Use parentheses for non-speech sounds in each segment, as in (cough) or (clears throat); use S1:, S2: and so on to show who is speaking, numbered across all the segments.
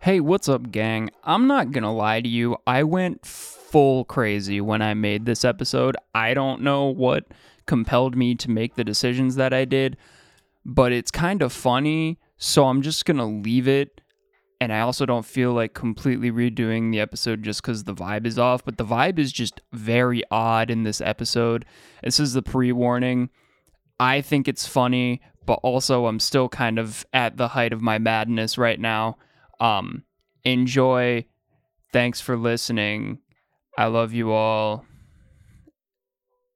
S1: Hey, what's up, gang? I'm not gonna lie to you. I went full crazy when I made this episode. I don't know what compelled me to make the decisions that I did, but it's kind of funny. So I'm just gonna leave it. And I also don't feel like completely redoing the episode just because the vibe is off, but the vibe is just very odd in this episode. This is the pre warning. I think it's funny, but also I'm still kind of at the height of my madness right now. Um, enjoy. Thanks for listening. I love you all.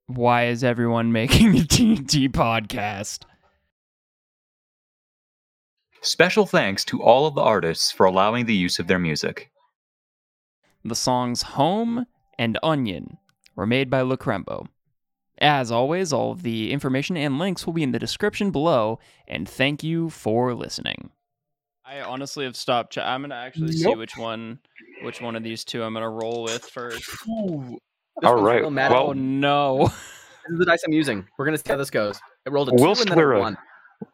S1: Why is everyone (laughs) making a D&D podcast?
S2: Special thanks to all of the artists for allowing the use of their music.
S1: The songs Home and Onion were made by LaCrembo. As always, all of the information and links will be in the description below, and thank you for listening. I honestly have stopped. Ch- I'm gonna actually see
S3: Nope.
S1: which one, which one of these two I'm gonna roll with first.
S3: Ooh. This
S4: All
S3: one's
S4: right,
S3: real mad.
S4: well-
S1: Oh no!
S3: this is the dice I'm using. We're gonna see how this goes. I rolled a two
S4: Whilst
S3: and then
S4: we're,
S3: a
S4: uh,
S3: one.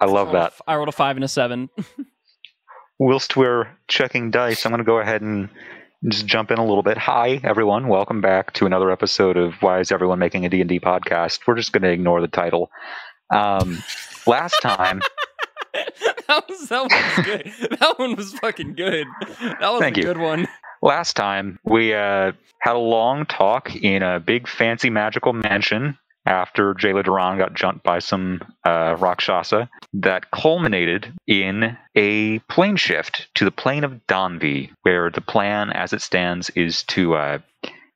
S4: I
S1: (laughs)
S4: love that.
S1: I rolled a five and a seven.
S4: Whilst we're checking dice, I'm going to go ahead and just jump in a little bit. Hi, everyone. Welcome back to another episode of Why Is Everyone Making a D&D Podcast? We're just going to ignore the title. Um, last time,
S1: (laughs) that was that one was good. That one was fucking good. That was
S4: Thank
S1: a
S4: you.
S1: good one. (laughs)
S4: last time we uh, had a long talk in a big fancy magical mansion after Jayla Duran got jumped by some uh, Rakshasa that culminated in a plane shift to the plane of Donvi, where the plan as it stands is to uh,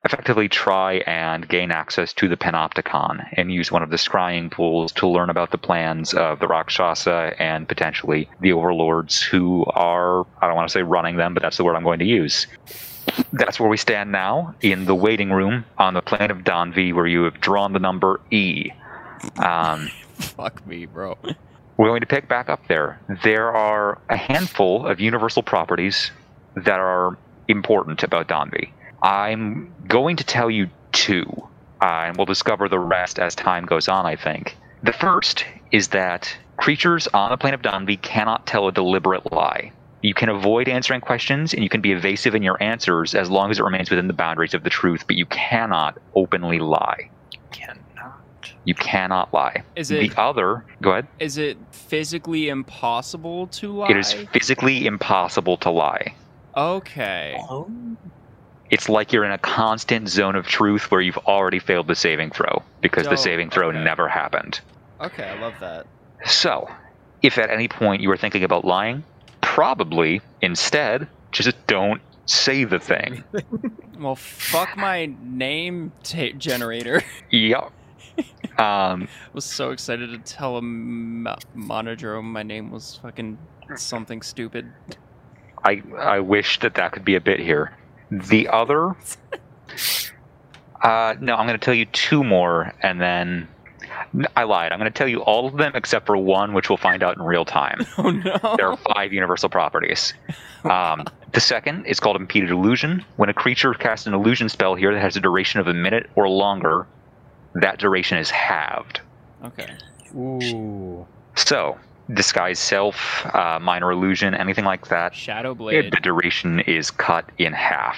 S4: effectively try and gain access to the Panopticon and use one of the scrying pools to learn about the plans of the Rakshasa and potentially the overlords who are, I don't want to say running them, but that's the word I'm going to use. That's where we stand now in the waiting room on the plane of Donvi, where you have drawn the number E. Um,
S1: Fuck me, bro.
S4: we're going to pick back up there. There are a handful of universal properties that are important about Donvi. I'm going to tell you two, uh, and we'll discover the rest as time goes on, I think. The first is that creatures on the plane of Donvi cannot tell a deliberate lie. You can avoid answering questions and you can be evasive in your answers as long as it remains within the boundaries of the truth, but you cannot openly lie.
S2: Cannot.
S4: You cannot lie.
S1: Is
S4: The
S1: it
S4: other, go ahead.
S1: is it physically impossible to lie?
S4: It is physically impossible to lie.
S1: Okay.
S2: Oh.
S4: It's like you're in a constant zone of truth where you've already failed the saving throw because
S1: Oh,
S4: the saving throw
S1: okay.
S4: never happened.
S1: Okay, I love that.
S4: So, if at any point you were thinking about lying, probably instead just don't say
S1: (laughs)
S4: the thing.
S1: Well, fuck my name ta- generator. (laughs)
S4: Yup. Um,
S1: was so excited to tell a m- monitor my name was fucking something stupid. (laughs)
S4: I I wish that that could be a bit here. The other, uh, no, I'm going to tell you two more, and then n- I lied. I'm going to tell you all of them except for one, which we'll find out in real time.
S1: Oh no.
S4: there are five universal properties. Um, the second is called impeded illusion. When a creature casts an illusion spell here that has a duration of a minute or longer, that duration is halved.
S1: Okay.
S5: Ooh.
S4: So, disguise self, uh, minor illusion, anything like that,
S1: Shadow
S4: it-
S1: Blade.
S4: the duration is cut in half.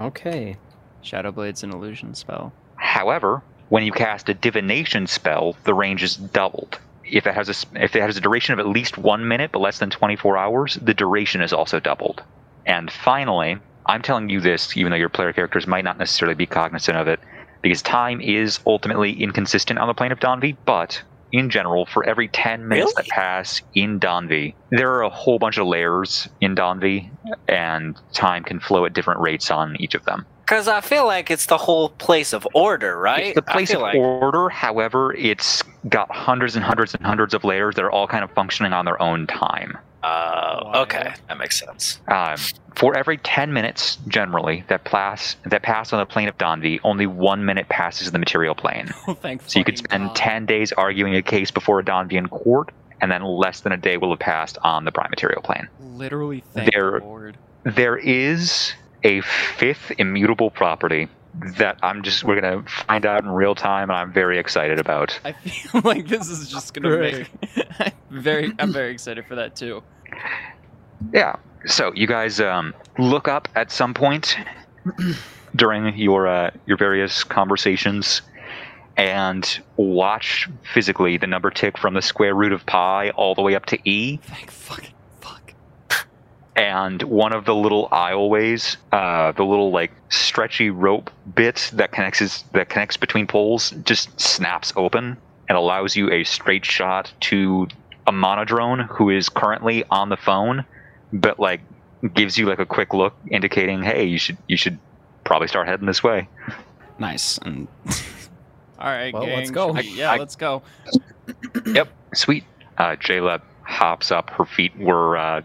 S5: Okay.
S1: Shadow Blade's an illusion spell. (laughs)
S4: However, when you cast a divination spell, the range is doubled. If it has a s- if it has a duration of at least one minute but less than 24 hours, the duration is also doubled. And finally, I'm telling you this, even though your player characters might not necessarily be cognizant of it, because time is ultimately inconsistent on the plane of Donvi. But in general, for every 10 minutes that pass in Donvi, there are a whole bunch of layers in Donvi, and time can flow at different rates on each of them.
S6: Because I feel like it's the whole place of order, right?
S4: It's the place
S6: I
S4: of
S6: feel like
S4: order, however, it's got hundreds and hundreds and hundreds of layers that are all kind of functioning on their own time.
S6: Uh,
S1: Why?
S6: okay, that makes sense.
S4: Um, for every 10 minutes, generally, that pass, that pass on the plane of Donvi, only one minute passes the material plane.
S1: Oh, thank
S4: So you could
S1: fucking
S4: spend
S1: God.
S4: 10 days arguing a case before a Donvian court, and then less than a day will have passed on the prime material plane.
S1: Literally, thank the
S4: There-
S1: Lord.
S4: There is a fifth immutable property that I'm just, we're going to find out in real time, and I'm very excited about.
S1: I feel (laughs) like this is just gonna (laughs)
S3: Great.
S1: make. I'm very, I'm very excited for that too.
S4: Yeah. So you guys um, look up at some point (clears throat) during your uh, your various conversations and watch physically the number tick from the square root of pi all the way up to e
S1: Thank fucking fuck.
S4: and one of the little aisleways, uh, the little like stretchy rope bit that connects is, that connects between poles, just snaps open and allows you a straight shot to a monodrone who is currently on the phone, but like gives you like a quick look indicating, hey, you should you should probably start heading this way.
S1: Nice. And all right,
S3: Well,
S1: gang.
S3: let's go.
S1: should we- yeah,
S4: I-
S1: let's go.
S4: Sweet. Uh, Jayla hops up. Her feet were. Uh,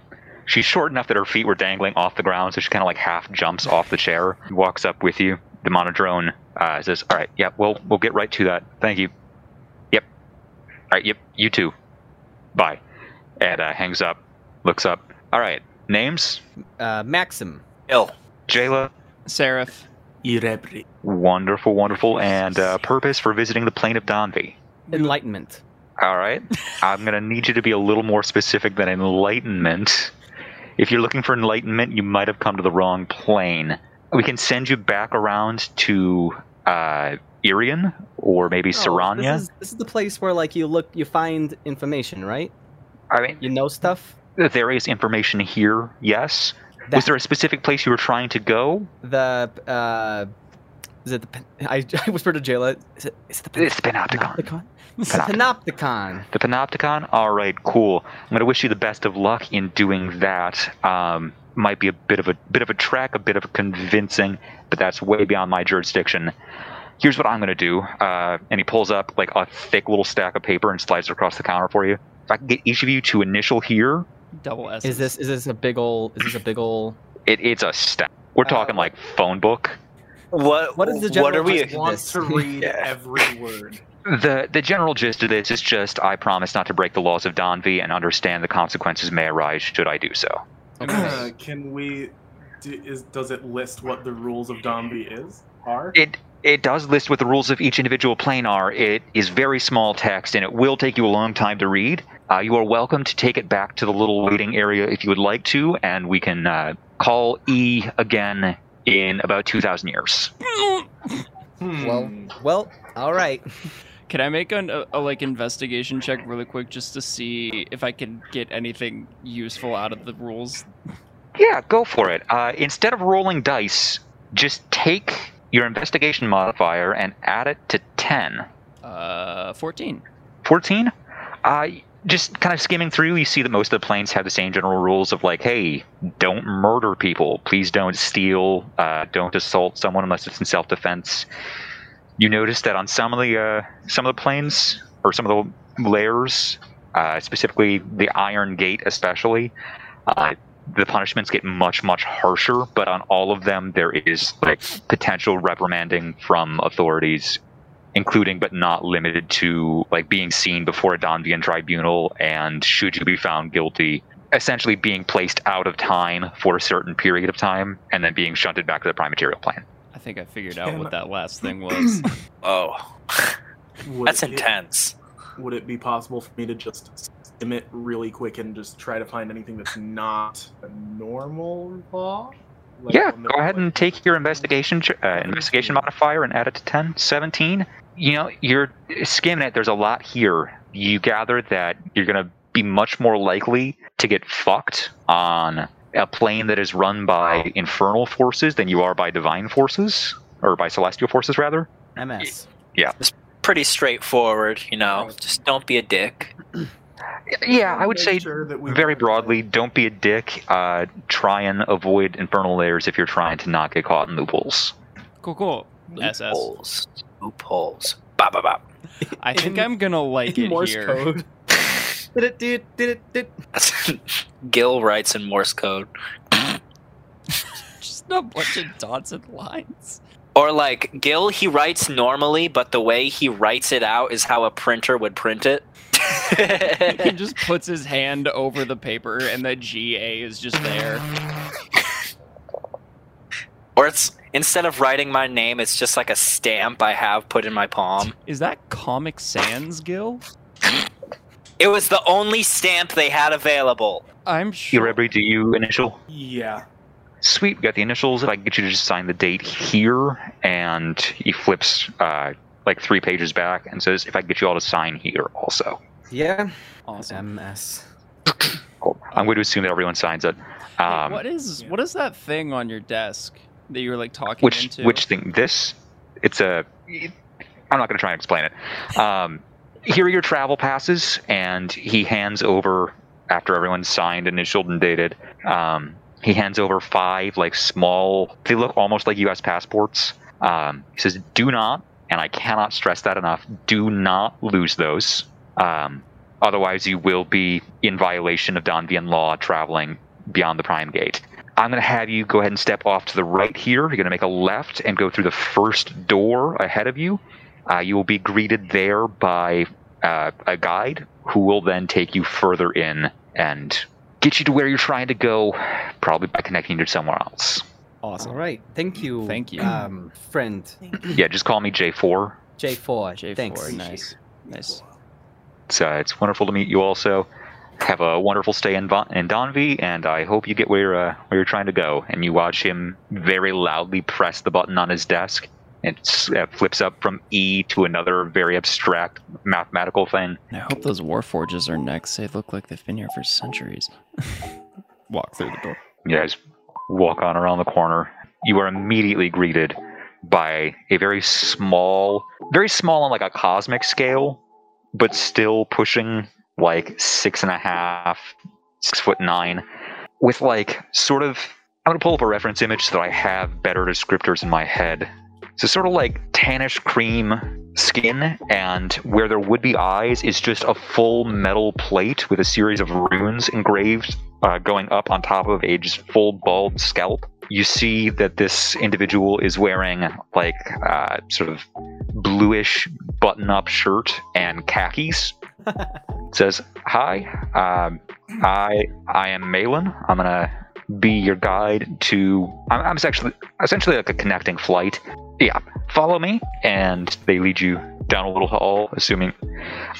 S4: she's short enough that her feet were dangling off the ground, so she kind of like half jumps off the chair. Walks up with you. The monodrone uh, says, "All right, yeah, we'll we'll get right to that. Thank you. Yep. All right, yep. You too. Bye." And uh, hangs up. Looks up. All right. Names:
S3: Uh, Maxim.
S6: Ill.
S4: Jayla.
S1: Seraph.
S7: Irebri.
S4: Wonderful, wonderful, and uh, purpose for visiting the plane of Donvi.
S3: Enlightenment.
S4: All right. I'm going to need you to be a little more specific than enlightenment. If you're looking for enlightenment, you might have come to the wrong plane. We can send you back around to uh, Irian or maybe Saranya.
S3: Oh, This is, this is the place where like you look, you find information, right?
S4: I mean,
S3: You know stuff.
S4: there is information here, yes.
S3: That-
S4: Was there a specific place you were trying to go?
S3: The uh, is it the? pen- I, (laughs) I whispered to Jayla. Is it, is it the
S4: It's the Panopticon.
S3: Panopticon?
S4: Panopticon.
S3: Panopticon.
S4: The Panopticon? All right, cool. I'm going to wish you the best of luck in doing that. Um, might be a bit of a bit of a track, a bit of a convincing, but that's way beyond my jurisdiction. Here's what I'm going to do. Uh, and he pulls up like a thick little stack of paper and slides it across the counter for you. If I can get each of you to initial here,
S1: Double S.
S3: Is this is this a big ol' Is this a big ol'?
S4: it, it's a stack. We're
S3: Uh,
S4: talking like phone book.
S6: What?
S3: What is the
S6: What
S3: general
S6: are we?
S3: question?
S7: Want
S3: This.
S4: (laughs)
S7: to read
S6: Yeah.
S7: every (clears throat) word.
S4: The the general gist of this is just I promise not to break the laws of Donvi and understand the consequences may arise should I do so.
S3: (clears throat)
S7: Uh, Can we? Do, is does it list what the rules of Dombi is are?
S4: It it does list what the rules of each individual plane are. It is very small text, and it will take you a long time to read. Uh, you are welcome to take it back to the little waiting area if you would like to, and we can uh, call E again in about 2,000 years.
S7: Hmm.
S3: Well, well, all right.
S1: Can I make an, a, a like investigation check really quick just to see if I can get anything useful out of the rules?
S4: Yeah, go for it. Uh, instead of rolling dice, just take your investigation modifier and add it to 10.
S1: Uh, fourteen.
S4: 14 uh, just kind of skimming through you see that most of the planes have the same general rules of like hey don't murder people please don't steal uh, don't assault someone unless it's in self-defense you notice that on some of the uh, some of the planes or some of the layers uh, specifically the iron gate especially uh, the punishments get much much harsher but on all of them there is like potential reprimanding from authorities including but not limited to like being seen before a Donvian tribunal and should you be found guilty essentially being placed out of time for a certain period of time and then being shunted back to the prime material plane
S1: I think I figured out
S7: Can-
S1: what that last
S3: (clears throat)
S1: thing was.
S6: Oh, (laughs)
S7: Would
S6: that's
S7: it-
S6: intense.
S7: would it be possible for me to just skim it really quick and just try to find anything that's not a normal law? Like,
S4: yeah
S7: on the-
S4: go ahead and
S7: like-
S4: take your investigation ch- uh, investigation modifier and add it to 10 17 you know you're skimming it there's a lot here you gather that you're going to be much more likely to get fucked on a plane that is run by infernal forces than you are by divine forces or by celestial forces rather
S3: MS.
S6: Pretty straightforward, you know. Just don't be a dick.
S4: Yeah, I would
S7: Make
S4: say
S7: sure that we-
S4: very broadly, don't be a dick. Uh, try and avoid infernal layers if you're trying to not get caught in loopholes.
S1: cool, cool. SS.
S6: Loopholes. Loopholes. Bop, bop, bop.
S1: I
S3: (laughs)
S1: think I'm gonna like it
S3: Morse
S1: here.
S3: code. did it? Did it? Did it? Did
S6: That's- (laughs) Gil writes in Morse code,
S1: Just a bunch of dots and lines.
S6: or like Gil, he writes normally, but the way he writes it out is how a printer would print it. (laughs)
S1: (laughs) He just puts his hand over the paper, and the GA is just there.
S6: Or it's instead of writing my name, it's just like a stamp I have put in my palm.
S1: Is that Comic Sans, Gil?
S6: It was the only stamp they had available.
S1: I'm sure.
S2: Irebri, do you initial?
S7: Yeah.
S2: Sweet, we got the initials. If I can get you to just sign the date here, and he flips uh, like three pages back and says, "If I can get you all to sign here, also."
S3: Yeah.
S1: Awesome.
S3: MS.
S2: Cool. I'm going to assume that everyone signs it.
S1: Hey,
S2: Um,
S1: what is
S7: yeah.
S1: what is that thing on your desk that you were like talking
S2: which
S1: into?
S2: which thing? This? It's a. I'm not going to try and explain it. Um, here are your travel passes, and he hands over after everyone's signed, initialed, and dated. Um, he hands over five like small. They look almost like U.S. passports. Um, he says, "Do not," and I cannot stress that enough. Do not lose those. Um, otherwise, you will be in violation of Donvian law traveling beyond the Prime Gate. I'm going to have you go ahead and step off to the right here. You're going to make a left and go through the first door ahead of you. Uh, you will be greeted there by uh, a guide who will then take you further in and get you to where you're trying to go, probably by connecting you to somewhere else.
S3: All right. Thank you.
S1: Thank you.
S3: Um, friend
S2: Yeah, just call me J4.
S1: J4,
S3: J4. Thanks.
S1: nice. Nice.
S2: It's, uh, it's wonderful to meet you also. Have a wonderful stay in, Von- in Donvi, and I hope you get where, uh, where you're trying to go. And you watch him very loudly press the button on his desk. and It s- uh, flips up from E to another very abstract mathematical thing.
S1: I hope those war forges are next. They look like they've been here for centuries. Walk through the door.
S2: You guys walk on around the corner. You are immediately greeted by a very small, very small on like a cosmic scale, but still pushing like six and a half, six foot nine, with like sort of. I'm gonna pull up a reference image so that I have better descriptors in my head. So sort of like tannish cream skin, and where there would be eyes is just a full metal plate with a series of runes engraved uh, going up on top of a just full bald scalp. You see that this individual is wearing like uh, sort of bluish button-up shirt and khakis. It says, "Hi, um, I I am Malin. I'm gonna be your guide to. I'm, I'm essentially essentially like a connecting flight. Yeah, follow me, and they lead you." Down a little hall, assuming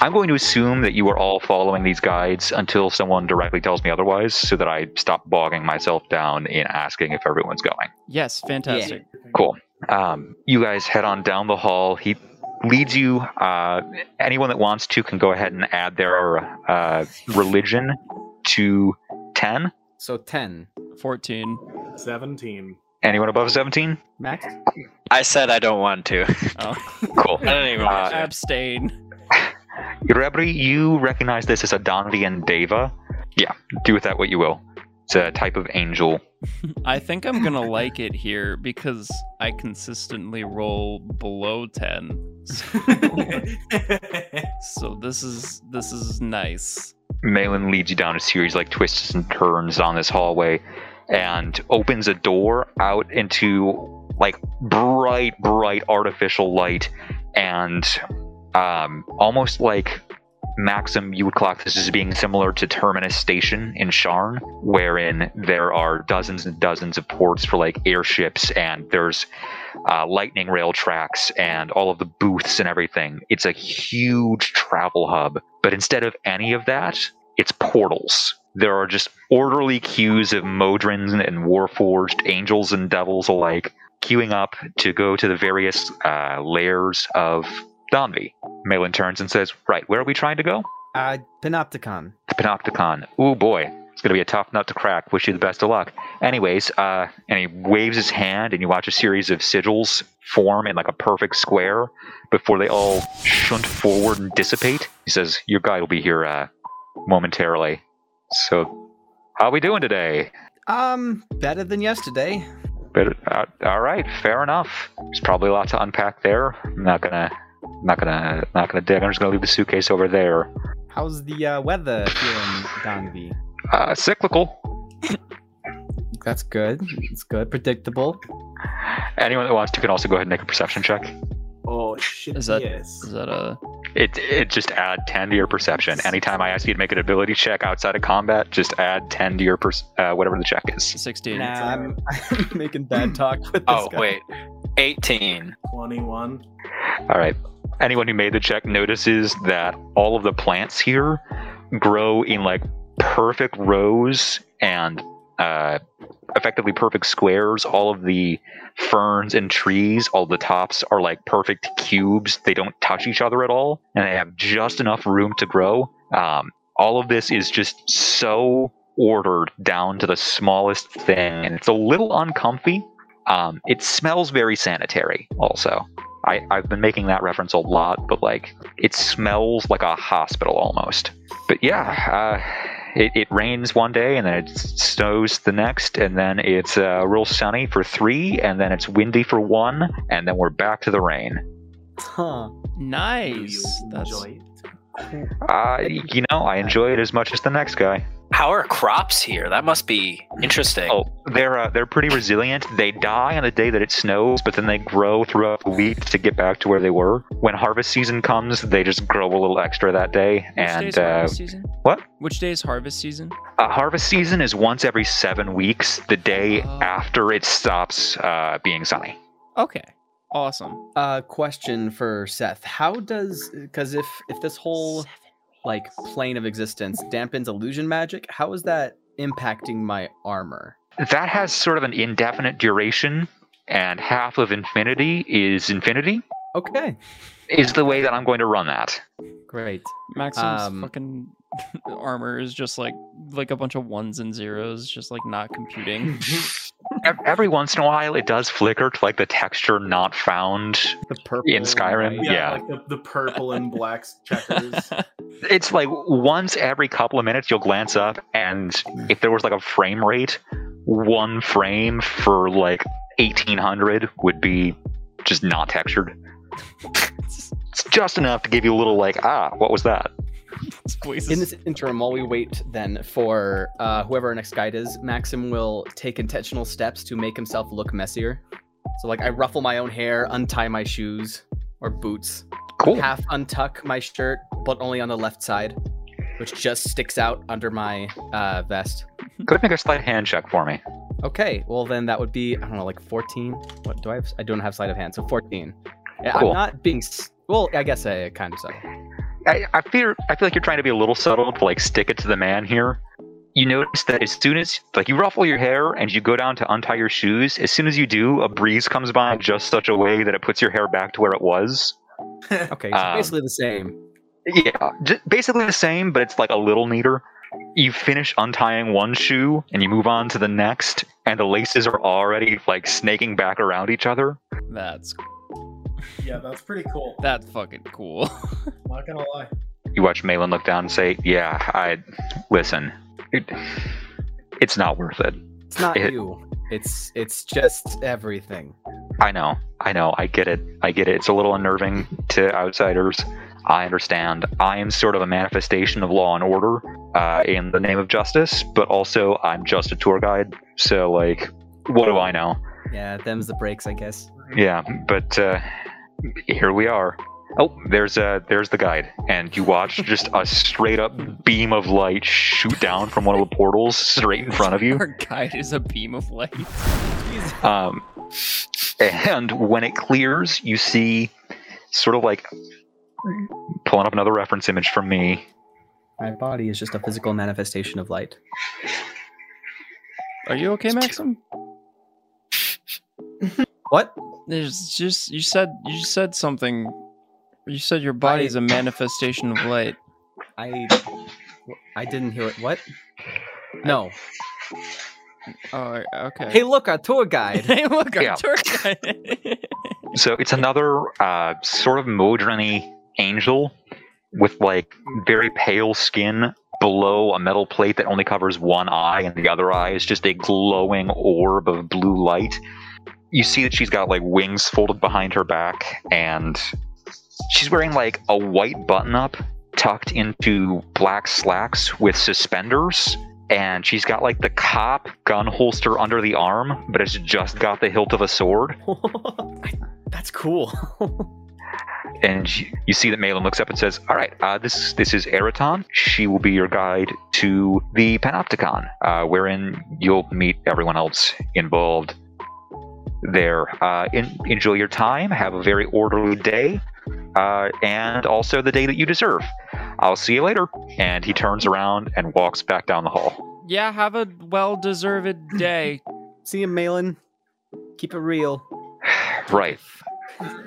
S2: I'm going to assume that you are all following these guides until someone directly tells me otherwise, so that I stop bogging myself down in asking if everyone's going.
S1: Yes, fantastic.
S2: Cool. Um, you guys head on down the hall. He leads you. Uh, anyone that wants to can go ahead and add their uh, religion to 10.
S3: So 10.
S1: (laughs) 14.
S7: (laughs) 17.
S2: Anyone above 17?
S3: Max?
S6: I said I don't want to. Uh,
S1: Oh,
S2: Cool.
S6: I don't even want to.
S1: abstain.
S2: Irebri, you recognize this as a Donvian Deva. Yeah, do with that what you will. It's a type of angel.
S1: I think I'm going to like it here because I consistently roll below 10. So this is this is nice.
S2: Malin leads you down a series like twists and turns on this hallway and opens a door out into like bright, bright artificial light and um, almost like Maxim, you would clock this as being similar to Terminus Station in Sharn, wherein there are dozens and dozens of ports for like airships and there's uh, lightning rail tracks and all of the booths and everything. It's a huge travel hub. But instead of any of that, it's portals. There are just orderly queues of Modrins and Warforged, angels and devils alike, queuing up to go to the various uh, layers of Donvi. Malin turns and says, Right, where are we trying to go?
S3: Uh, Panopticon.
S2: The Panopticon. Ooh boy, it's gonna be a tough nut to crack. Wish you the best of luck. Anyways, uh, and he waves his hand, and you watch a series of sigils form in like a perfect square before they all shunt forward and dissipate. He says, "Your guide will be here uh, momentarily." So, how we doing today?
S3: Um, better than yesterday.
S2: But uh, all right, fair enough. There's probably a lot to unpack there. I'm not gonna, not gonna, not gonna dig. I'm just gonna leave the suitcase over there.
S3: How's the uh, weather here in Donvi?
S2: Uh, cyclical.
S3: That's good. It's good. Predictable.
S2: Anyone that wants to can also go ahead and make a perception check.
S7: Oh, shit.
S1: Is that-
S7: yes.
S1: Is that a
S2: It it just add ten to your perception. Anytime I ask you to make an ability check outside of combat, just add ten to your per- uh, whatever the check is.
S1: 16?
S3: Nah, I'm, Um, (laughs) I'm making bad talk with this
S6: Oh
S3: guy.
S6: wait, eighteen.
S7: 21.
S2: All right. Anyone who made the check notices that all of the plants here grow in like perfect rows and uh, effectively perfect squares. All of the ferns and trees, all the tops are like perfect cubes. They don't touch each other at all, and they have just enough room to grow. Um, all of this is just so ordered down to the smallest thing, and it's a little uncomfy. Um, it smells very sanitary, also. I, I've been making that reference a lot, but like it smells like a hospital almost. But yeah, uh, it, it rains one day and then it snows the next, and then it's uh, real sunny for three, and then it's windy for one, and then we're back to the rain.
S3: Huh.
S7: Do you
S1: Nice. That's
S7: enjoy it?
S2: Uh, you know, I enjoy it as much as the next guy.
S6: How are crops here? That must be interesting.
S2: Oh, they're uh, they're pretty resilient. They die on the day that it snows, but then they grow throughout the week to get back to where they were. When harvest season comes, they just grow a little extra that day,
S1: which
S2: and
S1: day's
S2: uh,
S1: harvest season?
S2: what?
S1: Which day is harvest season?
S2: Uh, harvest season is once every seven weeks, the day
S1: Oh.
S2: after it stops uh, being sunny.
S1: Okay. Awesome.
S3: Uh, question for Seth: How does because if if this whole like plane of existence dampens illusion magic, how is that impacting my armor?
S2: That has sort of an indefinite duration, and half of infinity is infinity,
S3: Okay,
S2: is the way that I'm going to run that.
S3: great.
S1: Maxim's
S3: Um,
S1: fucking (laughs) armor is just like like a bunch of ones and zeros, just like not
S2: (laughs)
S1: computing.
S7: (laughs)
S2: Ev- Every once in a while, it does flicker to like the texture not found.
S3: The purple
S2: In Skyrim,
S3: white-
S7: Yeah,
S2: Yeah.
S7: like the, the purple and black checkers. (laughs)
S2: It's like once every couple of minutes, you'll glance up, and if there was like a frame rate, one frame for like 1800 would be just not textured. It's just enough to give you a little like, ah, what was that?
S1: This place
S3: In
S1: is-
S3: this interim, while we wait then for uh, whoever our next guide is, Maxim will take intentional steps to make himself look messier. So, like, I ruffle my own hair, untie my shoes or boots,
S2: Cool.
S3: half untuck my shirt, but only on the left side, which just sticks out under my uh, vest.
S2: Could make a slight hand check for me.
S3: Okay, well then that would be I don't know, like 14. What do I have? I don't have sleight of hand, so 14. Yeah,
S2: Cool.
S3: I'm not being. s- Well, I guess I kind of
S2: (laughs)
S3: so.
S2: I, I fear I feel like you're trying to be a little subtle to like stick it to the man here. You notice that as soon as like you ruffle your hair and you go down to untie your shoes, as soon as you do, a breeze comes by in just such a way that it puts your hair back to where it was.
S3: Okay, so
S2: Um,
S3: basically the same.
S2: Yeah, j- basically the same, but it's like a little neater. You finish untying one shoe and you move on to the next, and the laces are already like snaking back around each other.
S1: (laughs) that's
S7: yeah, that's pretty cool.
S1: that's fucking cool.
S7: Not gonna lie.
S2: You watch Malin look down and say, "Yeah, I listen. It, it's not worth it.
S3: It's not
S2: it-
S3: you. It's it's just everything.
S2: I know, I know, I get it, I get it. It's a little unnerving to outsiders. I understand. I am sort of a manifestation of law and order uh, in the name of justice, but also I'm just a tour guide. So like, what do I know?
S3: Yeah, them's the breaks, I guess.
S2: Yeah, but uh, here we are." Oh, there's uh, there's the guide, and you watch just a straight up beam of light shoot down from one of the portals straight in front of you.
S1: (laughs) Our guide is a beam of light.
S2: Um, and when it clears, you see sort of like pulling up another reference image from me.
S3: My body is just a physical manifestation of light.
S1: Are you okay, Maxim?
S3: What?
S1: There's just you said you said something. You said your body's a manifestation of light.
S3: I I didn't hear it. What? No.
S1: Oh, okay.
S3: Hey, look, our tour
S1: (laughs)
S3: guide.
S1: Hey, look, our
S2: Yeah.
S1: tour guide.
S2: So it's another uh, sort of modrony angel with like very pale skin below a metal plate that only covers one eye, and the other eye is just a glowing orb of blue light. You see that she's got like wings folded behind her back, and she's wearing like a white button up tucked into black slacks with suspenders. And she's got like the cop gun holster under the arm, but it's just got the hilt of a sword.
S3: That's cool.
S2: and she- you see that Malin looks up and says, "All right, uh, this this is Eraton. She will be your guide to the Panopticon, uh, wherein you'll meet everyone else involved. There, uh, en- enjoy your time. Have a very orderly day, uh, and also the day that you deserve. I'll see you later. And he turns around and walks back down the hall.
S1: (laughs) Yeah, have a well deserved day.
S3: See you, Malin. Keep it real.
S2: Right.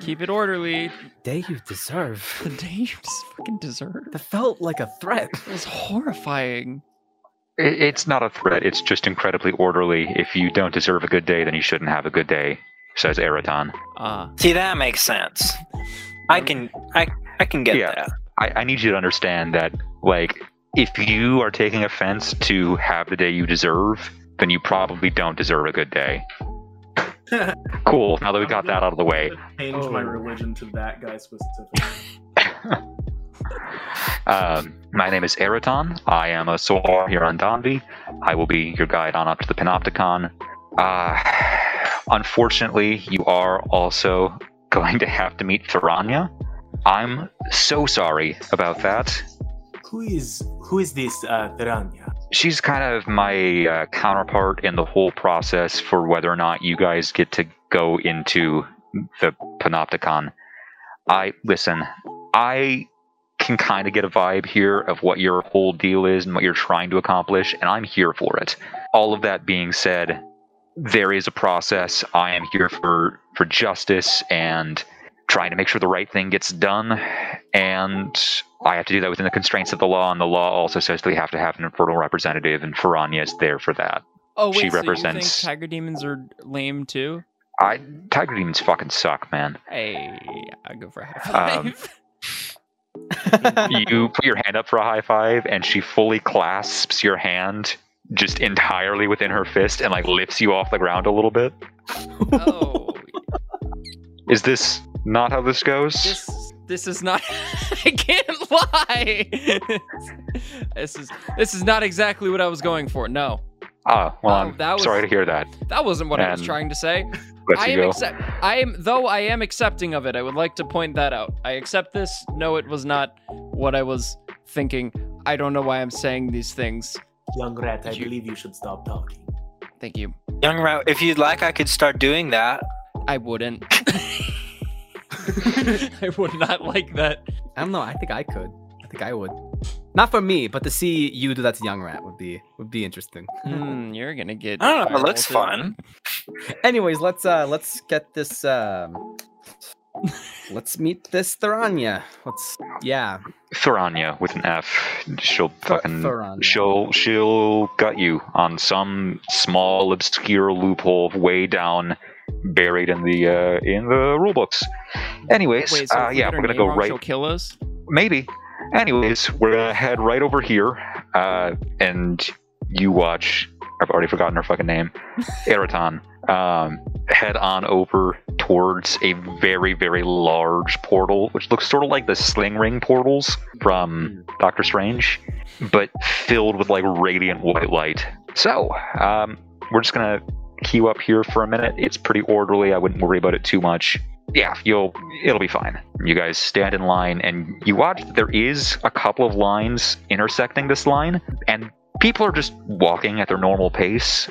S1: Keep it orderly.
S3: Day you deserve.
S1: (laughs) The day you just fucking deserve.
S3: That felt like a threat.
S1: It was horrifying.
S2: I- It's not a threat, it's just incredibly orderly. If you don't deserve a good day, then you shouldn't have a good day, says Eraton.
S1: Ah,
S6: See, that makes sense. I can I I can get
S2: Yeah.
S6: that.
S2: I, I need you to understand that, like, if you are taking offense to have the day you deserve, then you probably don't deserve a good day. cool. Now that we got that out of the way,
S7: Change my religion to that guy specifically.
S2: um, my name is Eraton. I am a Solar here on Donvi. I will be your guide on up to the Panopticon. Uh, unfortunately, you are also (laughs) going to have to meet Theranya. I'm so sorry about that.
S7: Who is who is this uh, Theranya?
S2: she's kind of my uh, counterpart in the whole process for whether or not you guys get to go into the panopticon i listen i can kind of get a vibe here of what your whole deal is and what you're trying to accomplish and i'm here for it all of that being said there is a process i am here for for justice and trying to make sure the right thing gets done and I have to do that within the constraints of the law, and the law also says that we have to have an infernal representative, and Faranya is there for that.
S1: oh wait.
S2: She
S1: so you
S2: represents-
S1: think tiger demons are lame too?
S2: I tiger demons fucking suck,
S1: (laughs)
S2: man.
S1: Hey, I go for a high five. (laughs)
S2: Um, You put your hand up for a high five, and she fully clasps your hand just entirely within her fist and like lifts you off the ground a little bit.
S1: oh,
S2: Is this not how this goes?
S1: this this is not. (laughs) I can't lie. (laughs) this is this is not exactly what I was going for. No,
S2: Ah, well,
S1: Oh,
S2: I'm
S1: that was-
S2: sorry to hear that.
S1: that wasn't what I was
S2: And-
S1: trying to say.
S2: Let's
S1: I
S2: you
S1: am
S2: go.
S1: accept. I am though I am accepting of it. I would like to point that out. I accept this. No, it was not what I was thinking. I don't know why I'm saying these things.
S7: Young rat, I
S1: You-
S7: believe you should stop talking.
S1: Thank you.
S6: Young Rao, if you'd like, I could start doing that.
S1: I wouldn't. I would not like that.
S3: I don't know. I think I could. I think I would. Not for me, but to see you do that to Young Rat would be would be interesting.
S1: Hmm, you're gonna get.
S6: I don't know. It looks
S1: firebolted.
S6: fun.
S3: (laughs) Anyways, let's uh let's get this um let's meet this Theranya. Let's yeah.
S2: Theranya with an F. She'll
S3: Th-
S2: fucking
S3: Theranya.
S2: she'll she'll gut you on some small obscure loophole way down buried in the uh, in the rule books. Anyways,
S1: Wait, so
S2: uh,
S1: if we
S2: yeah,
S1: get her
S2: we're gonna
S1: name
S2: go
S1: wrong,
S2: right
S1: She'll kill us.
S2: maybe. Anyways, we're gonna head right over here, uh, and you watch. I've already forgotten her fucking name, Eraton. Um, head on over towards a very, very large portal, which looks sort of like the sling ring portals from Doctor Strange, but filled with like radiant white light. So, um, we're just gonna queue up here for a minute. It's pretty orderly. I wouldn't worry about it too much yeah, you'll it'll be fine. You guys stand in line and you watch that there is a couple of lines intersecting this line and people are just walking at their normal pace,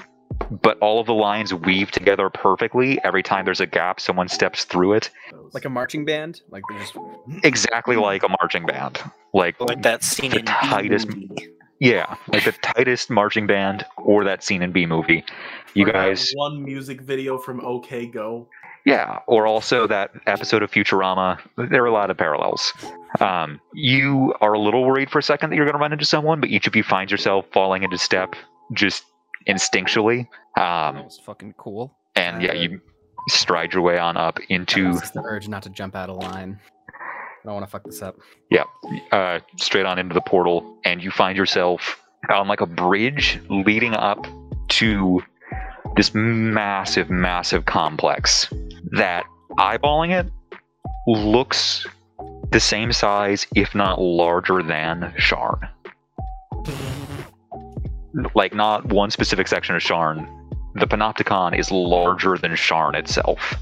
S2: but all of the lines weave together perfectly. Every time there's a gap, someone steps through it,
S3: Like a marching band. Like they're just
S2: exactly like a marching band. Like
S6: Like that scene
S2: The
S6: in
S2: tightest-
S6: B-movie.
S2: yeah, like the tightest marching band or that scene in B movie. You
S7: Or that
S2: guys
S7: One music video from OK Go.
S2: Yeah, or also that episode of Futurama. There are a lot of parallels. Um, you are a little worried for a second that you're going to run into someone, but each of you finds yourself falling into step just instinctually.
S1: That
S2: Um,
S1: was fucking cool.
S2: and yeah, you stride your way on up into
S3: it's the urge not to jump out of line. I don't want to fuck this up.
S2: uh, straight on into the portal, and you find yourself on like a bridge leading up to this massive, massive complex that, eyeballing it, looks the same size, if not larger than Sharn. Like, not one specific section of Sharn. The Panopticon is larger than Sharn itself.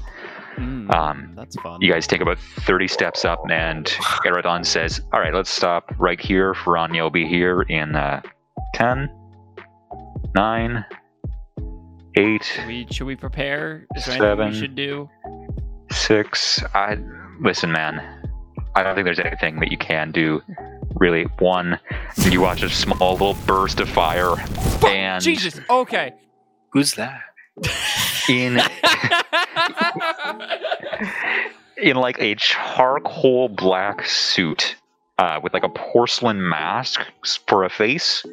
S1: Hmm,
S2: Um,
S1: that's fun.
S2: you guys take about 30 steps up, and Eridon says, All right, let's stop right here. Ferranya will be here in uh, 10, 9, 8,
S1: Should we should we prepare? Is there anything
S2: Seven.
S1: we should do?
S2: six. I listen, man. I don't think there's anything that you can do really one. And you watch a small little burst of fire, and
S1: Jesus. Okay.
S2: (laughs)
S6: Who's that?
S2: in in like a charcoal black suit uh, with like a porcelain mask for a face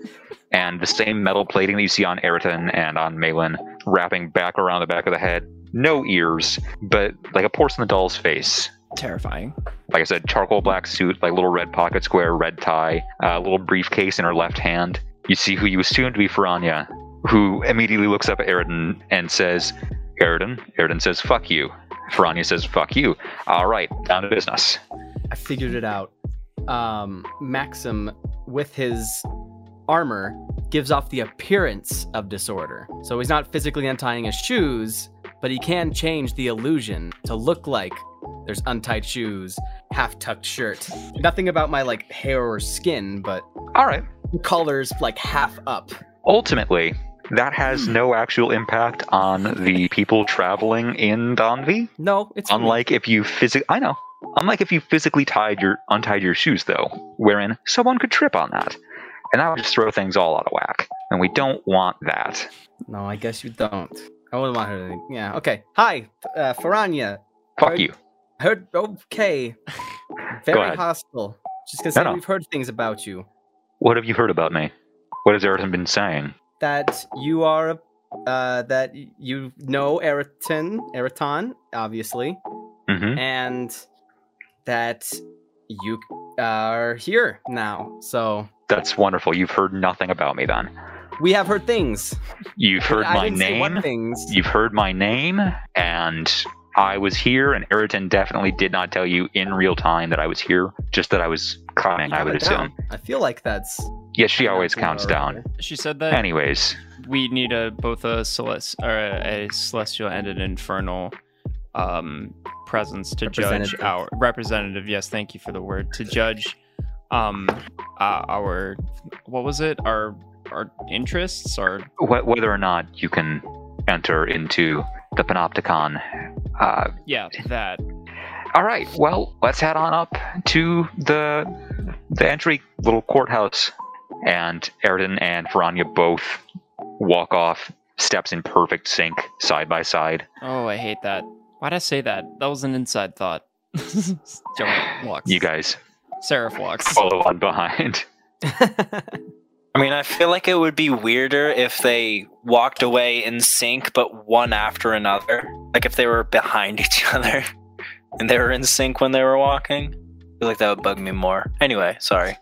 S2: and the same metal plating that you see on Eriton and on Malin wrapping back around the back of the head. No ears, but like a porcelain doll's face.
S1: Terrifying.
S2: Like I said, charcoal black suit, like little red pocket square, red tie, a little briefcase in her left hand. You see who you assume to be Ferrania, who immediately looks up at Eriton and says, Eriton, Eriton says, fuck you. Ferrania says, fuck you. All right, down to business.
S3: I figured it out. Um, Maxim, with his armor, gives off the appearance of disorder. So he's not physically untying his shoes, but he can change the illusion to look like there's untied shoes, half tucked shirt. Nothing about my like hair or skin, but
S2: All right.
S3: colors like half up.
S2: Ultimately, that has no actual impact on the people traveling in Donvi.
S3: No, it's fine.
S2: Unlike if you physically, I know. Unlike if you physically tied your untied your shoes, though, wherein someone could trip on that, and that would just throw things all out of whack. And we don't want that.
S3: No, I guess you don't. I wouldn't want her to. Yeah. Okay. Hi, uh, Faranya.
S2: Fuck
S3: Right.
S2: you.
S3: I heard. Okay. Very
S2: ahead.
S3: hostile. Just gonna
S2: No,
S3: say
S2: no.
S3: we've heard things about you.
S2: What have you heard about me? What has Eriton been saying?
S3: That you are. a- Uh, that y- you know Eriton, Eriton, obviously,
S2: Mm-hmm.
S3: and that you are here now. So
S2: That's wonderful. You've heard nothing about me then.
S3: we have heard things.
S2: You've heard
S3: I
S2: my
S3: didn't say what
S2: name.
S3: things.
S2: You've heard my name, and I was here. And Eriton definitely did not tell you in real time that I was here. Just that I was climbing.
S3: You
S2: I
S3: have
S2: would
S3: it
S2: assume.
S3: down. I feel like that's.
S2: Yes, she
S3: not
S2: always
S3: too far
S2: counts
S3: off
S2: down.
S3: (laughs) there.
S1: She said that
S2: Anyways,
S1: we need a both a celest or a, a celestial and an infernal um presence to judge
S3: Representative.
S1: our representative yes thank you for the word to judge um uh, our what was it our our interests our
S2: wh- whether or not you can enter into the Panopticon. Uh,
S1: yeah that
S2: all right, well, let's head on up to the the entry little courthouse, and Eridan and Ferrania both walk off steps in perfect sync, side by side.
S1: oh i hate that why'd i say that that was an inside thought (laughs) Joanne walks.
S2: You guys
S1: Seraph walks.
S2: follow on behind.
S6: I mean, I feel like it would be weirder if they walked away in sync, but one after another. Like if they were behind (laughs) each other and they were in sync when they were walking. I feel like that would bug me more. Anyway, sorry.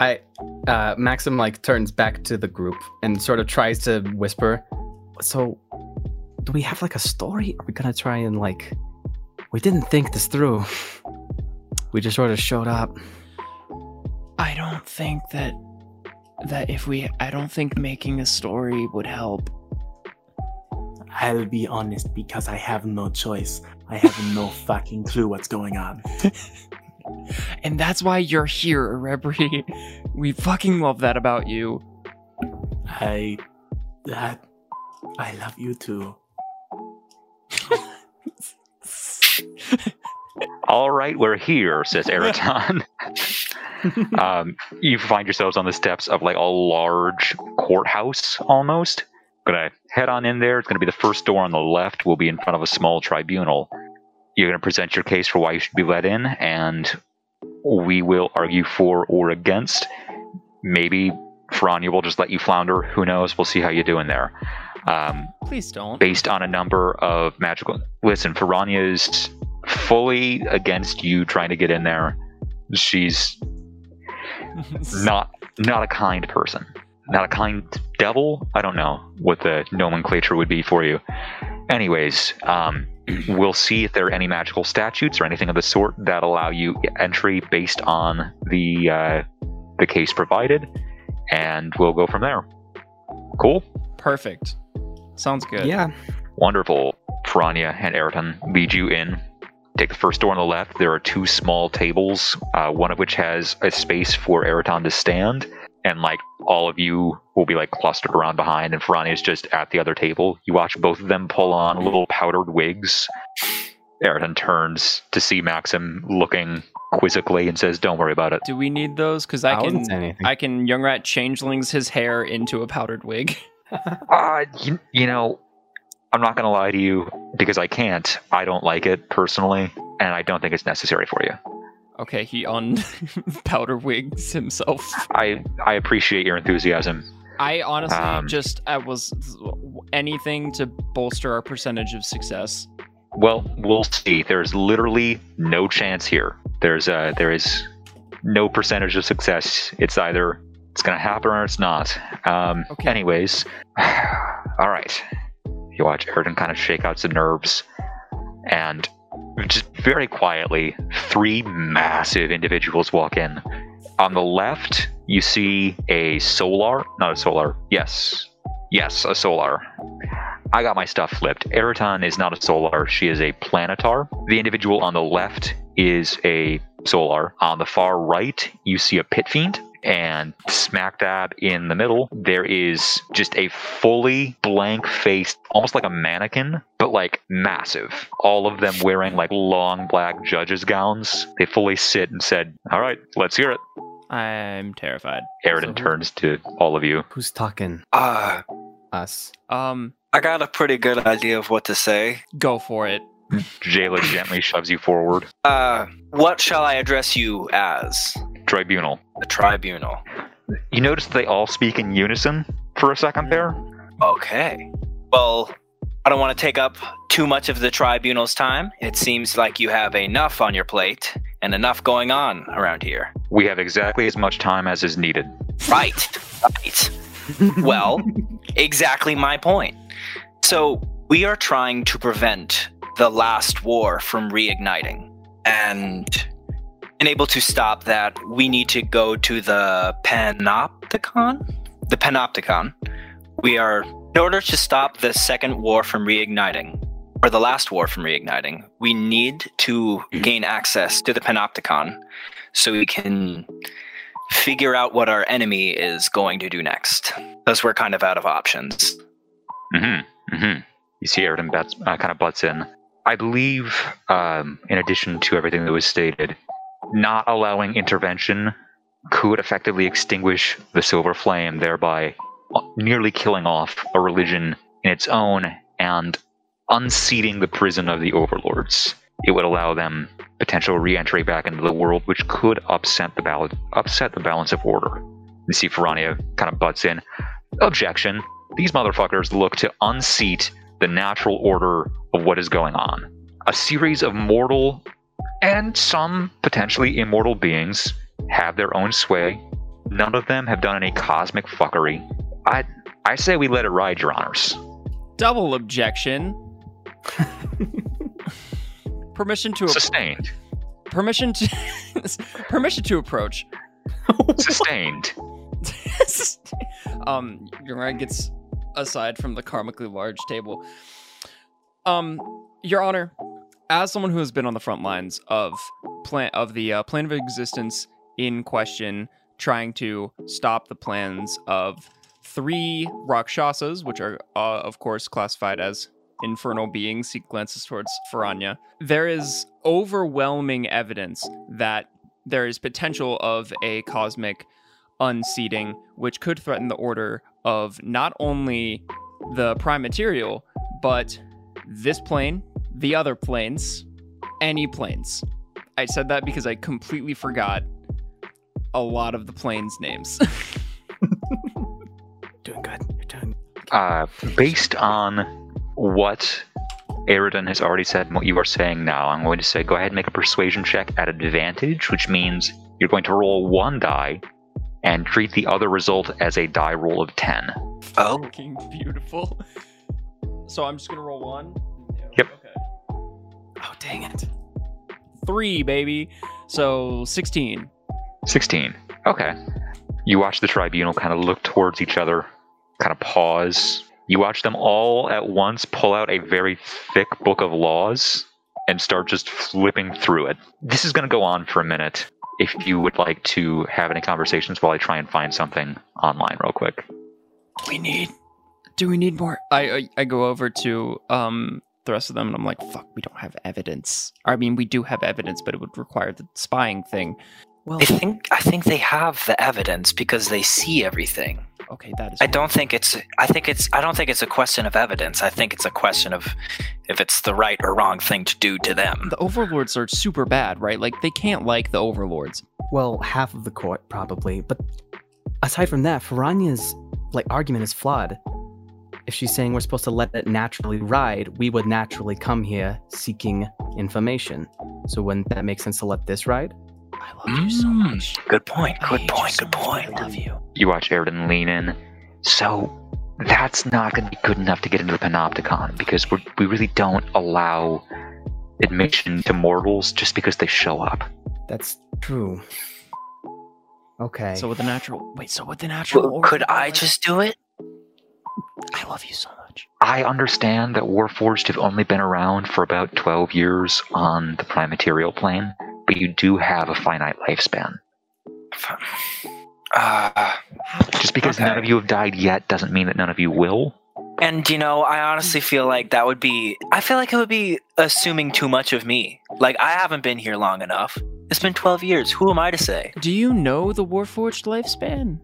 S3: I uh Maxim like turns back to the group and sort of tries to whisper, "So do we have like a story? Are we going to try and like we didn't think this through. (laughs) We just sort of showed up.
S1: I don't think that that if we I don't think making a story would help.
S7: I'll be honest because I have no choice. I have no fucking clue what's going on.
S1: And that's why you're here, Rebri. (laughs) We fucking love that about you.
S7: I. I, I love you too.
S2: All right, we're here, says Eriton. (laughs) um, you find yourselves on the steps of like a large courthouse almost. Gonna head on in there. It's gonna be the first door on the left. Will be in front of a small tribunal. You're gonna present your case for why you should be let in, and we will argue for or against. Maybe Franya will just let you flounder. Who knows? We'll see how you do in there. Um,
S1: Please don't. (laughs)
S2: based on a number of magical. Listen, Ferrania is fully against you trying to get in there. She's not not a kind person, not a kind devil. I don't know what the nomenclature would be for you. Anyways, um, we'll see if there are any magical statutes or anything of the sort that allow you entry based on the uh, the case provided, and we'll go from there. Cool.
S1: Perfect. Sounds good.
S3: Yeah.
S2: Wonderful. Frania and Eriton lead you in. Take the first door on the left. There are two small tables, uh, one of which has a space for Eriton to stand, and like all of you will be like clustered around behind, and Ferrania's just at the other table. You watch both of them pull on little powdered wigs Aridin turns to see Maxim looking quizzically and says, "Don't worry about it."
S1: Do we need those? Because
S3: I,
S1: I can
S3: wouldn't say anything.
S1: I can young rat changelings his hair into a powdered wig. (laughs)
S2: Uh, you, you know, I'm not going to lie to you because I can't. I don't like it personally, and I don't think it's necessary for you.
S1: Okay, he un (laughs) powder wigs himself.
S2: I I appreciate your enthusiasm.
S1: I honestly
S2: Um,
S1: just I was anything to bolster our percentage of success.
S2: Well, we'll see. There's literally no chance here. There's uh there is no percentage of success. It's either it's going to happen or it's not. Um
S1: Okay.
S2: anyways, (sighs) all right. You watch Erden kind of shake out some nerves and just very quietly three massive individuals walk in. On the left, you see a solar, not a solar. Yes. Yes, a solar. I got my stuff flipped. Eraton is not a solar, she is a planetar. The individual on the left is a solar. On the far right, you see a pit fiend. And smack dab in the middle, there is just a fully blank faced, almost like a mannequin, but like massive. All of them wearing like long black judges' gowns. They fully sit and said, All right, let's hear it.
S1: I'm terrified.
S2: Eridan turns to all of you.
S3: Who's talking?
S6: Ah,
S3: Us.
S1: Um,
S6: I got a pretty good idea of what to say.
S1: go for it.
S2: Jayla gently shoves you forward.
S6: Uh, what shall I address you as?
S2: Tribunal.
S6: The tribunal.
S2: You notice they all speak in unison for a second there?
S6: Okay. Well, I don't want to take up too much of the tribunal's time. It seems like you have enough on your plate and enough going on around here.
S2: We have exactly as much time as is needed.
S6: Right. Right. Well, exactly my point. So, we are trying to prevent the last war from reigniting. And in able to stop that, we need to go to the Panopticon? The Panopticon. We are, in order to stop the second war from reigniting, or the last war from reigniting, we need to gain access to the Panopticon so we can figure out what our enemy is going to do next because we're kind of out of options
S2: Mm-hmm. Mm-hmm. You see, Eridan bats, uh, kind of butts in. I believe, um, in addition to everything that was stated, not allowing intervention could effectively extinguish the Silver Flame, thereby nearly killing off a religion in its own and unseating the prison of the Overlords. It would allow them potential re-entry back into the world, which could upset the bal- upset the balance of order. You see, Ferrania kind of butts in. Objection these motherfuckers look to unseat the natural order of what is going on. A series of mortal and some potentially immortal beings have their own sway. None of them have done any cosmic fuckery. I I say we let it ride, your honors.
S1: Double objection. permission to a-
S2: Sustained.
S1: permission to (laughs) permission to approach. (laughs)
S2: Sustained.
S1: um, Yorai gets aside from the karmically large table. Um, Your Honor, as someone who has been on the front lines of plan of the uh, plan of existence in question, trying to stop the plans of three rakshasas, which are uh, of course classified as infernal beings. He glances towards Faranya. There is overwhelming evidence that there is potential of a cosmic unseating, which could threaten the order of not only the prime material, but this plane, the other planes, any planes. I said that because I completely forgot a lot of the planes' names. (laughs)
S3: Doing good. You're doing
S2: Uh, based on what Eridan has already said and what you are saying now, I'm going to say go ahead and make a persuasion check at advantage, which means you're going to roll one die and treat the other result as a die roll of 10.
S6: oh
S1: Fucking beautiful. So I'm just gonna roll one.
S2: Yep.
S1: Okay.
S3: Oh, dang it.
S1: Three, baby. So 16.
S2: 16. Okay. You watch the tribunal kind of look towards each other, kind of pause. You watch them all at once pull out a very thick book of laws and start just flipping through it. This is going to go on for a minute. If you would like to have any conversations while I try and find something online real quick.
S1: we need do we need more I, I i go over to um the rest of them, and I'm like, fuck, we don't have evidence. I mean, we do have evidence, but it would require the spying thing. Well,
S6: I think I think they have the evidence because they see everything.
S1: okay, that is.
S6: I don't think it's. I think it's. I don't think it's a question of evidence. I think it's a question of if it's the right or wrong thing to do to them.
S1: The overlords are super bad, right? Like they can't like the overlords.
S3: Well, half of the court probably, but aside from that, Faranya's like argument is flawed. If she's saying we're supposed to let it naturally ride, we would naturally come here seeking information. So wouldn't that make sense to let this ride?
S1: I love you so much.
S6: Good point.
S1: I
S6: Mm. Good
S1: hate you
S6: point.
S1: so much, but
S6: Good point.
S1: I love you.
S2: You watch Airden lean in. So that's not going to be good enough to get into the Panopticon because we're, we really don't allow admission to mortals just because they show up.
S3: That's true. Okay.
S1: So with the natural, wait. So with the natural,
S6: Well, could
S1: order-
S6: I just do it?
S1: I love you so much.
S2: I understand that Warforged have only been around for about 12 years Um, on the prime material plane, but you do have a finite lifespan.
S6: Uh,
S2: Just because none of you have died yet doesn't mean that none of you will.
S6: and you know, I honestly feel like that would be. I feel like it would be assuming too much of me. Like I haven't been here long enough. It's been twelve years. Who am I to say? (sighs)
S1: Do you know the Warforged lifespan?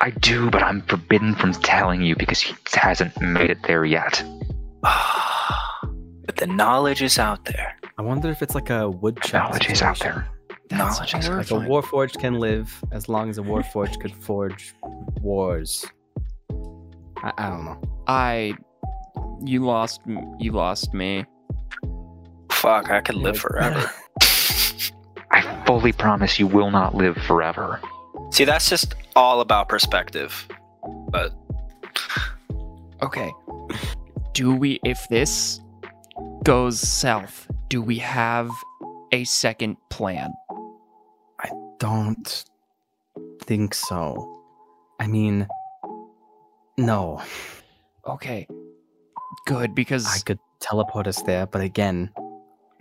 S2: I do, but I'm forbidden from telling you because he hasn't made it there yet.
S6: but the knowledge is out there.
S3: I wonder if it's like a woodchuck.
S2: Knowledge is out
S3: situation.
S2: there.
S1: That's
S6: Knowledge is
S3: Like a
S1: horrifying.
S3: warforged can live as long as a warforged could forge wars. I, I don't know.
S1: I, you lost, m- you lost me.
S6: Fuck, I could live
S3: Like-
S6: forever.
S2: I fully promise you will not live forever.
S6: See, that's just all about perspective.
S1: Okay. Do we, if this goes south, do we have a second plan?
S3: don't think so. I mean, no,
S1: Okay. Good,
S3: I
S1: because
S3: could teleport us there, but again,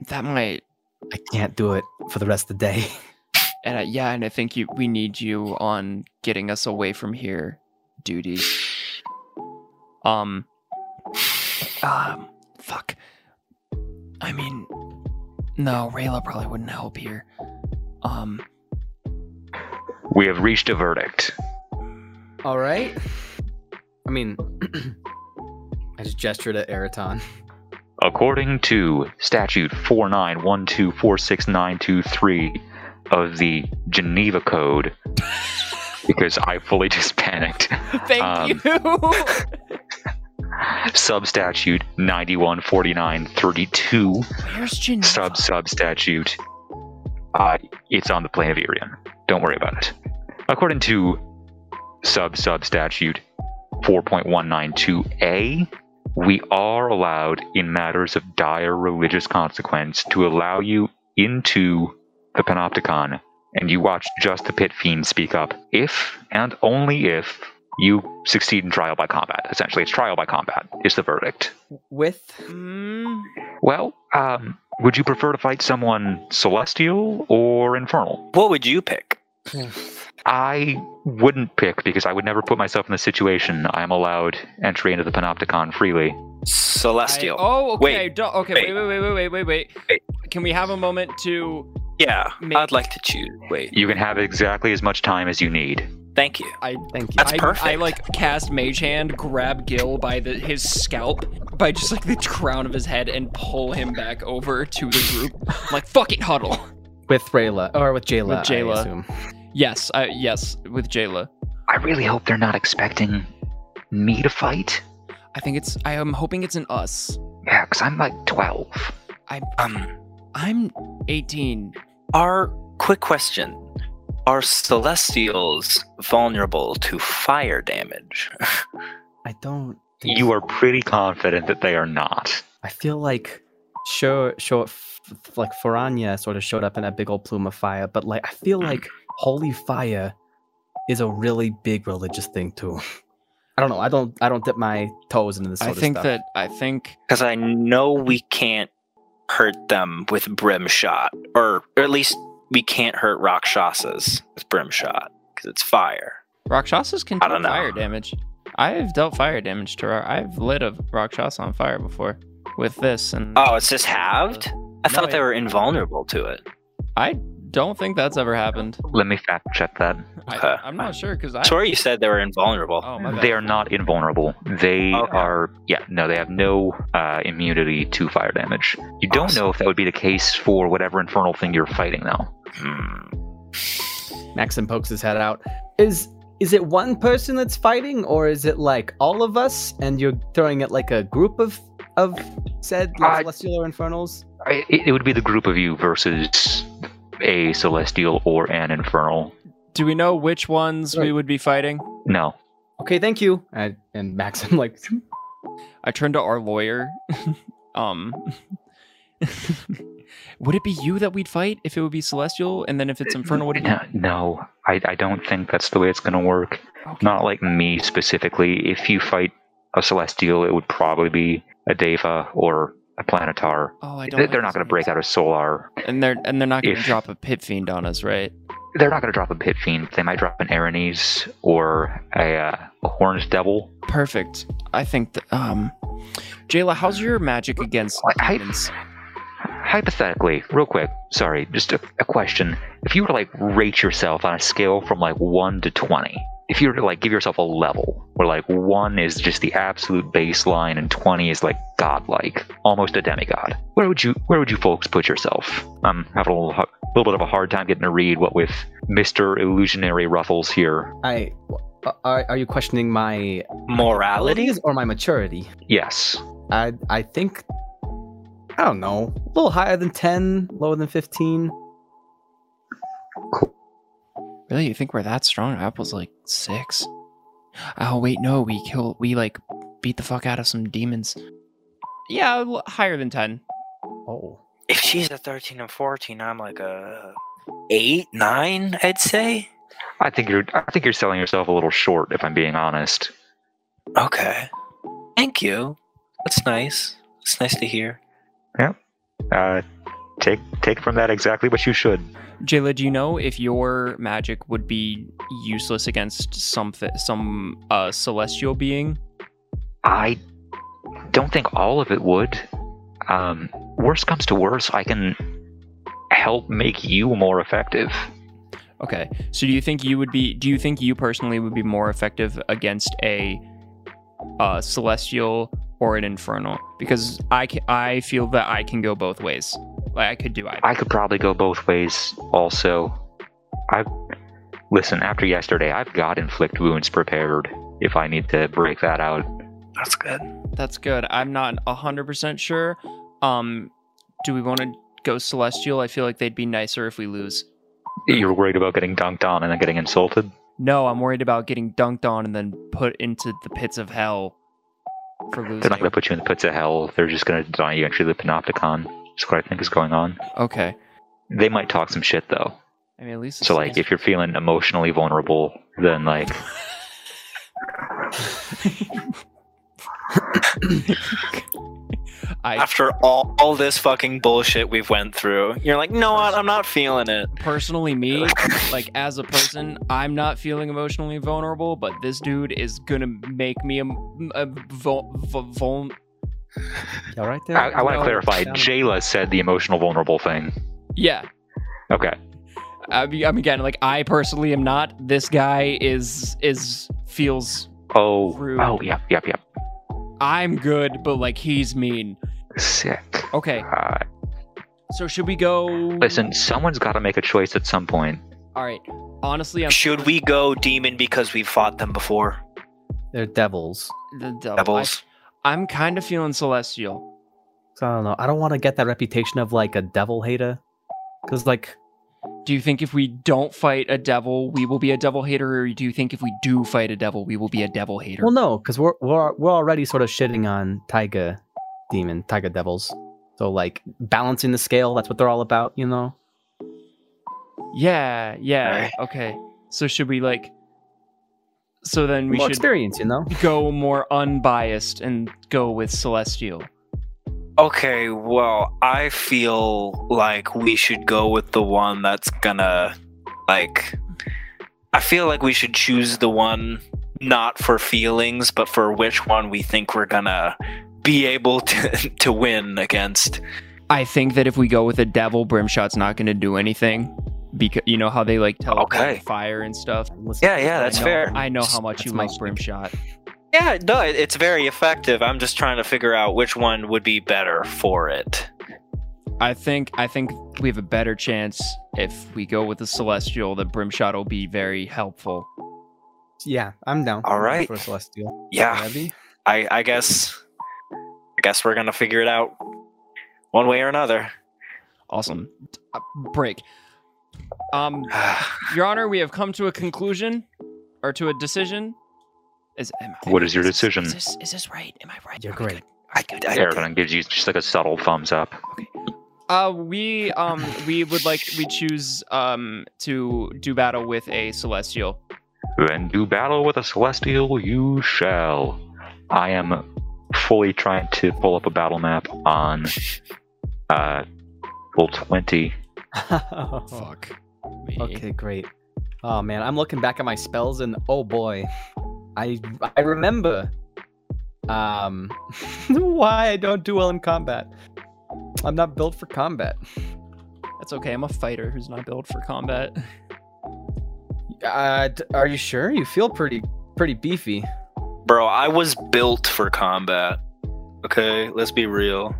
S1: that might,
S3: I can't do it for the rest of the day. (laughs)
S1: and I, yeah, and I think you, we need you on getting us away from here, duty. Um, um, fuck. I mean, no, Rayla probably wouldn't help here. Um,
S2: We have reached a verdict.
S3: All right. I mean, (clears throat) I just gestured at Eraton.
S2: According to Statute 49124693 of the Geneva Code, because I fully (laughs) just
S1: (laughs)
S2: panicked,
S1: thank
S2: Um,
S1: you.
S2: substatute 914932,
S1: Where's Geneva?
S2: sub substatute, uh, it's on the plane of Irion. Don't worry about it. According to sub substatute 4.192a, we are allowed in matters of dire religious consequence to allow you into the Panopticon, and you watch just the Pit Fiend speak up if and only if you succeed in trial by combat. Essentially, it's trial by combat, is the verdict.
S3: With
S1: Mm,
S2: Well, um, would you prefer to fight someone celestial or infernal?
S6: What would you pick?
S2: I wouldn't pick because I would never put myself in the situation. I am allowed entry into the Panopticon freely.
S6: Celestial.
S1: I- oh, okay.
S6: Wait,
S1: don't- okay, wait, wait, wait, wait, wait, wait,
S6: Wait.
S1: Can we have a moment to?
S6: yeah,
S1: Make-
S6: I'd like to choose. Wait,
S2: You can have exactly as much time as you need.
S6: thank you.
S1: I
S3: thank you.
S6: That's
S1: I,
S6: perfect.
S1: I like cast Mage Hand, grab Gil by the his scalp, by just like the crown of his head, and pull him back over to the group. I'm like fuck it, huddle.
S3: with Rayla or with Jayla.
S1: With
S3: I
S1: Jayla.
S3: assume.
S1: Yes, I, yes, with Jayla.
S2: I really hope they're not expecting me to fight.
S1: I think it's. I am hoping it's an us.
S2: Yeah, because I'm like 12.
S6: Um,
S1: I'm 18.
S6: our quick question: Are celestials vulnerable to fire damage?
S3: I don't. think
S2: You are pretty confident that they are not.
S3: I feel like sure, sure, f- f- like Faranya sort of showed up in that big old plume of fire, but like I
S1: (clears throat)
S3: feel like holy fire is a really big religious thing too. (laughs) I don't know. I don't. I don't dip my toes into this. Sort
S1: I think
S3: of stuff.
S1: that. I think.
S6: Because I know we can't hurt them with brim shot, or or at least we can't hurt rakshasas with brim shot because it's fire.
S1: Rakshasas can
S6: I
S1: do
S6: don't know.
S1: fire damage. I've dealt fire damage to. Ra- I've lit a Rakshasa on fire before. with this and
S6: Oh, it's just halved? I thought they were invulnerable to it.
S1: I don't think that's ever happened.
S2: Let me fact check that.
S1: I,
S6: Okay.
S1: I'm not sure because I.
S6: Tori, you said they were invulnerable.
S1: Oh my bad.
S2: They are not invulnerable. They
S6: Okay.
S2: are, yeah, no, they have no uh, immunity to fire damage. You don't
S6: Awesome.
S2: know if that would be the case for whatever infernal thing you're fighting, though.
S6: Hmm.
S3: Maxim pokes his head out. Is is it one person that's fighting, or is it like all of us, and you're throwing it like a group of of said like,
S2: Uh,
S3: celestial or infernals?
S2: I- It, it would be the group of you versus a celestial or an infernal.
S1: Do we know which ones we would be fighting?
S2: No.
S3: Okay, thank you. And, and (laughs) Maxim like
S1: I turned to our lawyer. (laughs) um, (laughs) would it be you that we'd fight if it would be celestial, and then if it's infernal, would it be?
S2: No, no I, I don't think that's the way it's going to work.
S1: Okay.
S2: Not like me specifically. If you fight a celestial, it would probably be a deva or a planetar.
S1: Oh, I don't.
S2: They-
S1: like
S2: They're
S1: these
S2: not going to
S1: names.
S2: break out of solar.
S1: and they're and they're not going to
S2: If-
S1: drop a pit fiend on us, right?
S2: They're not going to drop a pit fiend. They might drop an Aranese or a, uh, a horned devil.
S1: Perfect. I think. That, um, Jayla, how's your magic against
S2: I- I-
S1: demons?
S2: Hypothetically, real quick, sorry, just a, a question. If you were to like rate yourself on a scale from like 1 to 20, if you were to like give yourself a level where like 1 is just the absolute baseline and 20 is like godlike, almost a demigod, where would you where would you folks put yourself? I'm having a little, hu- little bit of a hard time getting a read what with Mr. Illusionary Ruffles here.
S3: I are, are you questioning my
S6: Morality?
S3: abilities or my maturity?
S2: Yes.
S3: I I think I don't know. A little higher than ten, lower than fifteen.
S1: Really, you think we're that strong? Apple's like six. Oh wait, no, we kill, we like beat the fuck out of some demons. Yeah, l- higher than ten.
S3: Oh.
S6: If she's a 13 and 14, I'm like a 8, 9, I'd say.
S2: I think you're I think you're selling yourself a little short if I'm being honest.
S6: Okay. Thank you. That's nice. It's nice to hear.
S2: Uh take take from that exactly what you should.
S1: Jayla, do you know if your magic would be useless against something, some uh, celestial being?
S2: I don't think all of it would. Um, worst comes to worst, I can help make you more effective.
S1: Okay, so do you think you would be? Do you think you personally would be more effective against a uh, celestial or an infernal? Because I ca I feel that I can go both ways. Like I could do either.
S2: I could probably go both ways. Also, I listen. After yesterday, I've got inflict wounds prepared. If I need to break that out,
S6: That's good.
S1: That's good. I'm not 100% sure. Um, do we want to go celestial? I feel like they'd be nicer if we lose.
S2: you're worried about getting dunked on and then getting insulted.
S1: No, I'm worried about getting dunked on and then put into the pits of hell for
S2: They're
S1: losing.
S2: not going to put you in the pits of hell. They're just going to deny you entry to the panopticon. That's what I think is going on.
S1: Okay.
S2: They might talk some shit though.
S1: I mean, at least.
S2: So like, if you're feeling emotionally vulnerable, then like (laughs)
S1: I
S6: After all, all this fucking bullshit we've went through, you're like, no, what? I'm not feeling it.
S1: personally, me, like as a person, I'm not feeling emotionally vulnerable, but this dude is gonna make me a, a vul, vul, vul,
S3: You all right there?
S2: I, I want to
S1: No,
S2: clarify.
S3: no.
S2: Jayla said the emotional vulnerable thing.
S1: yeah,
S2: Okay.
S1: I mean, I'm again like I personally am not. This guy is is feels
S2: Oh.
S1: Rude.
S2: Oh. Yep. Yep. Yep.
S1: I'm good, but like he's mean.
S2: Sick.
S1: Okay,
S2: Uh,
S1: so should we go?
S2: listen, someone's got to make a choice at some point.
S1: All right. Honestly, I'm
S6: Should we go demon because we fought them before?
S3: They're devils.
S1: the devil.
S6: Devils.
S1: I, am kind of feeling celestial.
S3: So I don't know. I don't want to get that reputation of like a devil hater. Cause like
S1: Do you think if we don't fight a devil, we will be a devil hater, or do you think if we do fight a devil, we will be a devil hater?
S3: well no, because we're we're we're already sort of shitting on Taiga demon, Taiga devils. So like balancing the scale, that's what they're all about, you know?
S1: yeah,
S6: All
S1: yeah.
S6: right.
S1: Okay. So should we like? So then we
S3: More
S1: should
S3: experience, you know?
S1: go more unbiased and go with celestial.
S6: Okay, well, I feel like we should go with the one that's gonna, like, I feel like we should choose the one not for feelings, but for which one we think we're gonna be able to, (laughs) to win against.
S1: I think that if we go with a devil, Brimshot's not going to do anything. Because you know how they like teleport
S6: Okay.
S1: fire and stuff.
S3: Listen,
S6: Yeah, yeah, that's
S1: I know,
S6: fair.
S1: I know how much you
S3: That's my
S1: love Brimshot.
S6: Yeah, no, it- it's very effective. I'm just trying to figure out which one would be better for it.
S1: I think I think we have a better chance if we go with the celestial that Brimshot will be very helpful.
S3: Yeah, I'm down.
S6: All right.
S3: For Celestial.
S6: Yeah, (laughs)
S3: (laughs)
S6: I, I guess, I guess we're gonna figure it out one way or another. (sighs)
S1: Awesome. Uh, Break. Um, Your Honor, we have come to a conclusion or to a decision. Is, am I-
S2: What is your decision?
S1: Is this, is this right? Am I right? Oh
S3: You're
S1: Are we
S3: great.
S1: good? Are we good?
S2: Eridan gives you just like a subtle thumbs up.
S1: Uh, we um we would like we choose um to do battle with a celestial.
S2: Then do battle with a celestial you shall. I am fully trying to pull up a battle map on uh level twenty.
S3: Oh.
S1: Fuck. Me.
S3: Okay, great. Oh man, I'm looking back at my spells and oh boy, I I remember. Um, (laughs) why I don't do well in combat. I'm not built for combat.
S1: That's okay. I'm a fighter who's not built for combat. (laughs)
S3: Uh, d- are you sure? You feel pretty pretty beefy.
S6: Bro, I was built for combat. Okay, let's be real.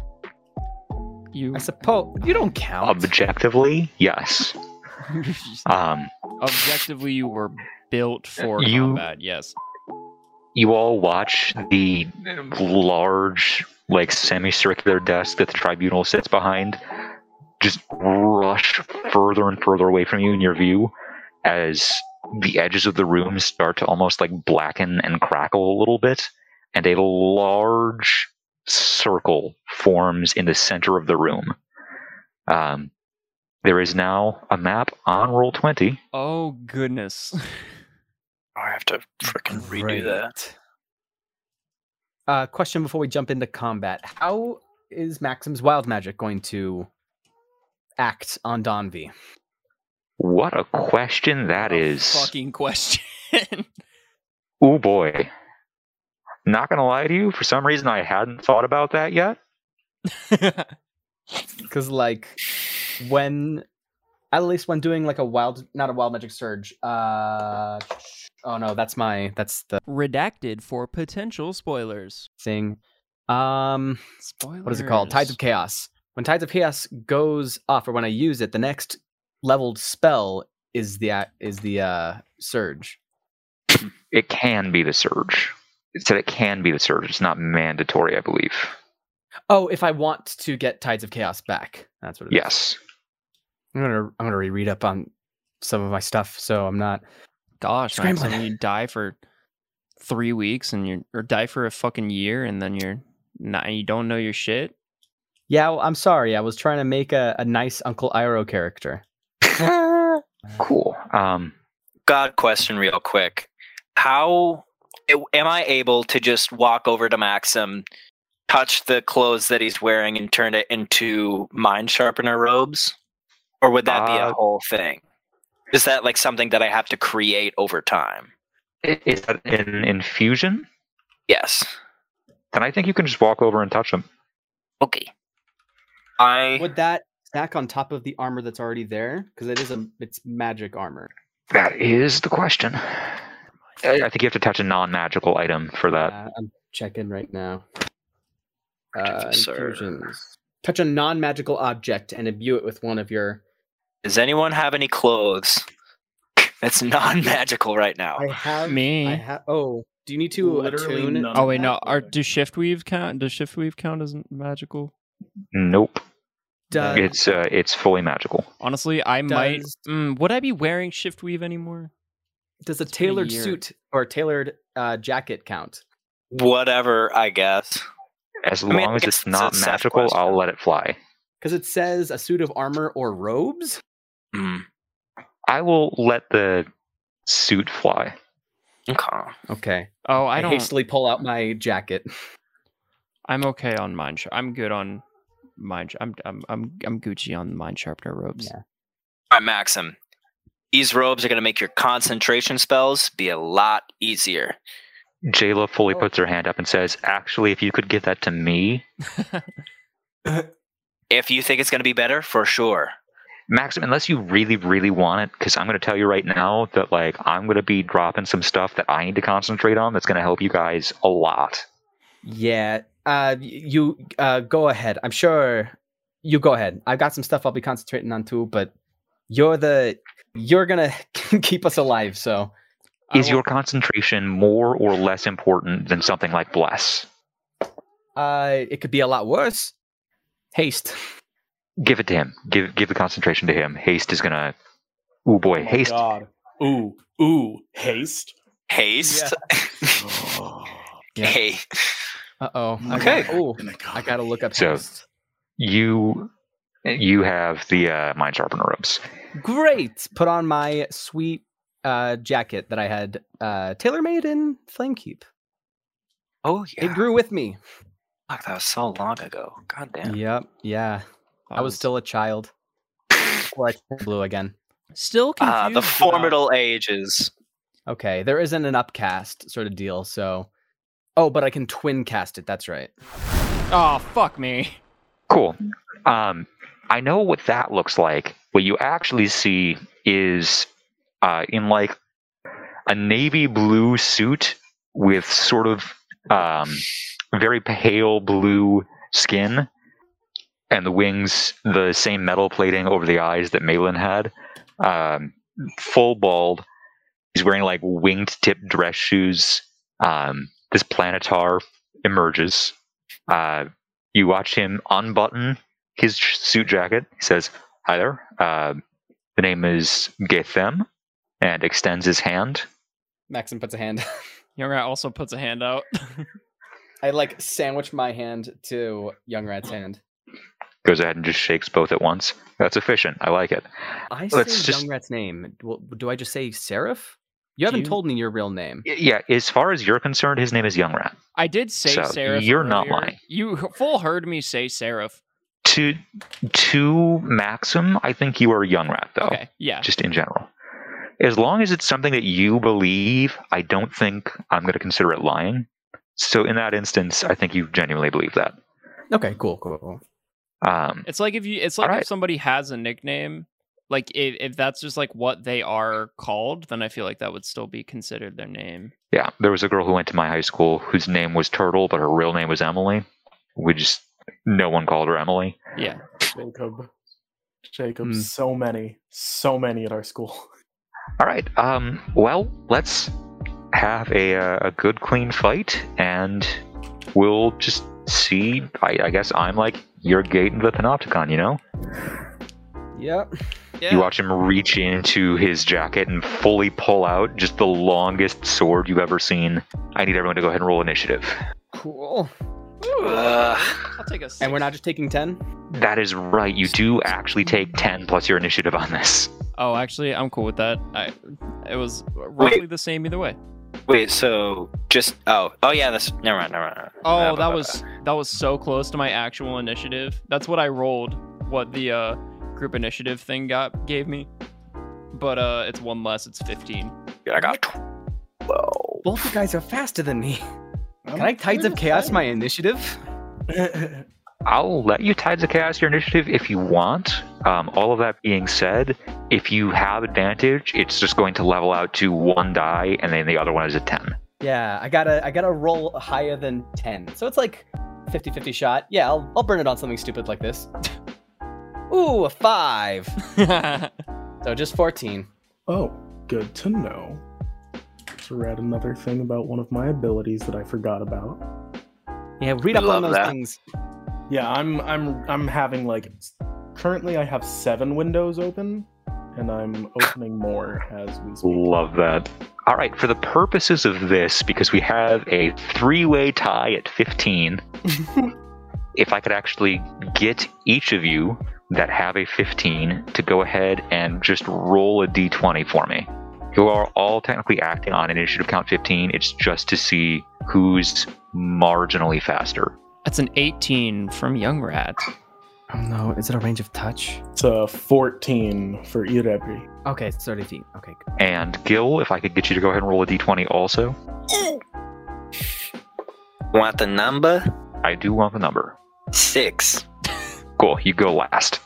S1: You
S3: I
S1: (laughs)
S3: suppose you don't count.
S2: Objectively, yes. Um
S1: objectively you were built for
S2: You-
S1: combat. Yes.
S2: you all watch the large like semicircular desk that the tribunal sits behind just rush further and further away from you in your view as the edges of the room start to almost like blacken and crackle a little bit and a large circle forms in the center of the room um, there is now a map on roll 20
S1: Oh goodness. (laughs)
S6: I have to freaking redo
S3: Great.
S6: that.
S3: Uh, question before we jump into combat: How is Maxim's wild magic going to act on Donvi?
S2: what a question that is
S1: Fucking question. (laughs)
S2: Oh boy. Not gonna lie to you, for some reason I hadn't thought about that yet.
S3: because like when at least when doing like a wild not a wild magic surge uh oh no that's my that's the
S1: Redacted for potential spoilers.
S3: thing um
S1: Spoilers.
S3: what is it called tides of chaos when tides of chaos goes off or when i use it the next leveled spell is the a- is the uh surge
S2: It can be the surge. It said it can be the surge. It's not mandatory, I believe.
S3: oh if i want to get tides of chaos back that's what it is.
S2: Yes.
S3: i'm gonna i'm gonna reread up on some of my stuff so i'm not
S1: Gosh, man, so
S3: Scrambling.
S1: when you die for three weeks and you're or die for a fucking year and then you're not you don't know your shit.
S3: yeah well, i'm sorry i was trying to make a, a nice uncle iroh character
S6: (laughs)
S2: Cool. Um
S6: God question, real quick. How am I able to just walk over to Maxim, touch the clothes that he's wearing, and turn it into mind sharpener robes? Or would that be
S2: Uh,
S6: a whole thing? Is that like something that I have to create over time?
S2: i- is that an infusion?
S6: Yes.
S2: Then I think you can just walk over and touch them.
S6: Okay. I
S3: Would that stack on top of the armor that's already there? Because it is a it's magic armor.
S2: That is the question. I I think you have to touch a non magical item for that.
S3: Uh, I'm checking right now. Uh,
S6: Artificer.
S3: infusions. Touch a non-magical object and imbue it with one of your.
S6: Does anyone have any clothes (laughs) that's non-magical right now?
S3: have
S1: Me.
S3: I have. Oh, do you need to
S7: Literally
S3: attune?
S7: none.
S1: oh wait, no.
S7: Magical
S1: Are,
S7: thing.
S1: do shift weave count? Does shift weave count as magical?
S2: Nope.
S3: Does-
S2: It's uh, it's fully magical.
S1: Honestly, I might.
S3: Does-
S1: Mm, would I be wearing shift weave anymore?
S3: does a
S1: it's been a
S3: tailored
S1: year.
S3: suit or a tailored uh, jacket count?
S6: Whatever, I guess.
S2: As
S6: mean,
S2: long as
S6: it's-
S2: it's
S6: it's a
S2: not
S6: Seth
S2: magical,
S6: question.
S2: I'll let it fly.
S3: Because it says a suit of armor or robes.
S6: Mm.
S2: I will let the suit fly.
S6: Okay.
S3: Okay,
S1: Oh, I
S3: I,
S1: don't.
S3: hastily pull out my jacket.
S1: I'm okay on mind. Sh- I'm good on mind. Sh- I'm I'm I'm I'm Gucci on mind sharpener robes.
S3: Yeah.
S6: All right, Maxim. These robes are going to make your concentration spells be a lot easier.
S2: Jayla fully puts her hand up and says, "Actually, if you could give that to me,
S6: If you think it's going to be better, for sure.
S2: Maxim, unless you really, really want it, because I'm going to tell you right now that like I'm going to be dropping some stuff that I need to concentrate on that's going to help you guys a lot."
S3: Yeah. Uh, y- you uh, go ahead. I'm sure you go ahead. I've got some stuff I'll be concentrating on too, but you're the you're gonna (laughs) keep us alive. So I
S2: Is
S3: won't-
S2: your concentration more or less important than something like bless?
S3: uh, it could be a lot worse. Haste.
S2: Give it to him. Give give the concentration to him. Haste is going to. Oh boy,
S7: my
S2: haste.
S7: God. Ooh, ooh, haste.
S6: Haste. (laughs)
S7: Oh,
S3: Yeah.
S6: Hey.
S3: Uh oh.
S6: Okay.
S3: Oh, I gotta look up
S2: So-
S3: haste.
S2: You you have the uh, mind sharpener robes.
S3: Great. Put on my sweet uh jacket that I had uh tailor made in Flamekeep.
S6: Oh yeah.
S3: It grew with me.
S6: Fuck, that was so long ago. God damn.
S3: Yep. Yeah. I was still a child. Before I (laughs) turned blue again.
S1: still confused.
S6: Ah, the
S1: about-
S6: formidable ages.
S3: Okay, there isn't an upcast sort of deal, so oh, but I can twin cast it. That's right.
S1: Oh fuck me.
S2: Cool. Um, I know what that looks like. What you actually see is uh, in like a navy blue suit with sort of um, very pale blue skin and the wings, the same metal plating over the eyes that Malin had. Um, full bald. He's wearing like winged tip dress shoes. Um, this planetar emerges. Uh, you watch him unbutton his sh- suit jacket. He says, "Hi there. Uh, the name is Gethem," and extends his hand.
S3: Maxim puts a hand. (laughs)
S1: Young Rat also puts a hand out.
S3: I like sandwich my hand to Young (gasps) Rat's hand.
S2: Goes ahead and just shakes both at once. That's efficient. I like it.
S3: I say
S2: Let's just-
S3: Young Rat's name. Well, Do I just say Seraph? You haven't
S1: You-
S3: told me your real name.
S2: Y- Yeah. As far as you're concerned, his name is Young Rat.
S1: I did say
S2: So,
S1: Seraph.
S2: you're not
S1: earlier.
S2: lying.
S1: You full heard me say Seraph.
S2: To to Maxim, I think you are Young Rat though.
S1: Okay, yeah.
S2: Just in general. As long as it's something that you believe, I don't think I'm going to consider it lying. So in that instance, I think you genuinely believe that.
S3: Okay, cool, cool, cool.
S2: Um,
S1: It's like if you it's like
S2: Alright.
S1: if somebody has a nickname, like if, if that's just like what they are called, then I feel like that would still be considered their name.
S2: Yeah, there was a girl who went to my high school whose name was Turtle, but her real name was Emily. We just no one called her Emily.
S1: Yeah.
S7: Jacob. Jacob,
S3: Hmm.
S7: so many, so many at our school.
S2: All right. Um. Well, let's have a uh, a good clean fight, and we'll just see. I, I guess I'm like your gate into the Panopticon. You know,
S3: Yep.
S1: Yeah.
S2: you watch him reach into his jacket and fully pull out just the longest sword you've ever seen. I need everyone to go ahead and roll initiative.
S3: Cool.
S6: Ugh.
S1: I'll take a
S3: And we're not just taking ten.
S2: That is right. You do actually take ten plus your initiative on this.
S1: Oh, actually, I'm cool with that. I it was roughly the same either way.
S6: Wait, so just oh oh yeah, that's never mind, never mind. never mind.
S1: Oh,
S6: Blah, blah,
S1: that
S2: (laughs)
S6: blah,
S1: was that was so close to my actual initiative. That's what I rolled. What the uh, group initiative thing got gave me, but uh, it's one less. It's fifteen. (laughs)
S6: blah. I got twelve.
S3: Both you guys are faster than me. Can I Tides of Chaos my initiative?
S2: I'll let you Tides of Chaos your initiative if you want. Um, all of that being said, if you have advantage, it's just going to level out to one die, and then the other one is a 10.
S3: Yeah, I gotta I gotta roll higher than 10. So it's like 50-50 shot. Yeah, I'll, I'll burn it on something stupid like this. (laughs) Ooh, a five. So just 14.
S7: Oh, good to know. Let's read another thing about one of my abilities that I forgot about.
S3: Yeah, read up
S6: Love
S3: on those
S6: that.
S3: things.
S7: Yeah, I'm I'm I'm having like s- currently I have seven windows open, and I'm opening more as we speak.
S2: Love that. All right, for the purposes of this, because we have a three way tie at 15, if I could actually get each of you that have a 15 to go ahead and just roll a d20 for me. You are all technically acting on initiative count 15. It's just to see who's marginally faster.
S1: That's an eighteen from Young Rat.
S3: Oh no, is it a range of touch?
S7: It's a 14 for Irebi.
S3: Okay, it's 30 feet. Okay,
S2: And Gil, if I could get you to go ahead and roll a d20 also.
S6: Want the number?
S2: I do want the number.
S6: Six.
S2: Cool. You go last.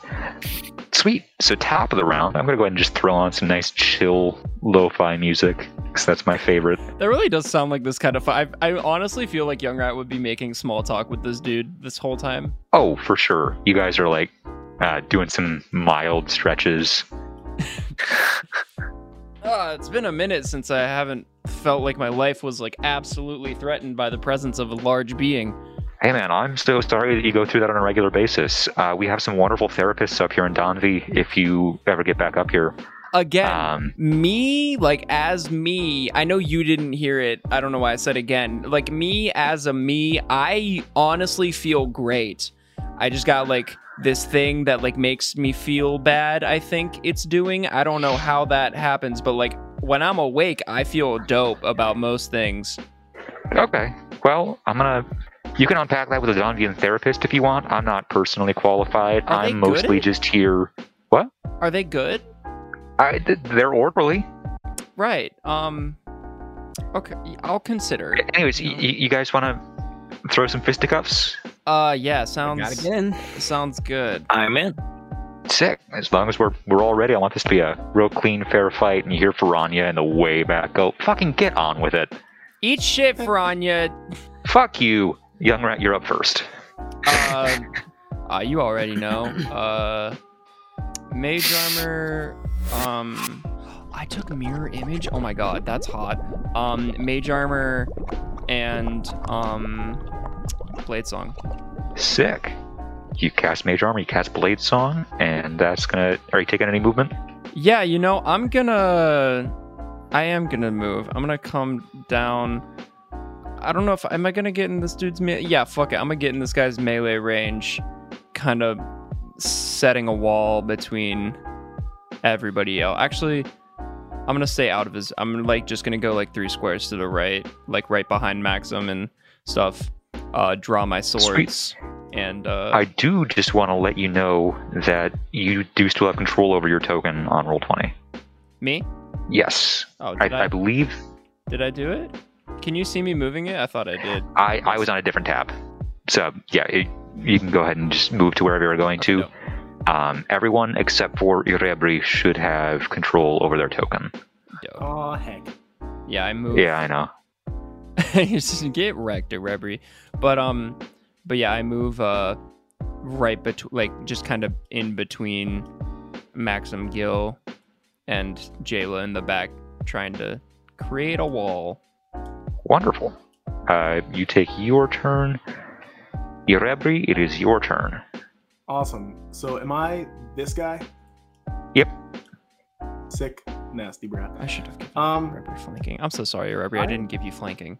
S2: Sweet. So top of the round, I'm gonna go ahead and just throw on some nice chill lo-fi music because that's my favorite.
S1: That really does sound like this kind of fun. I, I honestly feel like Young Rat would be making small talk with this dude this whole time.
S2: Oh, for sure. You guys are like uh, doing some mild stretches.
S1: Ah, it's been a minute since I haven't felt like my life was like absolutely threatened by the presence of a large being.
S2: Hey man, I'm so sorry that you go through that on a regular basis. Uh, we have some wonderful therapists up here in Donvi. If you ever get back up here,
S1: Again,
S2: um,
S1: me like as me i know you didn't hear it i don't know why i said again like me as a me i honestly feel great i just got like this thing that like makes me feel bad i think it's doing i don't know how that happens but like when i'm awake i feel dope about most things
S2: Okay. Well, I'm gonna. You can unpack that with a Donvian therapist if you want. I'm not personally qualified.
S1: Are they
S2: I'm
S1: good at
S2: mostly
S1: it?
S2: just here.
S1: are they good
S2: I, th- they're orderly.
S1: right um okay i'll consider it.
S2: Anyways, y- y- you guys want to throw some fisticuffs?
S1: uh yeah
S3: Gotta
S1: sounds
S3: get in.
S1: sounds good
S6: I'm in.
S2: Sick. As long as we're we're all ready, I want this to be a real clean, fair fight. And you hear Ferrania in the way back go, "Fucking get on with it!
S1: eat shit Franya.
S2: Fuck you, young rat. You're up first.
S1: uh, (laughs) uh, you already know. Uh, mage armor. Um, I took mirror image. Oh my god, that's hot. Um, mage armor and um, blade song.
S2: Sick. You cast Mage Armor, you cast Blade Song, and that's gonna. Are you taking any movement?
S1: Yeah, you know, I'm gonna. I am gonna move. I'm gonna come down. I don't know if am I gonna get in this dude's me- yeah, fuck it. I'm gonna get in this guy's melee range, kind of setting a wall between everybody else. Actually, I'm gonna stay out of his. I'm like just gonna go like three squares to the right, like right behind Maxim and stuff. Uh, draw my swords and uh,
S2: I do just want to let you know that you do still have control over your token on roll twenty.
S1: me.
S2: Yes,
S1: Oh,
S2: I,
S1: did I,
S2: I believe
S1: did I do it? Can you see me moving it? I thought I did.
S2: I, I was on a different tab. So yeah, it, you can go ahead and just move to wherever you're going to.
S1: Okay,
S2: Um, everyone except for Irebri should have control over their token.
S1: dope, dope.
S7: Oh heck.
S1: Yeah, I moved. (laughs)
S2: Yeah, I know.
S1: You just get wrecked, Rebri. But um, but yeah, I move uh, right between, like just kind of in between Maxim Gill and Jayla in the back, trying to create a wall.
S2: Wonderful. Uh, you take your turn. Irebri, it is your turn.
S7: Awesome. So am I this guy?
S2: Yep.
S7: Sick, nasty brat.
S1: I should have given
S7: Um,
S1: Rebri flanking. I'm so sorry, Rebri. I,
S7: I-
S1: didn't give you flanking.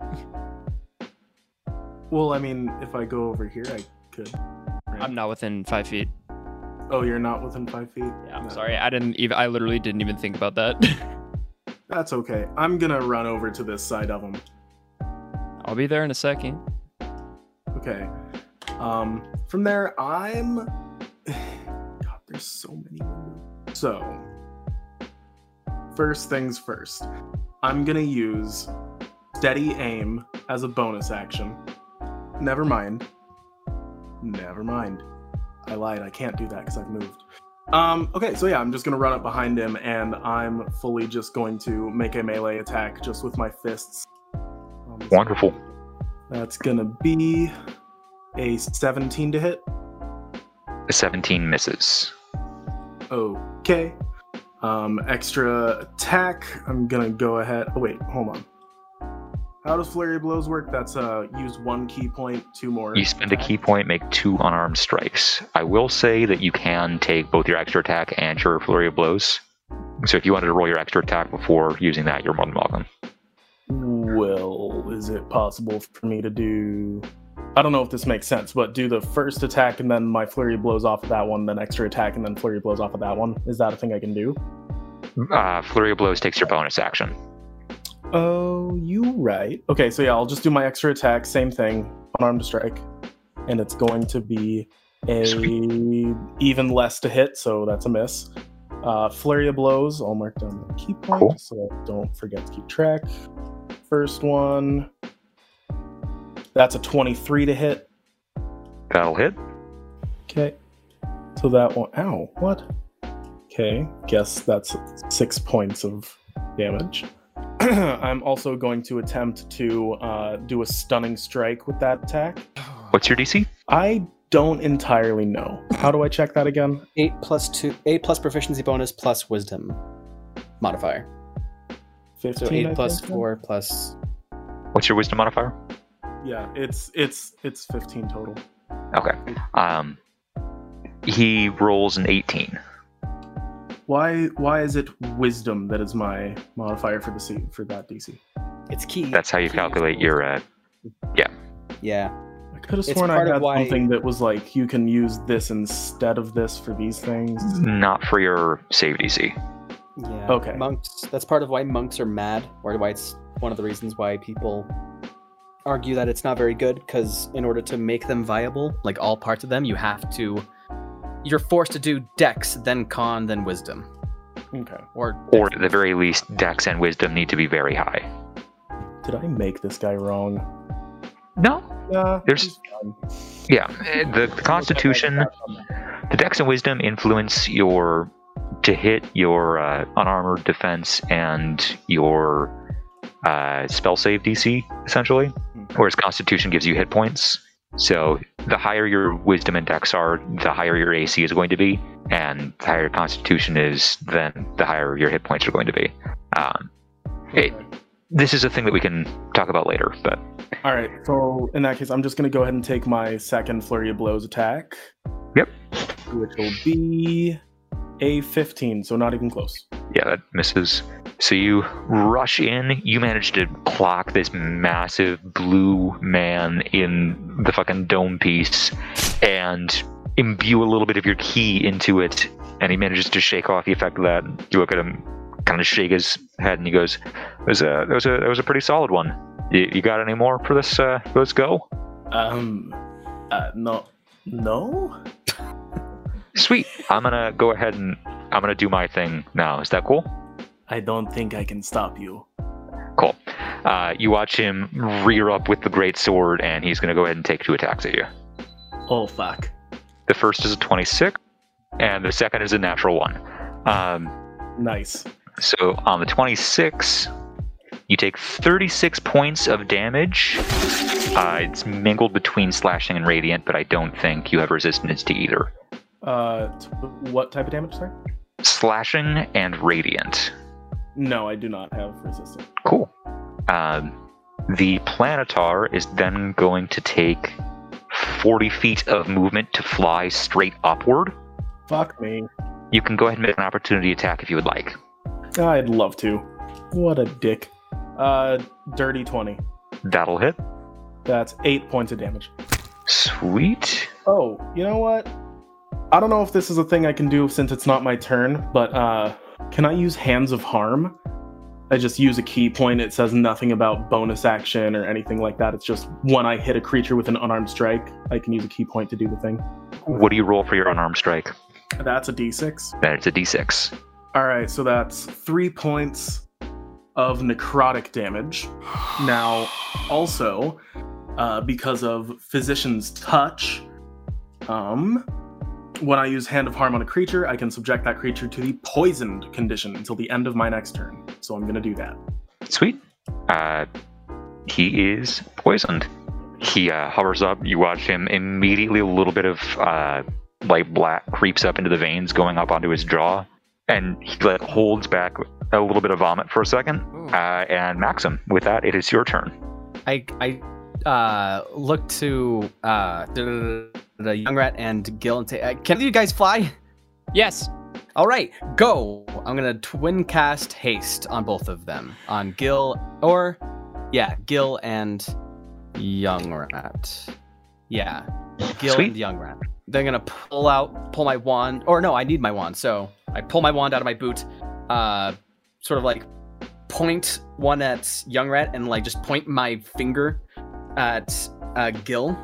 S7: Well, I mean, if I go over here, I could. right?
S1: I'm not within five feet.
S7: Oh, you're not within five feet.
S1: Yeah, I'm
S7: No.
S1: sorry. I didn't even. I literally didn't even think about that. (laughs)
S7: That's okay. I'm gonna run over to this side of him.
S1: I'll be there in a second.
S7: Okay. Um, from there, I'm. (sighs) God, there's so many. windows. So, first things first, I'm gonna use steady aim as a bonus action. Never mind. Never mind. I lied. I can't do that because I've moved. Um, okay, so yeah, I'm just gonna run up behind him, and I'm fully just going to make a melee attack just with my fists. Um, so-
S2: Wonderful.
S7: that's gonna be a 17 to hit.
S2: 17 misses.
S7: Okay. Um, extra attack. I'm gonna go ahead. Oh wait, hold on. How does flurry of blows work? That's uh, use one key point, two more.
S2: You spend a key
S7: attacks.
S2: point, make two unarmed strikes. I will say that you can take both your extra attack and your flurry of blows. So if you wanted to roll your extra attack before using that, you're more than welcome.
S7: Well, is it possible for me to do? I don't know if this makes sense, but do the first attack and then my flurry of blows off of that one, then extra attack and then flurry of blows off of that one. Is that a thing I can do?
S2: Uh, flurry of blows takes your bonus action.
S7: Oh, you right. Okay, so yeah, I'll just do my extra attack, same thing, unarmed strike, and it's going to be a even less to hit, so that's a miss. Uh, flurry of blows, I'll mark down the key point
S2: Cool.
S7: so I don't forget to keep track. First one That's a 23 to hit.
S2: That'll hit.
S7: Okay. So that one. Ow. What? Okay. Guess that's six points of damage. (clears throat) I'm also going to attempt to uh, do a stunning strike with that attack.
S2: What's your DC?
S7: I don't entirely know. How do I check that again?
S3: Eight plus two, eight plus proficiency bonus plus wisdom modifier.
S7: 15
S3: So eight
S7: I
S3: plus
S7: think, then?
S3: four plus.
S2: What's your wisdom modifier?
S7: Yeah, it's it's it's 15 total.
S2: Um, he rolls an 18.
S7: Why why is it wisdom that is my modifier for the C, for that DC?
S3: It's key.
S2: That's how you calculate your. Uh,
S3: Yeah.
S7: I could have
S3: It's
S7: sworn I
S3: part of
S7: had
S3: why-
S7: something that was like you can use this instead of this for these things.
S3: (laughs)
S2: not for your save DC.
S3: Yeah.
S7: Okay.
S3: Monks. That's part of why monks are mad, or why it's one of the reasons why people argue that it's not very good. Because in order to make them viable, like all parts of them, you have to. You're forced to do Dex, then Con, then Wisdom,
S7: Okay.
S3: or
S2: Or at the very least, dex and wisdom need to be very high.
S7: Did I make this guy wrong?
S2: No.
S7: Nah,
S2: There's-
S7: he's fine.
S2: Yeah. eh, The, the Constitution, the dex and wisdom influence your. To hit your uh, unarmored defense and your uh, spell save DC, essentially, whereas Constitution gives you hit points. So the higher your Wisdom and Dex are, the higher your AC is going to be, and the higher your Constitution is, then the higher your hit points are going to be. Um, it- this is a thing that we can talk about later, but
S7: All right. So in that case, I'm just gonna go ahead and take my second flurry of blows attack.
S2: Yep.
S7: Which will be a 15, so not even close.
S2: yeah, that misses. So you rush in, you manage to clock this massive blue man in the fucking dome piece and imbue a little bit of your key into it, and he manages to shake off the effect of that. You look at him, kind of shake his head, and he goes, "That was a that was a that was a pretty solid one. You, you got any more for this? Uh, for this go?
S7: Um. Uh, no. No.
S2: Sweet. I'm gonna go ahead and I'm gonna do my thing now. Is that cool?
S7: I don't think I can stop you.
S2: Cool. Uh, you watch him rear up with the great sword, and he's going to go ahead and take two attacks at you.
S7: Oh fuck.
S2: The first is a 26, and the second is a natural one. Um,
S7: Nice.
S2: so on the 26, you take 36 points of damage. Uh, it's mingled between slashing and radiant, but I don't think you have resistance to either.
S7: Uh, t- what type of damage, sorry?
S2: Slashing and radiant.
S7: No, I do not have resistance.
S2: Cool. Um, the planetar is then going to take 40 feet of movement to fly straight upward.
S7: Fuck me.
S2: You can go ahead and make an opportunity attack if you would like.
S7: I'd love to. What a dick. Uh, dirty 20.
S2: That'll hit.
S7: That's eight points of damage.
S2: Sweet.
S7: Oh, you know what? I don't know if this is a thing I can do since it's not my turn, but uh, can I use Hands of Harm? I just use a key point. It says nothing about bonus action or anything like that. It's just when I hit a creature with an unarmed strike, I can use a key point to do the thing.
S2: What do you roll for your unarmed strike?
S7: That's a d6.
S2: Then it's a d6.
S7: All right, so that's three points of necrotic damage. Now, also, uh, because of Physician's Touch, um, when I use Hand of Harm on a creature, I can subject that creature to the poisoned condition until the end of my next turn. So I'm gonna do that.
S2: Sweet. Uh, he is poisoned. He uh, hovers up. You watch him immediately. A little bit of uh, like black creeps up into the veins, going up onto his jaw, and he like holds back a little bit of vomit for a second.
S1: Ooh.
S2: Uh, and Maxim, with that, it is your turn.
S3: I I uh, look to uh, the young rat and Gil and say, uh, "Can you guys fly?"
S1: Yes. (laughs)
S3: All right, go. I'm gonna twin cast haste on both of them, on Gil or yeah, Gil and young rat. Yeah, Gil
S2: Sweet.
S3: and young rat. They're gonna pull out, pull my wand, or no, I need my wand. So I pull my wand out of my boot, uh, sort of like point one at Young Rat and like just point my finger at uh, Gil,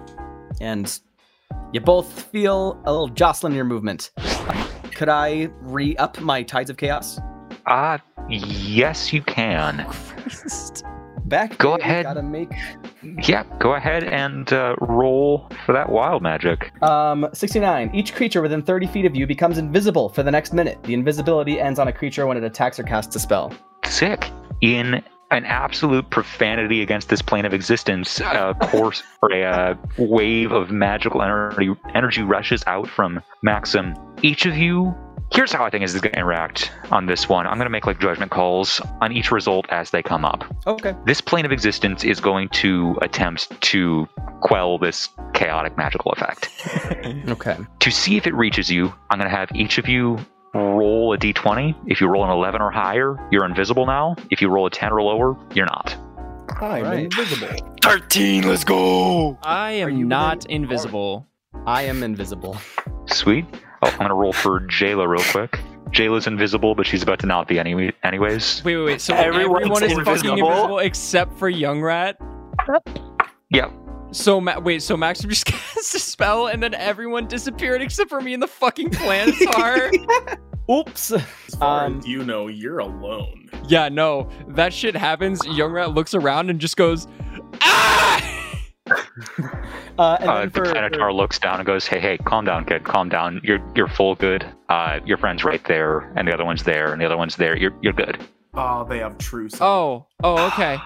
S3: and you both feel a little jostle in your movement. Could I re up my Tides of Chaos?
S2: Ah, yes, you can.
S1: Christ.
S3: Back.
S2: Go
S3: there, we
S2: ahead.
S3: Gotta make.
S2: yeah, go ahead and uh, roll for that wild magic.
S3: Um, 69. Each creature within 30 feet of you becomes invisible for the next minute. The invisibility ends on a creature when it attacks or casts a spell.
S2: Sick. In an absolute profanity against this plane of existence, a course (laughs) or a uh, wave of magical energy, energy rushes out from Maxim. Each of you. Here's how I think this is going to interact on this one. I'm going to make like judgment calls on each result as they come up.
S3: Okay.
S2: This plane of existence is going to attempt to quell this chaotic magical effect.
S3: Okay.
S2: To see if it reaches you, I'm going to have each of you roll a d20. If you roll an 11 or higher, you're invisible now. If you roll a 10 or lower, you're not.
S7: I'm
S3: Right.
S7: invisible.
S6: 13, let's go!
S1: I
S7: you
S1: am
S7: in?
S1: not invisible.
S3: I am invisible.
S2: Sweet. Oh, I'm going to roll for Jayla real quick. Jayla's invisible, but she's about to not be any- anyways.
S1: Wait, wait, wait. So
S6: Everyone's
S1: everyone is fucking
S6: invisible?
S1: invisible except for Young Rat.
S2: Yep.
S1: So Ma- wait, so Max just (laughs) cast a spell and then everyone disappeared except for me and the fucking planetar.
S3: Oops.
S7: As far
S3: Um,
S7: as you know, you're alone.
S1: yeah, no, that shit happens. Young Rat looks around and just goes, ah!
S3: Uh, and
S2: Uh,
S3: then
S2: the
S3: for,
S2: planetar looks down and goes, "Hey, hey, calm down, kid. Calm down. You're you're full good. Uh, your friend's right there, and the other one's there, and the other one's there. You're you're good.
S7: Oh, they have true. sight.
S1: Oh, oh, okay.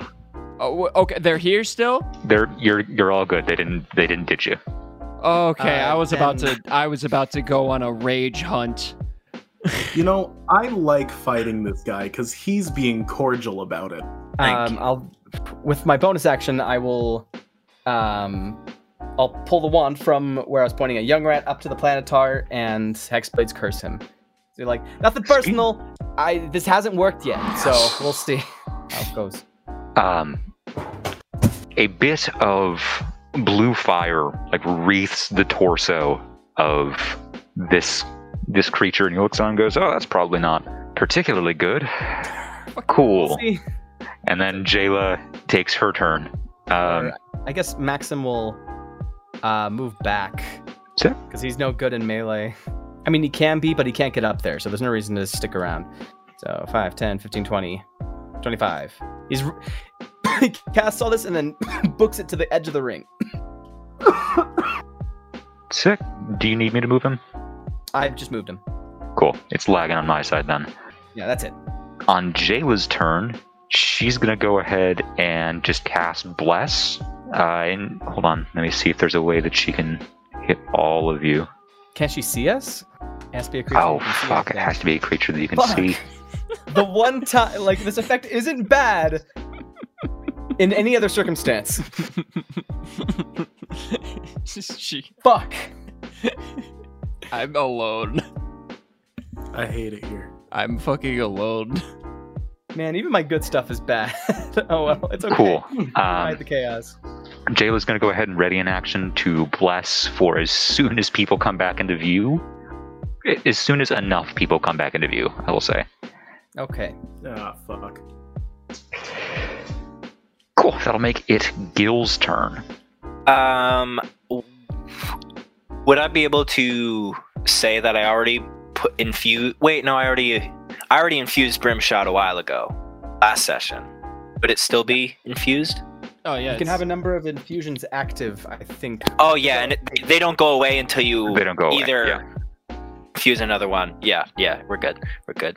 S1: Oh, w- okay, they're here still.
S2: They're you're you're all good. They didn't they didn't ditch you.
S1: Okay,
S3: Uh,
S1: I was about
S3: then-
S1: to, I was about to go on a rage hunt. (laughs)
S7: You know, I like fighting this guy because he's being cordial about it.
S6: Thank
S3: um, I'll with my bonus action, I will um, I'll pull the wand from where I was pointing at Young Rat up to the planetar and Hexblades curse him. So you're like, nothing personal. I this hasn't worked yet, so we'll see how it goes.
S2: um, a bit of blue fire like wreaths the torso of this this creature and he looks on and goes oh that's probably not particularly
S3: (laughs)
S2: good
S3: We'll
S2: cool
S3: see.
S2: and then jayla takes her turn um,
S3: Alright. I guess Maxim will uh, move back
S2: Sure.
S3: because he's no good in melee. I mean, he can be, but he can't get up there, so there's no reason to stick around. So 5, 10, 15, 20, 25. He's r- (laughs) he casts all this and then (laughs) books it to the edge of the ring.
S2: sick do you need me to move him
S3: I've just moved him.
S2: cool it's lagging on my side then
S3: Yeah, that's it.
S2: on Jayla's turn, she's gonna go ahead and just cast Bless. Uh, and hold on, let me see if there's a way that she can hit all of you.
S3: Can she see us? It has to be a creature.
S2: Oh
S3: that can see
S2: fuck!
S3: us,
S2: It
S3: yeah.
S2: has to be a creature that you can
S3: Fuck.
S2: see.
S3: The one time, like this effect isn't bad in any
S2: (laughs)
S3: other circumstance.
S1: she,
S3: Fuck.
S1: I'm alone.
S7: I hate it here.
S1: I'm fucking alone.
S3: Man, even my good stuff is bad. (laughs) oh well, it's okay. (laughs)
S2: Cool.
S3: Ride
S2: Um,
S3: the chaos.
S2: Jayla's gonna go ahead and ready an action to Bless for as soon as people come back into view. A- As soon as enough people come back into view, I will say.
S3: Okay.
S7: Ah, fuck.
S2: Cool. That'll make it Gil's turn.
S6: Um, would I be able to say that I already put infuse? Wait, no, I already, I already infused Brimshot a while ago, last session. Would it still be infused?
S1: Oh yeah,
S3: You can have a number of infusions active, I think.
S6: Oh yeah, and it, they don't go away until you
S2: They don't go away.
S6: either
S2: Yeah.
S6: infuse another one. Yeah, yeah, we're good, we're good.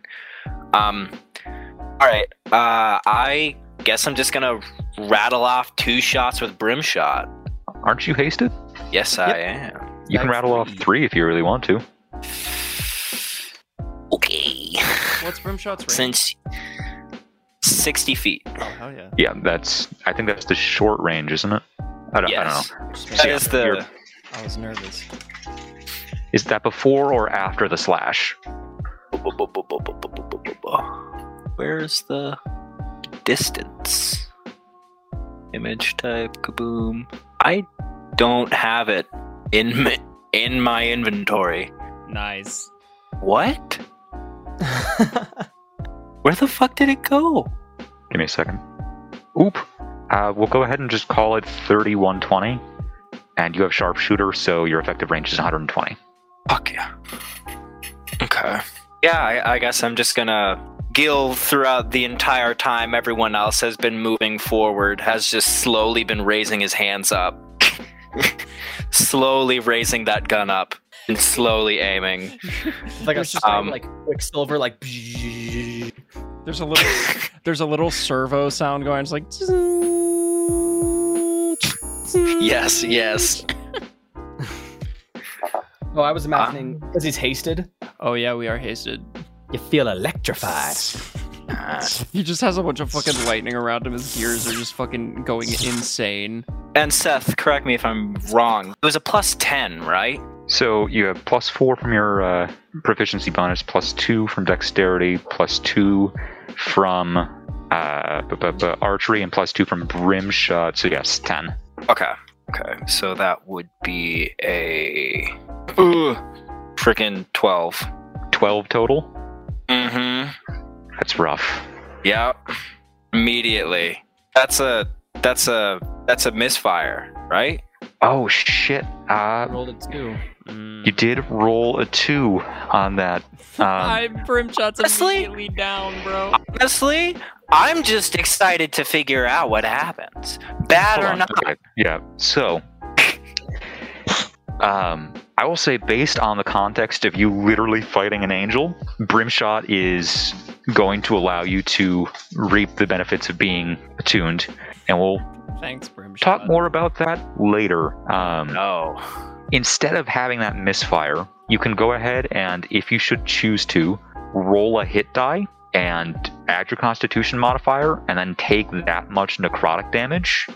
S6: Um, all right. Uh, I guess I'm just gonna rattle off two shots with Brimshot.
S2: Aren't you hasted?
S6: Yes, I am.
S2: You can
S3: That's
S2: rattle off three if you really want to.
S6: Okay.
S1: What's Brimshot's range?
S6: Since 60 feet.
S1: oh hell yeah.
S2: Yeah, that's. I think that's the short range, isn't it? I don't, I don't know.
S6: Yes.
S1: Just
S6: That
S1: making
S6: is
S1: sure.
S6: the.
S2: You're-
S1: I was nervous.
S2: Is that before or after the slash?
S6: Where's the distance? Image type, kaboom. I don't have it in my, in my inventory.
S1: Nice.
S6: What? Where the fuck did it go?
S2: Give me a second. Oop. Uh, we'll go ahead and just call it 3120. And you have sharpshooter, so your effective range is 120.
S6: Fuck yeah. Okay. Yeah, I, I guess I'm just gonna Gil, throughout the entire time everyone else has been moving forward, has just slowly been raising his hands up. (laughs) slowly raising that gun up and slowly aiming.
S3: (laughs) It's like a
S1: There's just,
S3: um,
S6: um,
S3: like quicksilver, like (laughs)
S1: There's a little there's a little servo sound going. It's like
S6: Yes, yes.
S3: Oh, I was imagining
S2: Uh,
S3: because he's hasted.
S1: Oh yeah, we are hasted.
S3: You feel electrified.
S1: He just has a bunch of fucking lightning around him. His gears are just fucking going insane.
S6: And Seth, correct me if I'm wrong. It was a plus 10, right?
S2: So you have plus four from your uh, proficiency bonus, plus two from dexterity, plus two from uh, bu- bu- bu- archery, and plus two from brim shot. So yes, ten.
S6: Okay. Okay. So that would be a. Ooh. Freaking 12.
S2: Twelve total.
S6: Mm hmm.
S2: That's rough.
S6: Yep. Immediately. That's a. That's a. That's a misfire, right?
S2: Oh shit! Uh,
S3: Rolled a two.
S2: you did roll a two on that. Um,
S1: brim shots
S6: Honestly?
S1: down, bro.
S6: Honestly, I'm just excited to figure out what happens. Bad
S2: Hold
S6: or
S2: on,
S6: not.
S2: okay, Yeah. So, um, I will say, based on the context of you literally fighting an angel, Brimshot is going to allow you to reap the benefits of being attuned, and we'll
S1: Thanks, brim
S2: talk
S1: shot.
S2: more about that later. Um,
S6: No.
S2: instead of having that misfire, you can go ahead and, if you should choose to, roll a hit die and add your constitution modifier and then take that much necrotic damage,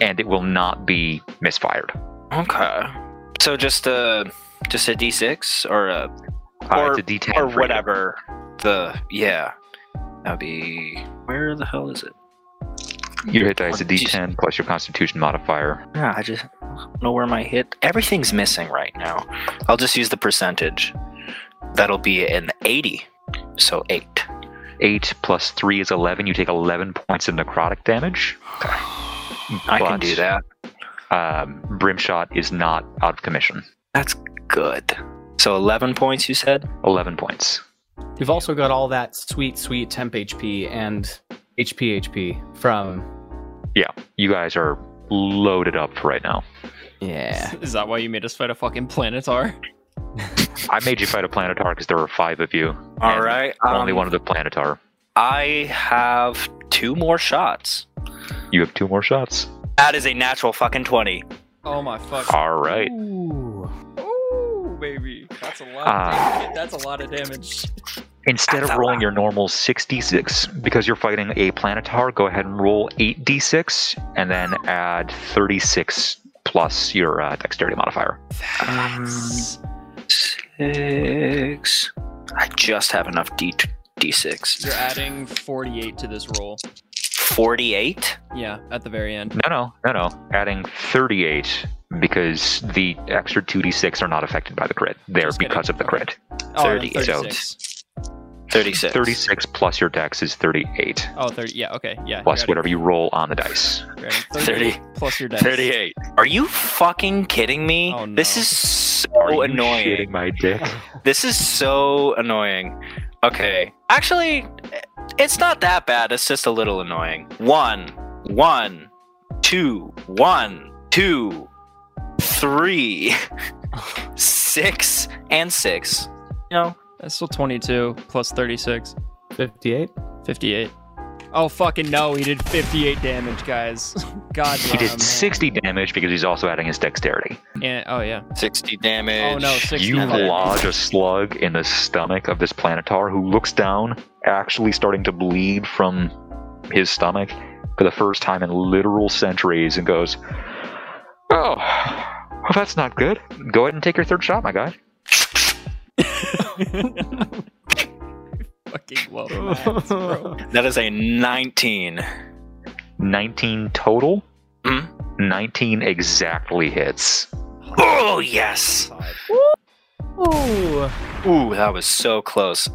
S2: and it will not be misfired.
S6: Okay. So just a just a d6 or a
S2: Uh,
S6: Or-
S2: it's a D10
S6: or
S2: for you.
S6: whatever the yeah. That'd be where the hell is it?
S2: Your hit die is a
S6: Oh, geez.
S2: D10 plus your constitution modifier.
S6: Yeah, I just don't know where my hit. Everything's missing right now. I'll just use the percentage. That'll be an 80. So 8.
S2: 8 plus 3 is 11. You take 11 points of necrotic damage.
S6: I
S2: But,
S6: can do that.
S2: Um, Brimshot is not out of commission.
S6: That's good. So 11 points, you said?
S2: 11 points.
S3: We've also got all that sweet, sweet temp HP and HP HP from.
S2: You guys are loaded up for right now.
S3: Yeah.
S1: Is that why you made us fight a fucking planetar?
S2: I made you fight a planetar because there were five of you.
S6: All
S2: And
S6: right.
S2: Only
S6: um,
S2: one of the planetar.
S6: I have two more shots.
S2: You have two more shots.
S6: That is a natural fucking 20.
S1: Oh my fuck.
S2: All right.
S3: Ooh.
S1: Ooh, baby. That's a lot.
S2: of Ah.
S1: That's a lot of damage.
S2: Instead of
S6: That's a
S2: rolling your normal 6d6, because you're fighting a planetar, go ahead and roll 8d6 and then add 36 plus your uh, dexterity modifier.
S1: That's
S6: Six. I just have enough D-
S1: You're
S6: D6.
S1: adding 48 to this roll.
S6: 48?
S1: Yeah, at the very end.
S2: No, no, no, no. Adding 38 because the extra 2d6 are not affected by the crit. They're
S1: Just kidding.
S2: because of the
S1: Okay.
S2: crit.
S1: Oh, and
S6: 30,
S2: so-
S1: 36.
S6: 36.
S2: 36 plus your dex is 38,
S1: Oh, 30. Yeah, okay. Yeah.
S2: plus
S1: you're
S2: whatever you roll on the dice.
S1: adding- you're adding
S2: (laughs)
S6: 30.
S1: Plus your dex.
S6: 38. Are you fucking kidding me?
S1: Oh, no.
S6: This is so
S2: Are you
S6: annoying.
S2: shitting my
S6: (laughs)
S2: dick?
S6: This is so annoying. Okay. Actually, it's not that bad. It's just a little annoying. One, one, two, one, two, three, (laughs) six, and six. You know,
S1: That's still 22 plus 36.
S3: 58?
S1: 58. Oh, fucking no. He did 58 damage, guys. (laughs) God damn.
S2: He did 60 damage because he's also adding his dexterity.
S1: And, oh, yeah.
S6: 60 damage.
S1: Oh, no. 60
S2: You
S1: damage.
S2: lodge a slug in the stomach of this planetar who looks down, actually starting to bleed from his stomach for the first time in literal centuries, and goes, Oh, well, that's not good. Go ahead and take your third shot, my guy.
S1: fucking love
S2: (laughs)
S1: that, bro.
S6: That is a 19.
S2: 19 total.
S6: Mhm.
S2: 19 exactly hits.
S6: Oh, yes.
S3: Ooh.
S6: Ooh, that was so close.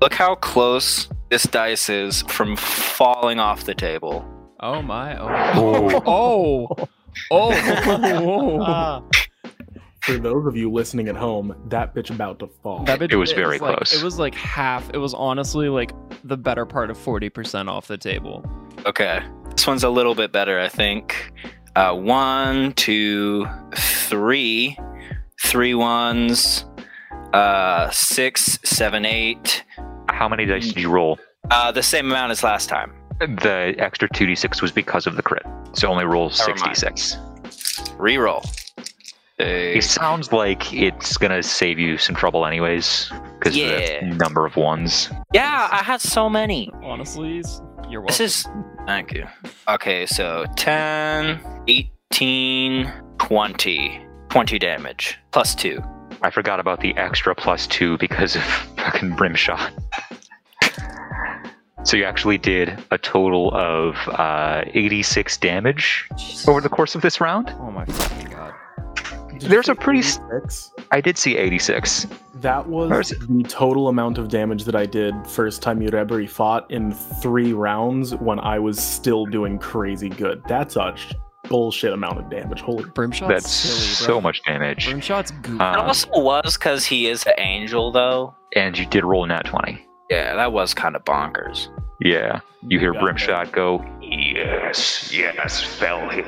S6: Look how close this dice is from falling off the table.
S1: Oh,
S2: (laughs)
S1: my. Oh. Oh. Oh.
S3: Ah.
S7: For those of you listening at home, that bitch about to fall.
S1: That bitch-
S2: It was very
S1: like-
S2: close.
S1: it was like half. It was honestly like the better part of forty percent off the table.
S6: Okay. This one's a little bit better, I think. Uh, one, two, three, three ones, uh, six, seven, eight.
S2: How many dice did you roll?
S6: Uh, the same amount as last time.
S2: The extra 2d6 was because of the crit. So only roll
S6: Never mind.
S2: 6d6.
S6: Reroll. Uh,
S2: It sounds like it's going to save you some trouble, anyways, because
S6: Yeah.
S2: the number of ones.
S6: yeah, I had so many.
S1: Honestly, s- you're welcome.
S6: This is. Thank you. Okay, so 10, 18, 20. 20 damage. Plus 2.
S2: I forgot about the extra plus two because of (laughs) fucking Brimshot. so you actually did a total of uh, 86 damage over the course of this round.
S1: oh my fucking god!
S7: Did you
S2: there's
S7: say
S2: a pretty s-
S7: 86?
S2: I did see 86.
S7: That was
S2: Where's
S7: the total amount of damage that I did first time Yurebri fought in three rounds when I was still doing crazy good. That's a sh- bullshit amount of damage. Holy.
S1: Brimshot's
S2: That's
S1: silly,
S2: so
S1: bro.
S2: much damage.
S1: Brimshot's goofy.
S6: It
S2: Uh,
S6: also was because he is an angel, though.
S2: And you did roll a nat 20.
S6: Yeah, that was kind of bonkers.
S2: Yeah. You hear
S7: got that.
S2: Brimshot go, Yes, yes, fell him.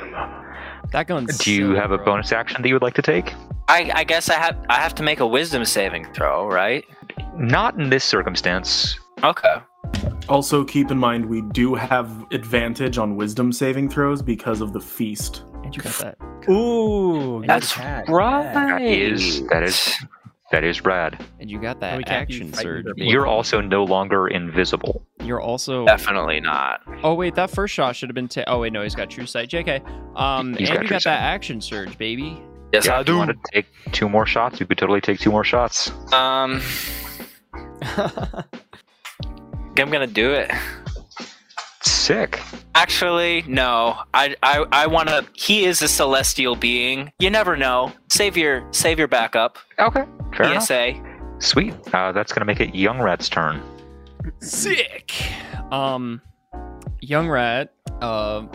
S1: that gun's.
S2: Do you
S1: silly,
S2: have a
S1: bro.
S2: bonus action that you would like to take?
S6: I, I guess I have I have to make a wisdom saving throw, right?
S2: Not in this circumstance.
S6: Okay.
S7: Also, keep in mind we do have advantage on wisdom saving throws because of the feast.
S1: And you got that.
S3: Ooh,
S1: good
S6: That's
S3: cat.
S6: right.
S2: That is that is that is rad.
S1: And you got
S3: Oh, we
S1: that
S3: can't be
S1: action
S3: frightened
S1: surge.
S3: or
S1: bro.
S2: You're also no longer invisible.
S1: You're also.
S6: Definitely not.
S1: Oh wait, that first shot should have been. Ta- oh wait, no, he's got true sight. JK. Um,
S2: He's
S1: and
S2: got
S1: you
S2: true
S1: got
S2: sight.
S1: that action surge, baby.
S6: Yes,
S2: Yeah,
S6: I
S2: if you
S6: do.
S2: want to take two more shots, you could totally take two more shots.
S6: Um, I'm gonna do it.
S2: Sick.
S6: Actually, no. I I, I want to. He is a celestial being. You never know. Save your save your backup.
S2: Okay. Fair enough.
S6: PSA.
S2: Sweet. Uh, that's gonna make it Young Rat's turn.
S1: Sick. Um, young rat, uh,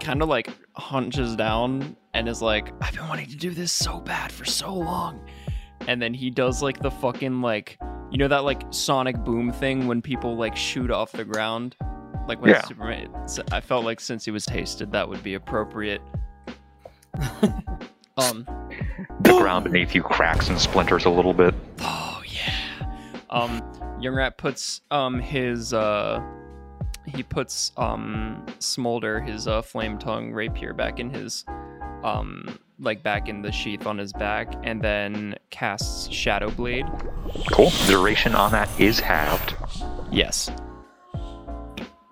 S1: kind of like hunches down and is like, "I've been wanting to do this so bad for so long," and then he does like the fucking like, you know that like sonic boom thing when people like shoot off the ground, like when
S2: Yeah.
S1: Superman. s- I felt like since he was tasted, that would be appropriate. um.
S2: The ground beneath you cracks and splinters a little bit.
S1: Oh yeah. Um, Young Rat puts um his uh he puts um Smolder his uh flame tongue rapier back in his um like back in the sheath on his back and then casts Shadow Blade.
S2: Cool. Duration on that is halved.
S1: Yes.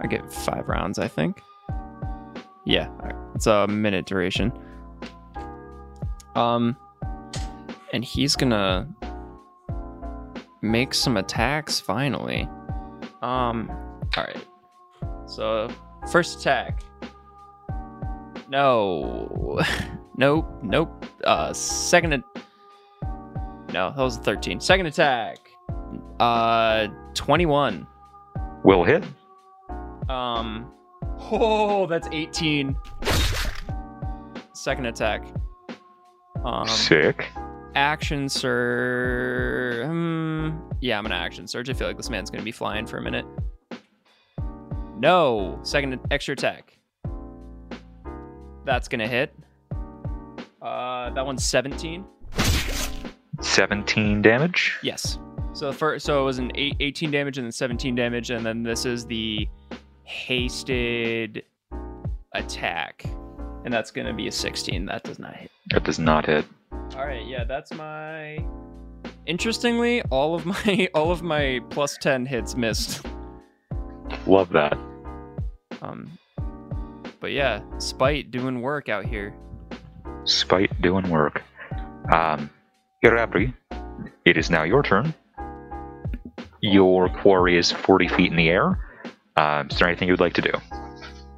S1: I get five rounds, I think. Yeah, alright. it's a minute duration. Um, and he's gonna make some attacks finally. Um, all right. So first attack. No, (laughs) nope, nope. Uh, second. a- no, that was a thirteen. Second attack. Uh, twenty-one.
S2: Will hit.
S1: Um. Oh, that's 18. Second attack. Um,
S2: Sick.
S1: action surge. Um, yeah, I'm gonna action surge. I feel like this man's gonna be flying for a minute. No, second extra attack. That's gonna hit. Uh, that one's 17.
S2: 17 damage.
S1: Yes. So the first, so it was an eight, 18 damage and then 17 damage, and then this is the hasted attack, and that's gonna be a 16. That does not hit.
S2: That does not hit.
S1: All right, yeah, that's my. Interestingly, all of my (laughs) all of my plus 10 hits missed.
S2: Love that.
S1: Um, but yeah, spite doing work out here.
S2: Spite doing work. Um, Irabri, it is now your turn. Your quarry is 40 feet in the air. Um, is there anything you'd like to do?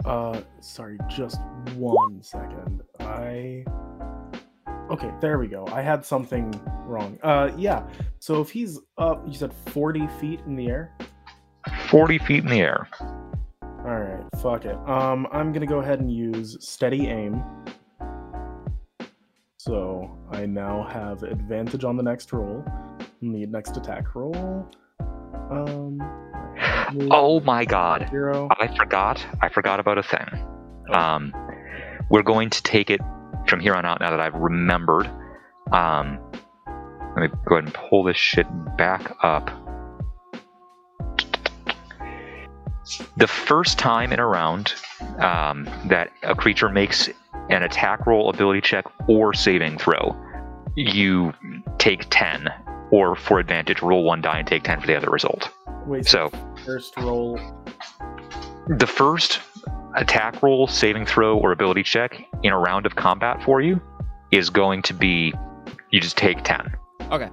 S7: Uh, sorry, just one second. I. Okay, there we go. I had something wrong. Uh, yeah. So if he's up, you said 40 feet in the air?
S2: 40 feet in the air.
S7: All right, fuck it. Um, I'm gonna go ahead and use steady aim. So I now have advantage on the next roll. Need next attack roll. Um.
S2: Oh my god.
S7: Zero.
S2: I forgot. I forgot about a thing. Um, we're going to take it from here on out now that I've remembered. Um, let me go ahead and pull this shit back up. The first time in a round um, that a creature makes an attack roll, ability check, or saving throw, you take 10, or for advantage, roll one die and take 10 for the other result.
S7: Wait.
S2: So
S7: first roll.
S2: the first attack roll, saving throw, or ability check in a round of combat for you is going to be you just take 10.
S1: Okay.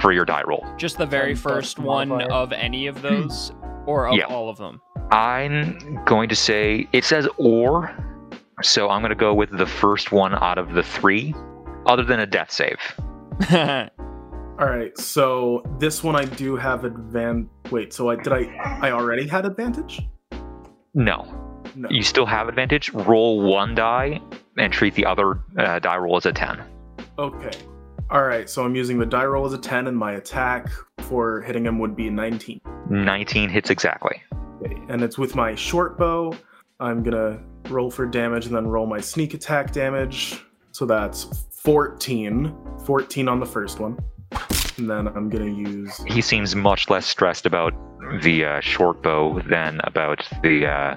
S2: For your die roll.
S1: Just the very
S7: Um, plus
S1: first one
S7: modifier.
S1: of any of those, or of
S2: Yeah.
S1: all of them. (laughs)
S2: I'm going to say it says or, so I'm going to go with the first one out of the three, other than a death save.
S7: All right. So this one I do have advan. Wait. So I did I I already had advantage?
S2: No.
S7: No.
S2: You still have advantage. Roll one die and treat the other uh, die roll as a 10.
S7: Okay. All right. So I'm using the die roll as a ten, and my attack for hitting him would be 19.
S2: 19 hits exactly.
S7: Okay, and it's with my short bow. I'm gonna roll for damage and then roll my sneak attack damage. So that's 14. 14 on the first one. And then I'm gonna use.
S2: he seems much less stressed about the uh, short bow than about the uh,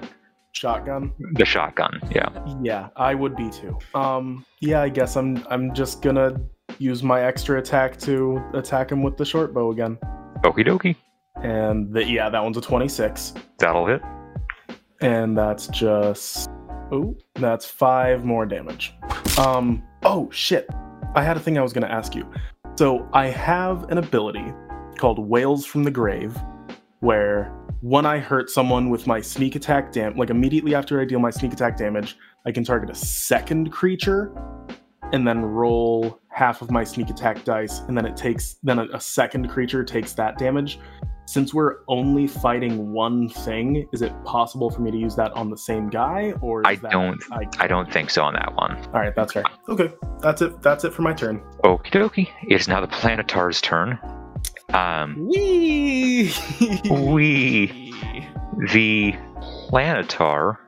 S7: Shotgun?
S2: the shotgun. Yeah,
S7: Yeah, I would be too. Um, yeah, I guess I'm I'm just gonna use my extra attack to attack him with the short bow again.
S2: okie dokie.
S7: And the, yeah, that one's a 26.
S2: That'll hit.
S7: and that's just oh that's five more damage um oh shit i had a thing i was going to ask you so i have an ability called wails from the grave where when i hurt someone with my sneak attack dam like immediately after i deal my sneak attack damage i can target a second creature and then roll half of my sneak attack dice and then it takes then a- a second creature takes that damage since we're only fighting one thing, is it possible for me to use that on the same guy? Or is
S2: I
S7: that,
S2: don't.
S7: I,
S2: I don't think so on that one.
S7: all right, that's fair. Okay, that's it. That's it for my turn.
S2: Okie dokie. It is now the planetar's turn. Um,
S3: Wee!
S2: we the planetar.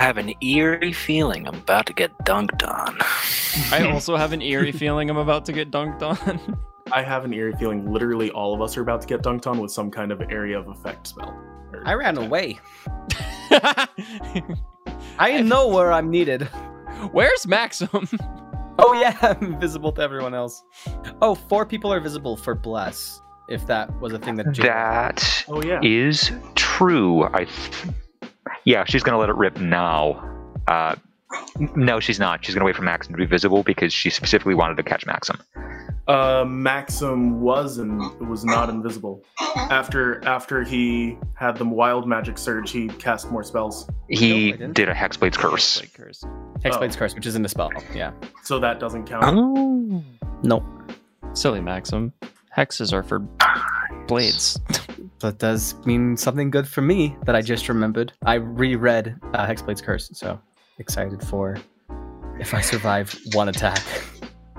S6: I have an eerie feeling I'm about to get dunked on. (laughs)
S1: I also have an eerie feeling I'm about to get dunked on.
S7: I have an eerie feeling literally all of us are about to get dunked on with some kind of area of effect spell. Or-
S3: I ran away. I know where I'm needed.
S1: (laughs) Where's Maxim?
S3: Oh yeah, (laughs) I'm visible to everyone else. Oh, four people are visible for bless. If that was a thing that Jay-
S2: That
S7: Oh yeah.
S2: is true. I. Th- yeah, she's gonna let it rip now. Uh, n- no, she's not. She's gonna wait for Maxim to be visible because she specifically wanted to catch Maxim.
S7: Uh, Maxim was and was not invisible. After after he had the wild magic surge, he cast more spells,
S2: He
S3: Nope, I didn't.
S2: did a hexblade's curse.
S1: Like curse.
S3: Hexblade's curse, which isn't a spell. Yeah.
S7: so that doesn't count.
S6: Oh.
S3: Nope.
S1: Silly Maxim. Hexes are for blades.
S3: That does mean something good for me that I just remembered. I reread uh, Hexblade's curse, so excited for if I survive one attack. (laughs)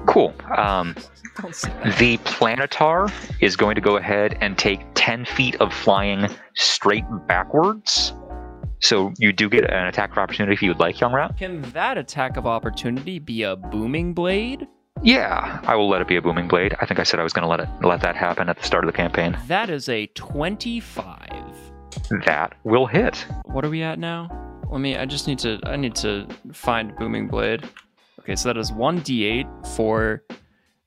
S2: Cool. Um,
S1: Don't say that.
S2: the planetar is going to go ahead and take 10 feet of flying straight backwards. So you do get an attack of opportunity if you would like, young rat.
S1: Can that attack of opportunity be a booming blade?
S2: Yeah, I will let it be a booming blade. I think I said I was going to let it let that happen at the start of the campaign.
S1: That is a 25.
S2: That will hit.
S1: What are we at now? Let me I just need to I need to find booming blade. Okay, so that is 1d8 for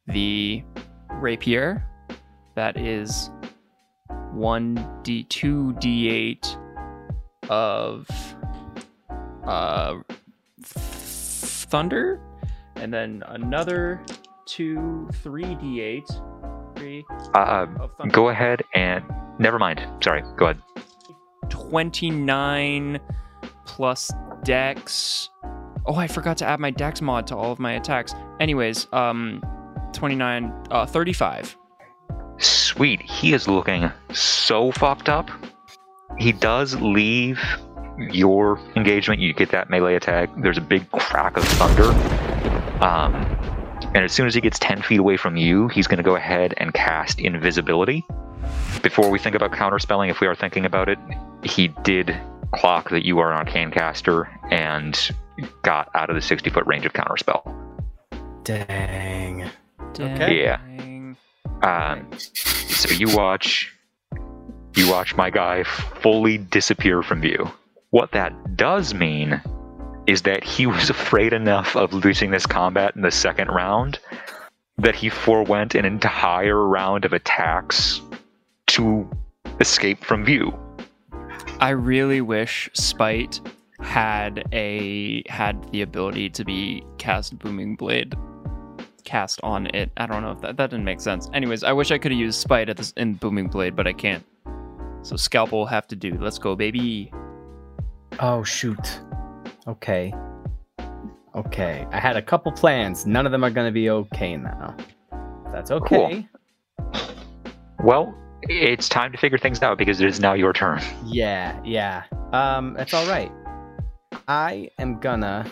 S1: the rapier. That is 1d 2d8 of uh th- thunder and then another 2 3d8 3
S2: Uh,
S1: of thunder.
S2: go ahead and. Never mind. Sorry. Go ahead.
S1: 29 plus dex. Oh, I forgot to add my dex mod to all of my attacks. Anyways, um 29 uh 35.
S2: Sweet. He is looking so fucked up. He does leave your engagement. You get that melee attack. There's a big crack of thunder. Um, And as soon as he gets 10 feet away from you, he's going to go ahead and cast Invisibility. Before we think about counterspelling, if we are thinking about it, he did clock that you are an arcane caster and got out of the 60 foot range of counterspell.
S3: Dang.
S1: Dang.
S2: Yeah. Um, so you watch, you watch my guy fully disappear from view. What that does mean is that he (laughs) was afraid enough of losing this combat in the second round that he forewent an entire round of attacks to escape from view.
S1: I really wish Spite had a had the ability to be cast booming blade cast on it. I don't know if that that didn't make sense. Anyways, I wish I could have used spite at this in booming blade, but I can't. So scalpel will have to do. Let's go, baby.
S3: Oh shoot. Okay. Okay. I had a couple plans. None of them are gonna be okay now. That's okay.
S2: Well, it's time to figure things out because it is now your turn.
S3: Yeah, yeah. Um, that's all right. I am gonna.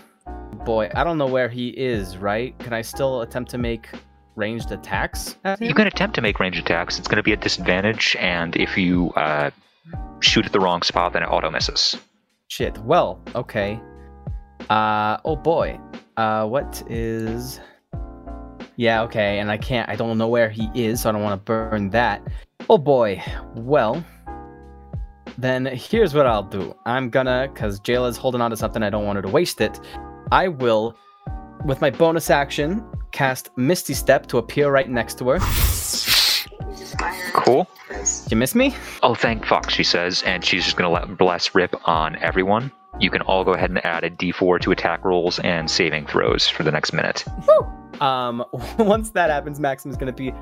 S3: Boy, I don't know where he is. Right? Can I still attempt to make ranged attacks? at him?
S2: You can attempt to make range attacks. It's going to be at disadvantage, and if you uh, shoot at the wrong spot, then it auto misses.
S3: Shit. Well, okay. Uh oh boy. Uh what is Yeah, okay, and I can't I don't know where he is, so I don't want to burn that. Oh boy. Well, then here's what I'll do. I'm gonna cuz Jayla's holding on to something I don't want her to waste it. I will with my bonus action cast Misty Step to appear right next to her.
S2: Cool.
S3: You miss me?
S2: Oh, thank fuck, she says, and she's just going to let Bless rip on everyone. You can all go ahead and add a d4 to attack rolls and saving throws for the next minute.
S3: Um, (laughs) once that happens, Maxim is gonna be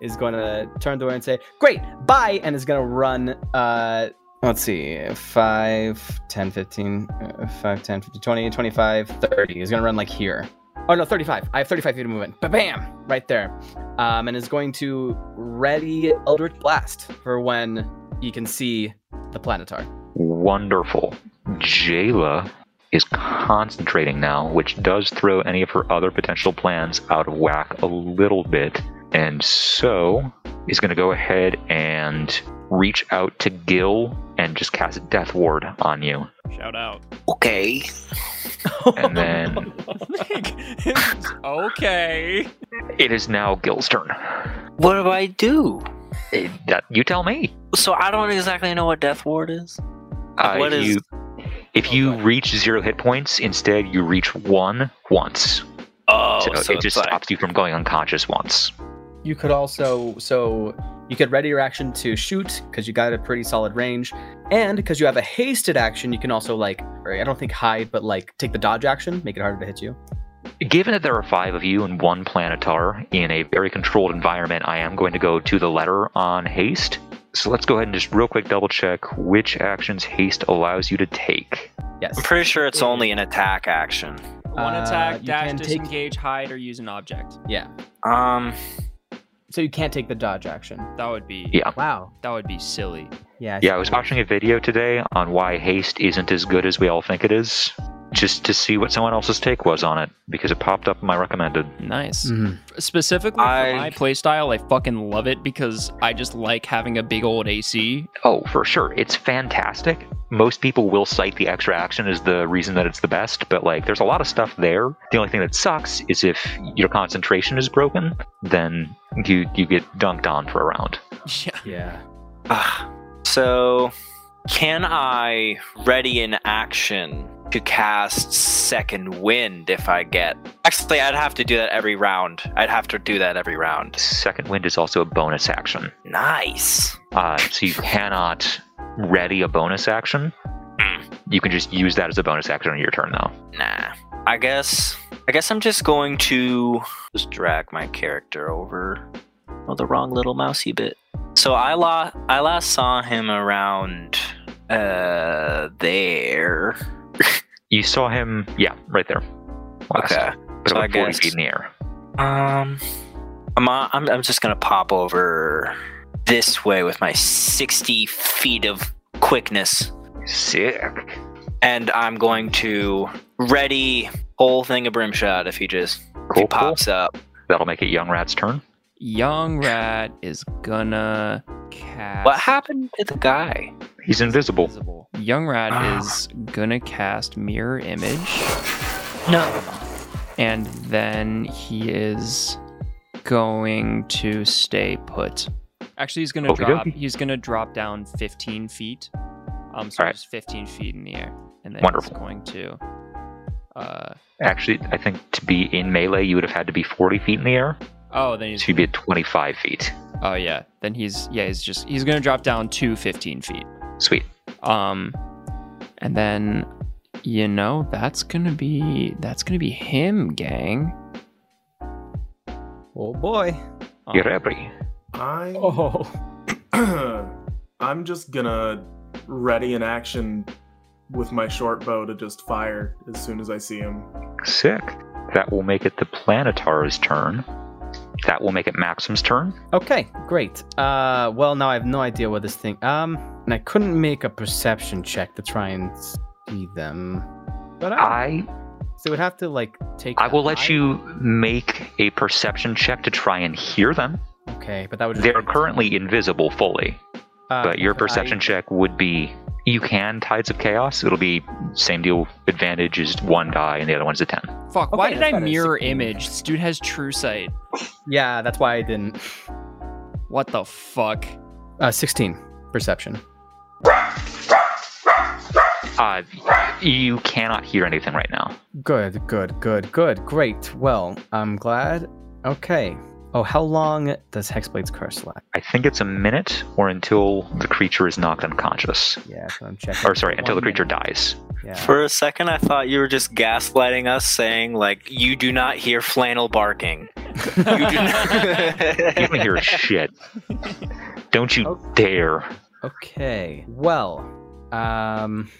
S3: is gonna turn to her and say, "Great, bye," and is gonna run. Uh, let's see, 5, 10, 15, uh, 5, 10, 15, 20, 25, 30. He's gonna run like here. Oh no, 35. I have 35 feet of movement. Ba bam, right there. Um, and is going to ready Eldritch Blast for when you can see the planetar.
S2: Wonderful. Jayla is concentrating now, which does throw any of her other potential plans out of whack a little bit, and so is going to go ahead and reach out to Gil and just cast Death Ward on you.
S1: Shout out.
S6: Okay.
S2: And then
S1: (laughs) okay.
S2: it is now Gil's turn.
S6: What do I do?
S2: Eh, That, you tell me.
S6: So I don't exactly know what Death Ward is.
S2: Uh,
S6: What is-
S2: you- if
S6: Oh,
S2: you
S6: go ahead.
S2: reach zero hit points, instead you reach one once.
S6: Oh,
S2: so, it
S6: it's
S2: just
S6: like-
S2: stops you from going unconscious once.
S3: You could also so you could ready your action to shoot because you got a pretty solid range, and because you have a hasted action, you can also like or I don't think hide, but like take the dodge action, make it harder to hit you.
S2: Given that there are five of you and one planetar in a very controlled environment, I am going to go to the letter on haste. So let's go ahead and just real quick double check which actions haste allows you to take.
S3: Yes.
S6: I'm pretty sure it's only an attack action.
S1: One
S3: Uh,
S1: attack,
S3: you
S1: dash,
S3: can take-
S1: disengage, hide, or use an object.
S6: Um,
S3: So you can't take the dodge action.
S1: That would be
S2: Yeah.
S3: Wow.
S1: that would be silly.
S3: Yeah.
S2: Yeah, I was watching a video today on why haste isn't as good as we all think it is, just to see what someone else's take was on it, because it popped up in my recommended.
S1: Nice.
S3: Mhm.
S1: Specifically
S6: I-
S1: for my playstyle, I fucking love it because I just like having a big old AC.
S2: Oh, for sure. It's fantastic. Most people will cite the extra action as the reason that it's the best, but like there's a lot of stuff there. The only thing that sucks is if your concentration is broken, then you you get dunked on for a round.
S1: (laughs) Yeah.
S3: Yeah.
S6: ah, so can I ready an action to cast Second Wind if I get? Actually, I'd have to do that every round. I'd have to do that every round.
S2: Second wind is also a bonus action.
S6: Nice.
S2: Uh, so you cannot ready a bonus action.
S6: Hmm.
S2: You can just use that as a bonus action on your turn though.
S6: Nah. I guess I guess I'm just going to just drag my character over. Oh, the wrong little mousey bit. So I la I last saw him around uh there.
S2: You saw him yeah, right there. Last.
S6: Okay.
S2: But
S6: so
S2: about 40
S6: I guess-
S2: feet in the air.
S6: Um I'm on, I'm I'm just going to pop over this way with my 60 feet of quickness
S2: Sick.
S6: and I'm going to ready whole thing of brimshot if he just if he
S2: Cool, cool.
S6: pops up.
S2: That'll make it Young Rat's turn.
S1: Young Rat is gonna cast.
S6: What happened to the guy?
S2: He's invisible.
S1: Invisible. Young Rat
S7: Ah.
S1: is gonna cast Mirror Image,
S6: No.
S1: and then he is going to stay put. Actually, he's gonna
S2: Okie
S1: drop.
S2: dokie.
S1: He's gonna drop down 15 feet. Um, so
S2: Alright.
S1: just 15 feet in the air, and then
S2: Wonderful.
S1: he's going to. Uh,
S2: Actually, I think to be in melee, you would have had to be 40 feet in the air.
S1: oh, then
S2: So
S1: he's.
S2: you'd be at 25 feet.
S1: Oh yeah, then he's yeah he's just he's gonna drop down to 15 feet.
S2: Sweet.
S1: Um, and then you know that's gonna be that's gonna be him, gang.
S3: Oh boy.
S1: Um,
S2: Irebri.
S7: I
S3: Oh.
S7: (clears throat) I'm just gonna ready an action with my short bow to just fire as soon as I see him.
S2: Sick. That will make it the Planetar's turn. That will make it Maxim's turn.
S3: Okay, great. Uh, well, now I have no idea what this thing. Um, and I couldn't make a perception check to try and see them. But I,
S2: I
S3: so would have to like take.
S2: I
S3: the
S2: will let
S3: eye-
S2: you make a perception check to try and hear them.
S3: Okay, but that would.
S2: They are currently invisible fully,
S3: Uh,
S2: but your
S3: I-
S2: perception check would be you can tides of chaos. It'll be same deal. Advantage is one die and the other one's a ten.
S1: Fuck! why
S3: Okay,
S1: did
S3: that's
S1: I
S3: better.
S1: mirror image? This dude has true sight.
S3: Yeah, that's why I didn't.
S1: What the fuck? (laughs)
S3: Uh, sixteen perception.
S2: Uh, you cannot hear anything right now.
S3: Good, good, good, good, great. Well, I'm glad. Okay. Oh, how long does Hexblade's curse last?
S2: I think it's a minute or until the creature is knocked unconscious.
S3: Yeah, that's what I'm checking.
S2: Or sorry, until the
S3: One
S2: creature
S3: minute.
S2: dies.
S3: Yeah.
S6: For a second, I thought you were just gaslighting us, saying like, "You do not hear flannel barking. You do
S2: You don't
S6: not."
S3: (laughs)
S2: hear shit. Don't you dare.
S3: Okay. Well, um,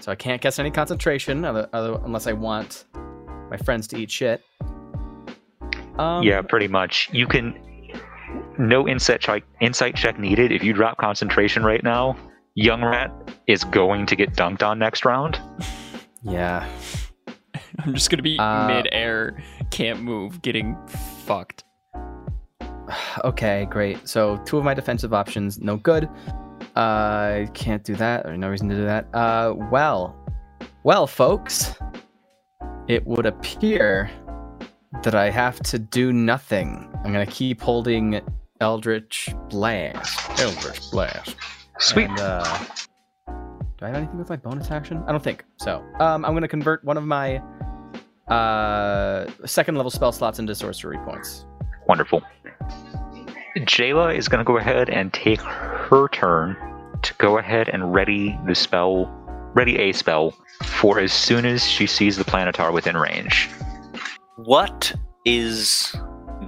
S3: so I can't guess any concentration other, other, unless I want my friends to eat shit. Um,
S2: yeah, pretty much. You can no insight check insight check needed. If you drop concentration right now, Young Rat is going to get dunked on next round.
S3: Yeah.
S1: I'm just gonna be
S3: Uh,
S1: mid air, can't move, getting fucked.
S3: Okay, great. So two of my defensive options, no good. I can't do that. Or no reason to do that. Uh, well, well, folks, it would appear that I have to do nothing. I'm gonna keep holding Eldritch Blast. Eldritch Blast.
S2: Sweet.
S3: And, uh, do I have anything with my bonus action? I don't think so. Um, I'm gonna convert one of my uh, second level spell slots into sorcery points.
S2: Wonderful. Jayla is going to go ahead and take her turn to go ahead and ready the spell, ready a spell for as soon as she sees the planetar within range.
S6: what is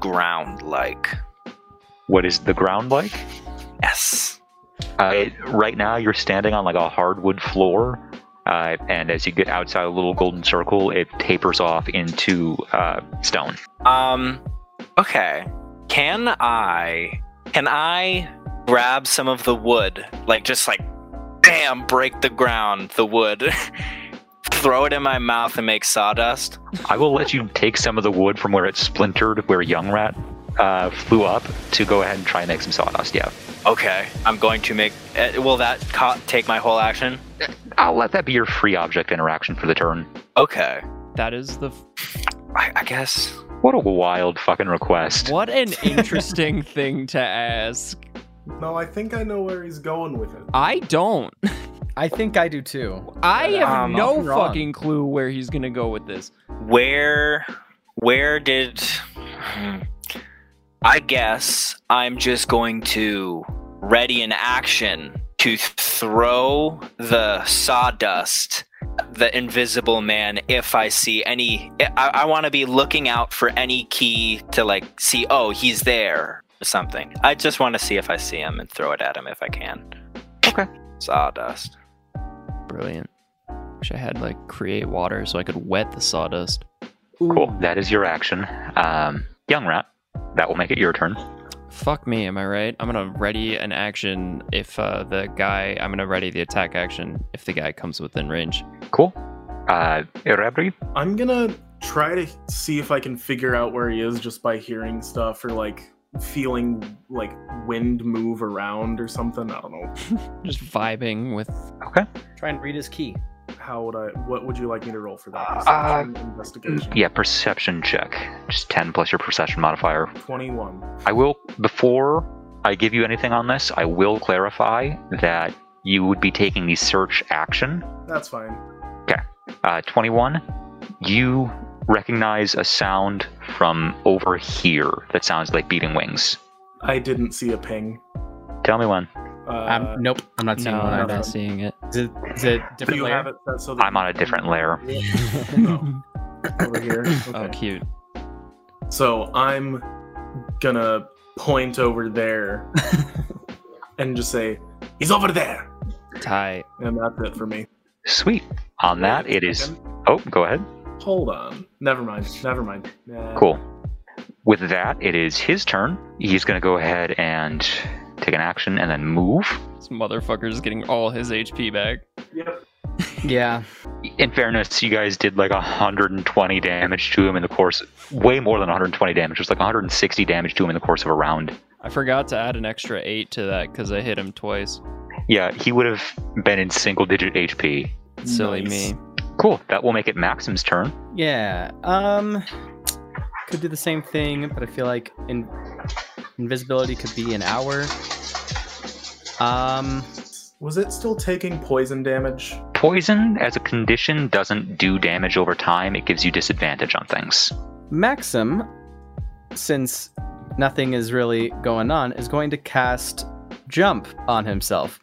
S6: ground like?
S2: What is the ground like?
S6: Yes.
S2: Uh, it- right now, you're standing on like a hardwood floor, uh, and as you get outside a little golden circle, it tapers off into uh, stone.
S6: Um. Okay. Can I? Can I grab some of the wood? Like just like, bam! Break the ground. The wood. (laughs) Throw it in my mouth and make sawdust.
S2: I will let you take some of the wood from where it splintered, where Young Rat uh, flew up, to go ahead and try and make some sawdust. Yeah,
S6: Okay. I'm going to make. eh, Will that co- take my whole action?
S2: I'll let that be your free object interaction for the turn.
S6: Okay.
S1: That is the f-
S6: I, I guess.
S2: What a wild fucking request.
S1: what
S3: (laughs)
S1: an interesting thing to ask.
S7: No, I think I know where he's going with it.
S1: I don't.
S3: I think I do too.
S1: I have
S6: Um,
S1: no
S3: I'm wrong.
S1: fucking clue where he's gonna go with this.
S6: Where where did Hmm. I guess I'm just going to ready an action to throw the sawdust at the invisible man if I see any I, I want to be looking out for any key to like see oh he's there or something. I just want to see if I see him and throw it at him if I can.
S2: Okay.
S6: Sawdust.
S1: Brilliant. Wish I had like create water so I could wet the sawdust.
S2: Cool. That is your action. Um, young Rat, that will make it your turn.
S1: Fuck me, am I right? I'm gonna ready an action if uh, the guy. I'm gonna ready the attack action if the guy comes within range.
S2: Cool. Uh, Erebri,
S7: I'm gonna try to see if I can figure out where he is just by hearing stuff or like feeling like wind move around or something. I don't know.
S1: Just vibing with uh,
S3: Try and read his key.
S7: How would I? What would you like me to roll for that?
S2: Uh,
S7: Perception, investigation.
S2: Yeah, perception check. Just 10 plus your perception modifier.
S7: Twenty-one.
S2: I will, before I give you anything on this, I will clarify that you would be taking the search action.
S7: That's fine.
S2: Uh, 21, you recognize a sound from over here that sounds like beating wings.
S7: I didn't see a ping.
S2: Tell me when.
S7: Uh,
S3: I'm, nope, I'm not
S1: no,
S3: seeing one.
S1: I'm
S3: either.
S1: not seeing it.
S3: Is it, is it
S7: do
S3: different
S7: you
S3: layer?
S7: have it set so that
S2: I'm on a different layer.
S7: Oh. over here.
S1: Oh,
S7: Okay.
S1: cute.
S7: So I'm gonna point over there and just say, "He's over there,"
S1: Tight.
S7: and that's it for me.
S2: Sweet. On that, it is. Oh, go ahead.
S7: Hold on. Never mind. Never mind. Nah.
S2: Cool. With that, it is his turn. He's going to go ahead and take an action and then move.
S1: This motherfucker's getting all his HP back.
S7: Yep.
S3: Yeah.
S2: In fairness, you guys did like 120 damage to him in the course, way more than 120 damage. It was like 160 damage to him in the course of a round.
S1: I forgot to add an extra eight to that because I hit him twice.
S2: Yeah, he would have been in single digit HP.
S1: Silly
S7: Nice.
S1: me.
S2: Cool. That will make it Maxim's turn.
S3: Yeah. Um could do the same thing, but I feel like in invisibility could be an hour. Um
S7: Was it still taking poison damage?
S2: Poison, as a condition, doesn't do damage over time. It gives you disadvantage on things.
S3: Maxim, since nothing is really going on, is going to cast jump on himself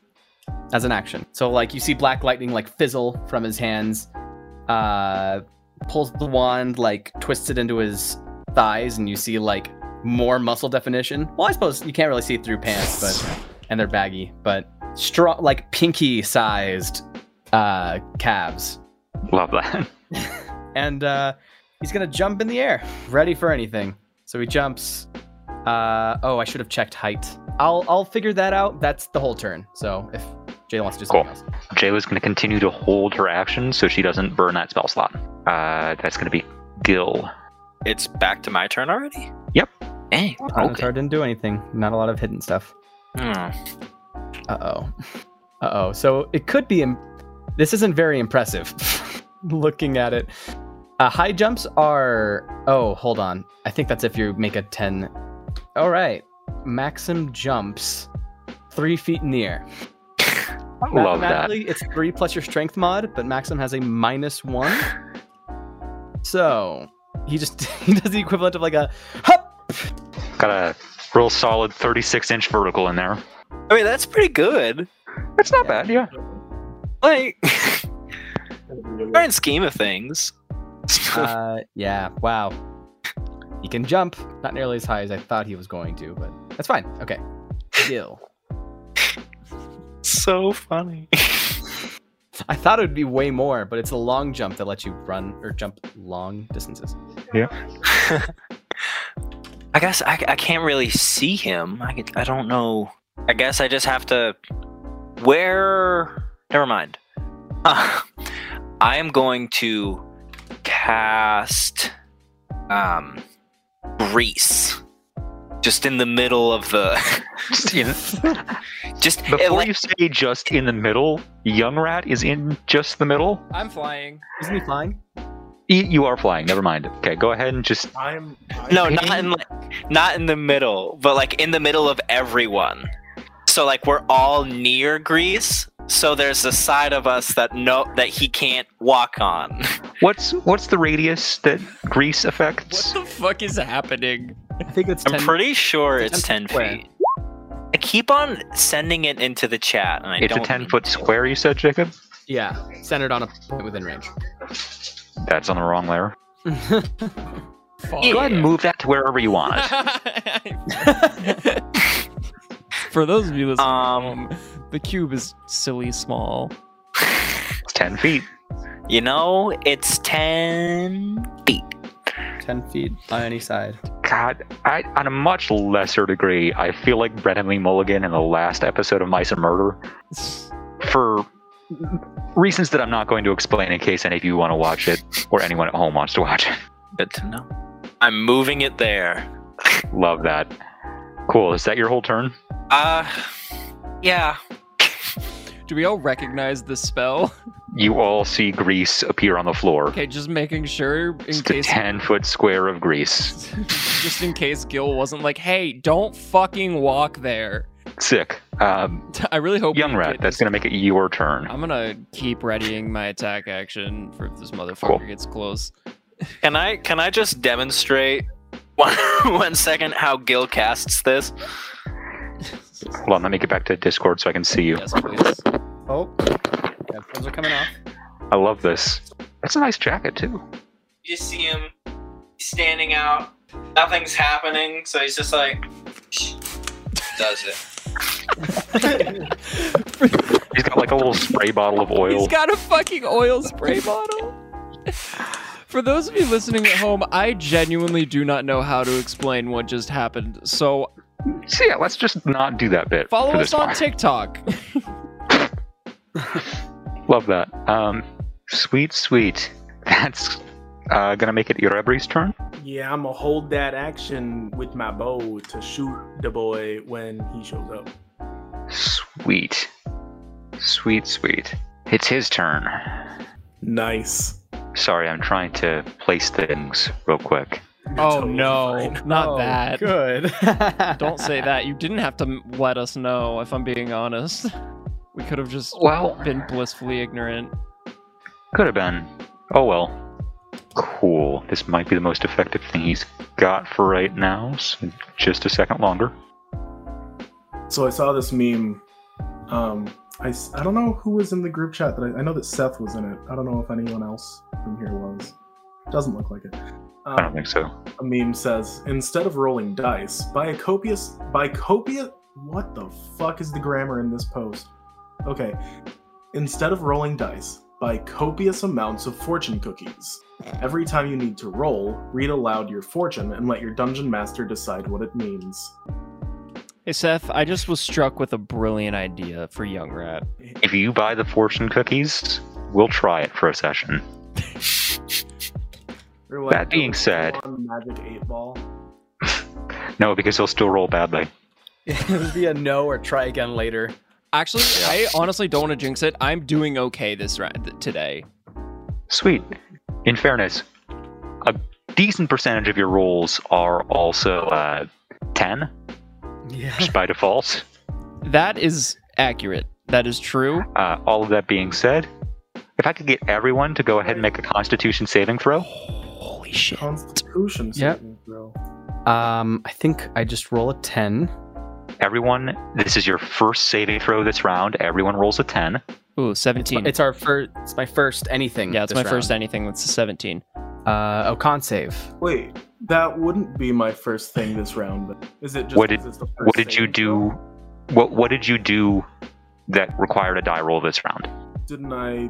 S3: as an action. So like you see black lightning like fizzle from his hands, uh pulls the wand, like twists it into his thighs, and you see like more muscle definition. Well, I suppose you can't really see through pants, but and they're baggy, but strong like pinky sized uh calves
S2: Love that. (laughs)
S3: and uh, he's gonna jump in the air, ready for anything. So he jumps. Uh, oh, I should have checked height. I'll I'll figure that out. That's the whole turn. So if Jay wants to do something
S2: Cool.
S3: else,
S2: Jayla's going to continue to hold her action so she doesn't burn that spell slot. Uh, that's going to be Gil.
S6: It's back to my turn already.
S2: Hey, okay.
S3: Minotaur didn't do anything. Not a lot of hidden stuff.
S6: Hmm.
S3: Uh (laughs) oh. Uh oh. So it could be. Im- this isn't very impressive. (laughs) Looking at it, uh, high jumps are. Oh, hold on. I think that's if you make a ten. All right. Maxim jumps three feet in the air.
S2: Love that.
S3: Mathematically, it's three plus your strength mod, but Maxim has a minus one. So he just (laughs) he does the equivalent of like a hop.
S2: Got a real solid 36 inch vertical in there.
S6: I mean, that's pretty good.
S2: It's not bad, yeah.
S6: Like, (laughs) current scheme of things. (laughs)
S3: Uh, yeah, wow. He can jump, not nearly as high as I thought he was going to, but that's fine. Okay, Gil.
S6: so funny. (laughs)
S3: I thought it would be way more, but it's a long jump that lets you run or jump long distances.
S6: I guess I, I can't really see him. I, could- I don't know. I guess I just have to. Where? Never mind. (laughs) Uh, I am going to cast um Grease just in the middle of the (laughs)
S2: Just in-
S6: just it
S2: before
S6: like-
S2: you say just in the middle, Young Rat is in just the middle.
S1: I'm flying.
S3: Isn't he flying?
S2: E- you are flying, never mind. Okay, go ahead and just.
S7: I'm. i
S6: No, not in like, not in the middle, but like in the middle of everyone. So like we're all near Greece. So there's a side of us that no that he can't walk on.
S2: What's what's the radius that grease affects?
S1: What the fuck is (laughs) happening?
S3: I think it's
S6: (laughs) I'm
S3: 10
S6: pretty sure
S3: it's a
S6: it's
S3: 10
S6: ten
S3: square.
S6: feet. I keep on sending it into the chat, and I
S2: it's a
S6: don't.
S2: 10 foot square, you said, Jacob?
S3: Yeah, centered on a point within range. (laughs)
S2: That's on the wrong layer.
S1: Fuck.
S2: Go ahead and move that to wherever you want
S6: (laughs)
S2: it.
S1: For those of you listening,
S6: Um,
S1: um, the cube is silly small.
S2: It's 10 feet.
S6: You know, it's ten feet.
S3: 10 feet on any side.
S2: God, I, on a much lesser degree, I feel like Brennan Lee Mulligan in the last episode of Mice and Murder for reasons that I'm not going to explain in case any of you want to watch it (laughs) or anyone at home wants to watch it.
S6: Good to know. I'm moving it there.
S2: Love that. Cool. Is that your whole turn?
S6: Uh, yeah.
S1: Do we all recognize the spell? (laughs)
S2: You all see grease appear on the floor.
S1: Okay, just making sure in
S2: It's a
S1: case
S2: 10 foot square of grease.
S1: (laughs) just in case Gil wasn't like, "Hey, don't fucking walk there." (laughs)
S2: Sick. Um,
S1: I really hope
S2: young
S1: we
S2: Rat,
S1: get
S2: that's
S1: this-
S2: going to make it your turn.
S1: I'm gonna keep readying my attack action for if this motherfucker
S2: Cool.
S1: gets close.
S6: Can I can I just demonstrate (laughs) one, one second how Gil casts this?
S2: Hold on, let me get back to Discord so I can see you.
S1: Yes, please.
S3: Oh, headphones are coming off.
S2: I love this. That's a nice jacket, too.
S6: You just see him standing out. Nothing's happening, so he's just like does it.
S2: He's got like a little spray bottle of oil.
S1: He's got a fucking oil spray
S2: (laughs)
S1: bottle. For those of you listening at home, I genuinely do not know how to explain what just happened. So
S2: so, yeah, let's just not do that bit.
S1: follow
S2: for
S1: us
S2: this
S1: on
S2: time.
S1: TikTok.
S2: Love that. Um, sweet, sweet. (laughs) That's uh, going to make it Irebri's turn.
S7: Yeah, I'm gonna hold that action with my bow to shoot the boy when he shows up.
S2: Sweet. Sweet, sweet. It's his turn.
S7: Nice.
S2: Sorry, I'm trying to place things real quick.
S1: Oh
S7: totally
S1: no,
S7: fine.
S1: not
S3: Oh,
S1: that.
S3: (laughs) Good.
S1: Don't say that. You didn't have to m- let us know, if I'm being honest. We could have just
S2: Well,
S1: been blissfully ignorant.
S2: could have been. Oh well. Cool. This might be the most effective thing he's got for right now. So just a second longer.
S7: So I saw this meme. Um, I, s- I don't know who was in the group chat that I, I know that Seth was in it. I don't know if anyone else from here was. Doesn't look like it.
S2: I don't
S7: Um,
S2: think so.
S7: a meme says instead of rolling dice, by a copious by copious what the fuck is the grammar in this post? Okay. Instead of rolling dice, buy copious amounts of fortune cookies. Every time you need to roll, read aloud your fortune and let your dungeon master decide what it means.
S1: Hey Seth, I just was struck with a brilliant idea for Young Rat.
S2: If you buy the fortune cookies, we'll try it for a session.
S7: They're like
S2: That being said-
S7: one magic eight ball.
S2: No, because he'll still roll badly.
S3: it would be a no or try again later.
S1: Actually, I honestly don't want to jinx it. I'm doing okay this ra- th- today.
S2: Sweet. In fairness, a decent percentage of your rolls are also uh, 10
S3: Yeah.
S2: just by default.
S1: That is accurate. That is true.
S2: Uh, all of that being said, if I could get everyone to go ahead and make a Constitution saving throw,
S1: Holy shit.
S7: Constitution
S1: Yep.
S7: saving throw.
S3: Um, I think I just roll a ten.
S2: everyone, this is your first saving throw this round. Everyone rolls a 10.
S1: Ooh, 17.
S3: It's our first. It's my first anything.
S1: yeah, it's
S3: this
S1: my
S3: round.
S1: first anything that's a 17.
S3: Uh, oh, con save.
S7: Wait, that wouldn't be my first thing this round, but is it just
S2: What did-
S7: 'cause it's the
S2: What
S7: first
S2: did you
S7: saving throw?
S2: do? What What did you do that required a die roll this round?
S7: Didn't I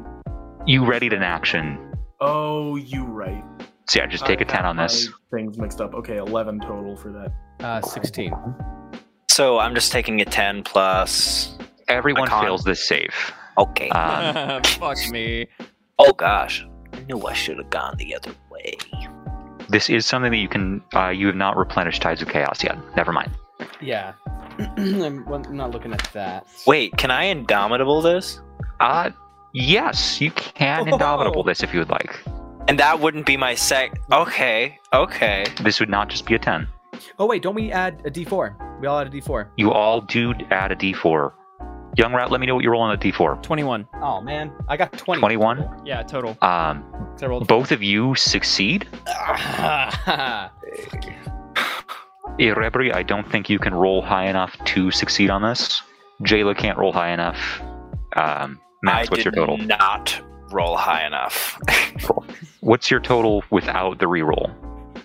S2: You readied an action.
S7: Oh, you right.
S2: So yeah, just take
S7: a
S2: a 10 on this.
S7: Things mixed up. Okay, eleven total for that.
S3: Uh, sixteen.
S6: So I'm just taking a ten plus.
S2: Everyone
S6: I can't.
S2: fails this save.
S1: (laughs)
S6: Okay.
S1: (laughs)
S2: Um,
S1: Fuck me.
S6: oh gosh, I knew I should have gone the other way.
S2: this is something that you can. Uh, you have not replenished Tides of Chaos yet. Never mind.
S3: Yeah. (clears throat) I'm, I'm not looking at that.
S6: Wait, can I indomitable this?
S2: Uh, yes, you can indomitable this if you would like.
S6: And that wouldn't be my sec. Okay, okay.
S2: This would not just be a 10.
S3: Oh wait, don't we add a D4? We all add a D4.
S2: You all do add a d4. Young Rat, let me know what you roll on that d4.
S1: 21.
S3: Oh man, I got 20.
S2: 21.
S1: Yeah, total.
S2: Um,
S3: So I (laughs) rolled.
S2: both of you succeed. Irebri, I don't think you can roll high enough to succeed on this. Jayla can't roll high enough. Um, Max,
S6: I
S2: what's your
S6: did
S2: total?
S6: not roll high enough.
S2: What's your total without the reroll?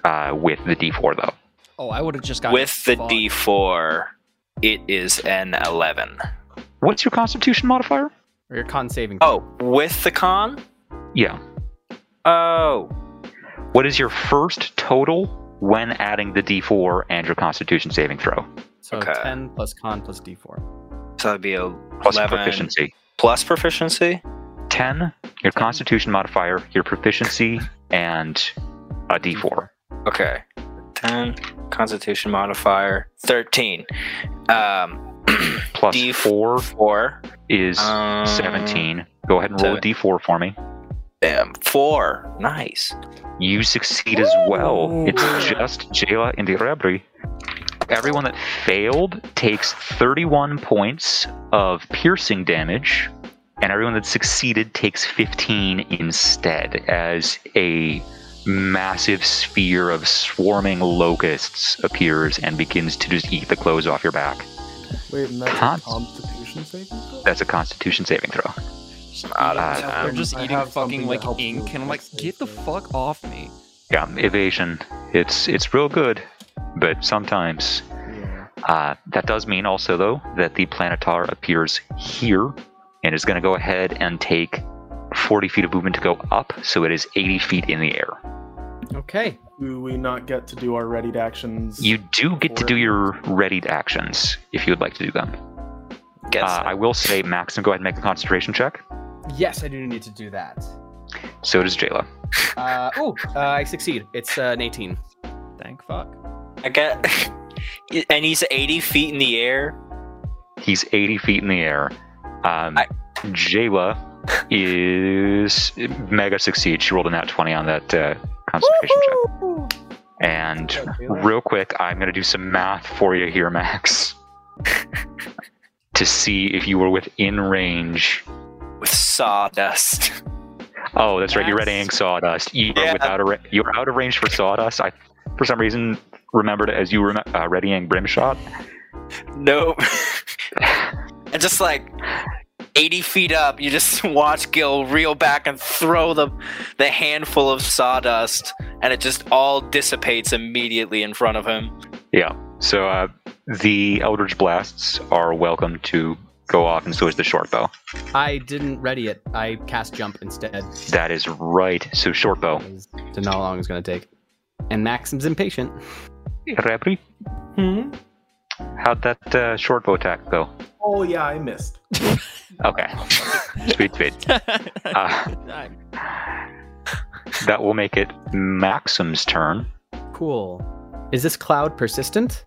S2: Uh, with the d4 though.
S1: Oh, I would have just gotten
S6: With the
S1: fucked.
S6: D4, it is an 11.
S2: What's your Constitution modifier?
S3: or your con saving.
S6: Oh, with the con?
S2: Yeah.
S6: Oh,
S2: What is your first total when adding the d4 and your Constitution saving throw
S3: so
S6: okay.
S3: 10 plus con plus D4.
S6: so that'd be a
S2: plus
S6: 11.
S2: proficiency?
S6: Plus proficiency?
S2: 10, your Constitution modifier, your proficiency, and a d4.
S6: Okay. 10, constitution modifier, 13. Um, (clears throat)
S2: Plus four
S6: 4.
S2: is
S6: Um,
S2: 17. Go ahead and roll a
S6: seven.
S2: d4 for me.
S6: Bam, 4. Nice.
S2: You succeed as well. It's just Jayla and Direbri. Everyone that failed takes 31 points of piercing damage, and everyone that succeeded takes 15 instead as a massive sphere of swarming locusts appears and begins to just eat the clothes off your back.
S7: Wait, and that's
S2: Cons-
S7: a constitution saving? throw?
S2: That's a constitution saving throw.
S6: Out
S2: Uh,
S6: of
S1: They're
S6: time.
S1: just
S7: I
S1: eating
S7: have
S1: fucking
S7: something
S1: like
S7: that helps you
S1: ink,
S7: with
S1: and I'm like,
S7: this
S1: get the
S7: thing.
S1: fuck off me.
S2: Yeah, evasion. It's it's real good, but sometimes
S7: Yeah.
S2: Uh, that does mean also, though, that the planetar appears here and is going to go ahead and take 40 feet of movement to go up, so it is 80 feet in the air.
S3: Okay.
S7: Do we not get to do our readied actions?
S2: You do get to
S7: Or-
S2: do your readied actions if you would like to do them.
S6: Guess
S2: Uh, I will say, Maxim, go ahead and make a concentration check.
S3: Yes, I do need to do that.
S2: So does Jayla.
S3: Uh, ooh, uh, I succeed. It's uh, an 18.
S1: Thank fuck.
S6: (laughs) I got. and he's 80 feet in the air.
S2: He's 80 feet in the air. Um,
S6: I-
S2: Jayla is mega succeed. She rolled a nat 20 on that uh, concentration check. And (laughs) real quick, I'm going to do some math for you here, Max, to see if you were within range.
S6: With sawdust. (laughs)
S2: Oh, that's right. You're
S6: Max.
S2: readying sawdust. You were
S6: Yeah.
S2: without a ra- you were out of range for sawdust. I, for some reason, remembered it as you were uh, readying brimshot.
S6: Nope. (laughs) and just like 80 feet up, you just (laughs) watch Gil reel back and throw the the handful of sawdust, and it just all dissipates immediately in front of him.
S2: So uh, the eldritch blasts are welcome to go off, and so is the short bow.
S3: I didn't ready it. I cast jump instead.
S2: That is right. So short bow.
S3: To know how long it's going to take. And Maxim's impatient.
S2: Repri,
S1: (laughs)
S7: Hmm?
S2: how'd that uh, short bow attack go?
S7: Oh, yeah, I missed.
S2: Okay, sweet, sweet. Uh, that will make it Maxim's turn.
S3: Cool. Is this cloud persistent?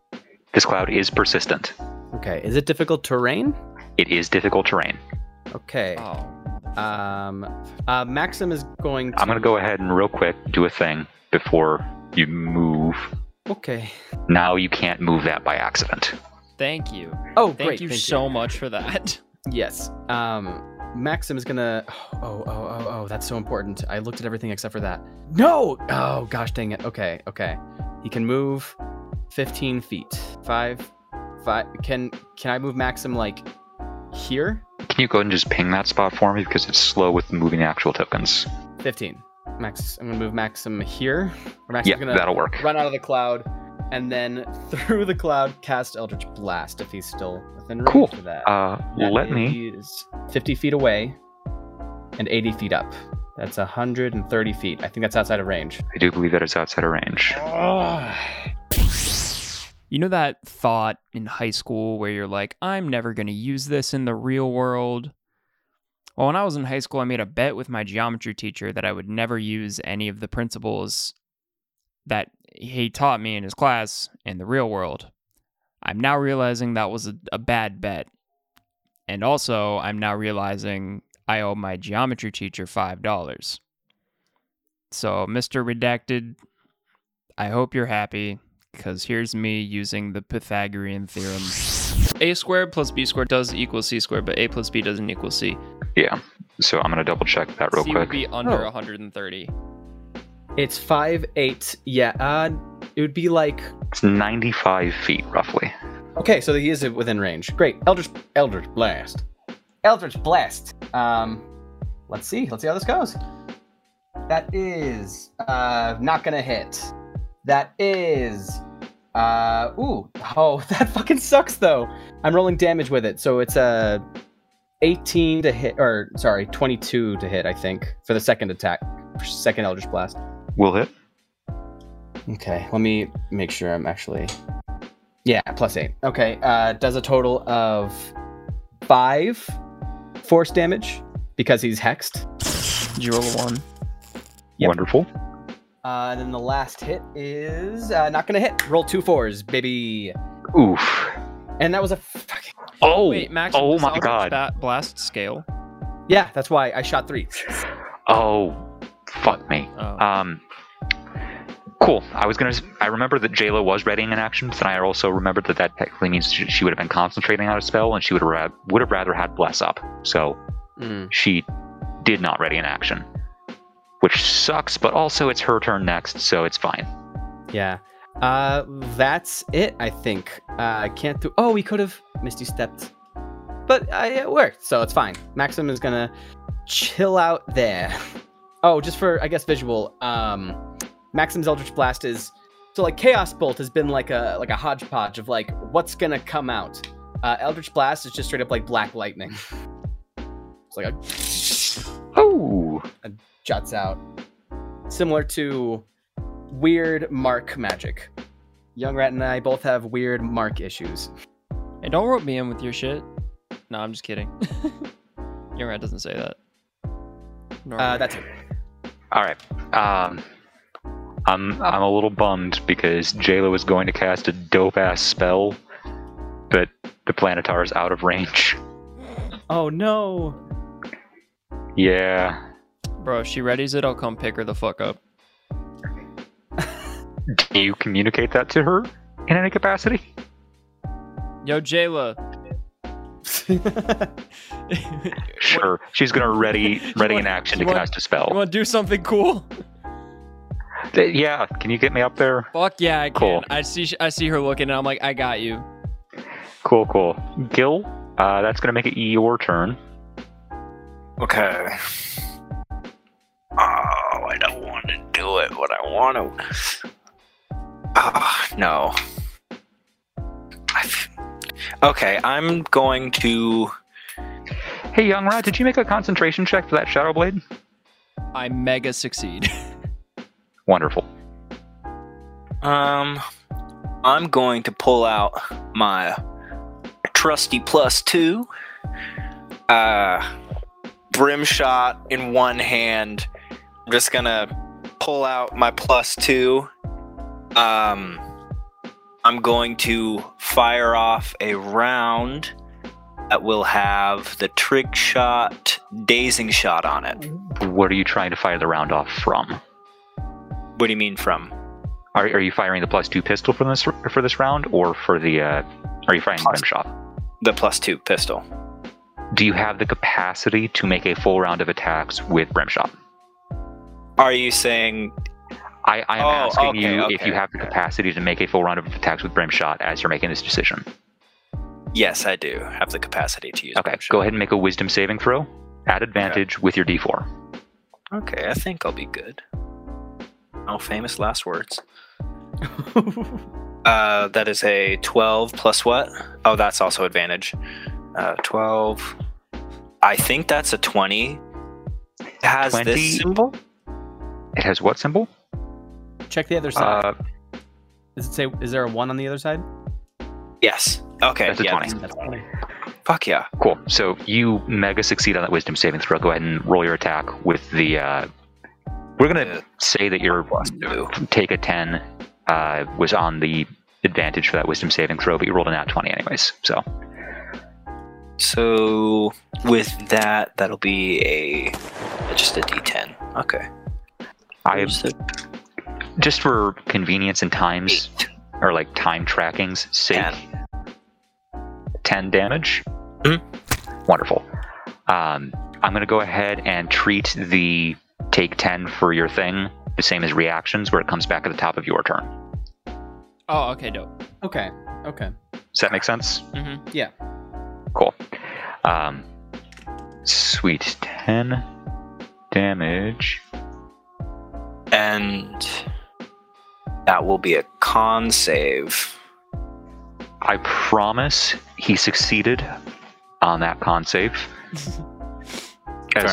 S2: This cloud is persistent.
S3: Okay. Is it difficult terrain?
S2: It is difficult terrain.
S3: Okay.
S2: Uh,
S1: oh.
S3: Um, uh, Maxim is going to.
S2: I'm going to go ahead and real quick do a thing before you move.
S3: Okay.
S2: Now you can't move that by accident.
S1: Thank you.
S3: Oh,
S1: Thank
S3: great.
S1: you so much for that. (laughs)
S3: Yes. Um, Maxim is gonna. Oh, oh, oh, oh, that's so important. I looked at everything except for that. No. Oh gosh, dang it. Okay, okay. He can move 15 feet. Five, five. Can can I move Maxim like here?
S2: Can you go ahead and just ping that spot for me because it's slow with moving actual tokens?
S3: 15. Max, I'm gonna move Maxim here. Or Maxim's
S2: Yeah,
S3: gonna
S2: that'll work.
S3: run out of the cloud and then (laughs) through the cloud cast Eldritch Blast if he's still within range
S2: Cool.
S3: for that.
S2: Uh,
S3: That
S2: let me.
S3: is 50 feet away and 80 feet up. That's 130 feet. I think that's outside of range.
S2: I do believe that it's outside of range. Ah.
S1: You know that thought in high school where you're like, I'm never going to use this in the real world? Well, when I was in high school, I made a bet with my geometry teacher that I would never use any of the principles that he taught me in his class in the real world. I'm now realizing that was a, a bad bet. And also, I'm now realizing I owe my geometry teacher $5. So, Mr. Redacted, I hope you're happy because here's me using the Pythagorean theorem. A squared plus B squared does equal C squared, but A plus B doesn't equal C.
S2: Yeah. So I'm going to double check that real
S1: C
S2: quick.
S1: would be under
S3: Oh.
S1: 130.
S3: It's 5 8. Yeah, uh, it would be like.
S2: It's 95 feet roughly.
S3: Okay, so he is within range. Great. Eldritch, Eldritch Blast. Eldritch Blast. Um, let's see. Let's see how this goes. That is uh, not gonna hit. That is. Uh, ooh. Oh, (laughs) that fucking sucks though. I'm rolling damage with it, so it's a 18 to hit, or sorry, 22 to hit. I think for the second attack, for second Eldritch Blast.
S2: Will hit.
S3: Okay, let me make sure I'm actually. Yeah, plus eight. Okay, uh, does a total of five force damage because he's hexed.
S1: Did you roll a one?
S3: Yep.
S2: Wonderful.
S3: Uh, and then the last hit is uh, not gonna hit. Roll two fours, baby.
S2: Oof.
S3: Oh, And that was a fucking.
S2: Oh,
S1: Wait, Max.
S2: oh
S1: does
S2: my
S1: Eldritch
S2: God.
S1: Ba- blast scale.
S3: Yeah, that's why I shot three.
S2: oh, fuck me.
S1: Oh.
S2: Um, cool. I was gonna. I remember that Jayla was readying an action, but then I also remembered that that technically means she, she would have been concentrating on a spell, and she would have ra- would have rather had bless up. So
S3: Mm.
S2: she did not ready an action, which sucks. But also, it's her turn next, so it's fine.
S3: Yeah. Uh, that's it, I think. Uh, I can't do. Oh, we could have misty stepped, but I, it worked, so it's fine. Maxim is gonna chill out there. (laughs) Oh, just for I guess visual. Um, Maxim's Eldritch Blast is so like Chaos Bolt has been like a like a hodgepodge of like what's gonna come out. Uh, Eldritch Blast is just straight up like black lightning. (laughs) it's like a
S2: Oh,
S3: juts out, similar to weird mark magic. Young Rat and I both have weird mark issues.
S1: Hey, don't rope me in with your shit. No, I'm just (laughs) kidding. Your rat doesn't say that.
S3: Uh,
S1: Normally.
S3: that's it.
S2: all right. Um, I'm I'm a little bummed because Jayla was going to cast a dope ass spell, but the planetar is out of range. (laughs)
S3: Oh no! (laughs)
S2: Yeah.
S1: Bro, if she readies it, I'll come pick her the fuck up.
S2: Can you communicate that to her in any capacity?
S1: Yo, Jayla.
S2: Sure. She's
S1: (laughs)
S2: gonna ready
S1: You
S2: ready
S1: want-
S2: an action to
S1: you want-
S2: cast a
S1: You
S2: spell.
S1: want to do something cool?
S2: Th- Yeah. Can you get me up there?
S1: (laughs) Fuck yeah, I can.
S2: Cool.
S1: I see. I see her looking, and I'm like, I got you.
S2: Cool, cool. Gil, uh, that's gonna make it your turn.
S6: Okay. Oh, I don't want to do it. What I want to. Ah, no. I f- okay, I'm going to.
S2: Hey, Young Rod, did you make a concentration check for that Shadow Blade?
S1: I mega succeed.
S2: Wonderful.
S6: Um, I'm going to pull out my trusty plus two. Uh, brim shot in one hand. I'm just gonna pull out my plus two. Um, I'm going to fire off a round that will have the trick shot, dazing shot on it.
S2: What are you trying to fire the round off from?
S6: What do you mean from?
S2: Are, are you firing the plus two pistol for this for this round, or for the? Uh, are you firing
S6: Plus-
S2: Grimshot?
S6: The plus two pistol.
S2: Do you have the capacity to make a full round of attacks with Brimshot?
S6: Are you saying
S2: I, I am
S6: Oh,
S2: asking
S6: okay,
S2: you if
S6: okay,
S2: you have the
S6: okay.
S2: capacity to make a full round of attacks with Brimshot as you're making this decision.
S6: Yes, I do have the capacity to use.
S2: Okay,
S6: potion.
S2: go ahead and make a wisdom saving throw at advantage with your d4.
S6: Okay, I think I'll be good. Oh, famous last words. Uh, that is a twelve plus what? Oh, that's also advantage. Uh, twelve. I think that's a twenty. Has
S2: 20?
S6: this symbol?
S2: It has what symbol?
S3: Check the other side.
S2: Uh,
S3: Does it say? Is there a one on the other side?
S6: Yes. Okay.
S2: That's a
S6: yeah,
S2: 20.
S3: That's funny.
S6: Fuck yeah.
S2: cool. So you mega succeed on that wisdom saving throw. Go ahead and roll your attack with the. Uh, we're
S6: Uh,
S2: gonna say that your
S6: two.
S2: take a 10 uh, was on the advantage for that wisdom saving throw, but you rolled an out 20 anyways. So
S6: So with that, that'll be a uh, just a D10. Okay.
S2: I
S6: Where's the
S2: just for convenience and times
S6: eight?
S2: or like time tracking's sake. 10, damage.
S6: Mhm.
S2: Wonderful. Um, I'm going to go ahead and treat the take 10 for your thing the same as reactions, where it comes back at the top of your turn.
S1: (laughs) oh, okay, dope.
S3: Okay. Okay.
S2: Does that make sense?
S1: Mhm.
S3: Yeah.
S2: Cool. Um, sweet. 10 damage.
S6: and that will be a con save.
S2: I promise he succeeded on that con save, as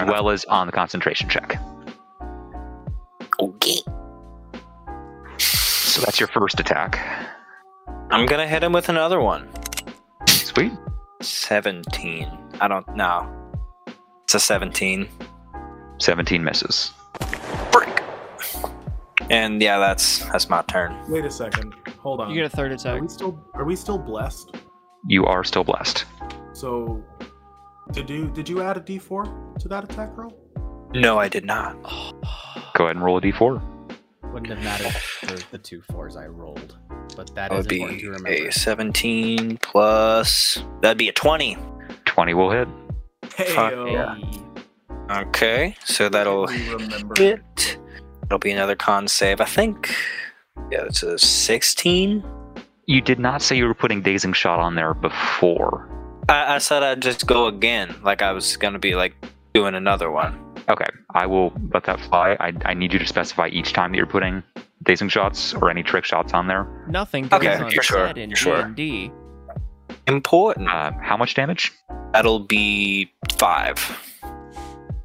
S6: enough.
S2: well as on the concentration check.
S6: Okay.
S2: So that's your first attack.
S6: I'm gonna hit him with another one.
S2: Sweet.
S6: Seventeen. I don't know. It's a seventeen.
S2: 17 misses.
S6: Frick. And yeah, that's that's my turn.
S7: Wait a second. Hold on.
S1: You get a third
S7: are
S1: attack.
S7: we still are we still blessed?
S2: You are still blessed.
S7: So did you did you add a D four to that attack roll?
S6: No, I did not.
S2: Go ahead and roll a D4.
S3: Wouldn't have mattered for the two fours I rolled, but that
S6: That
S3: is
S6: would
S3: important
S6: be
S3: to remember.
S6: a 17 plus. That'd be a 20.
S2: 20 will hit.
S7: Hey, oh,
S6: Fuck
S7: yo.
S6: Okay, so that'll
S7: I remember.
S6: hit. It'll be another con save, I think. Yeah, it's a 16.
S2: You did not say you were putting Dazing Shot on there before.
S6: I, I said I'd just go again. Like I was gonna be like doing another one.
S2: Okay, I will let that fly. I, I need you to specify each time that you're putting Dazing Shots or any trick shots on there.
S1: Nothing goes
S6: Okay,
S1: on
S6: you're sure,
S1: set in
S6: you're sure.
S1: D&D.
S6: Important.
S2: Uh, how much damage?
S6: That'll be five.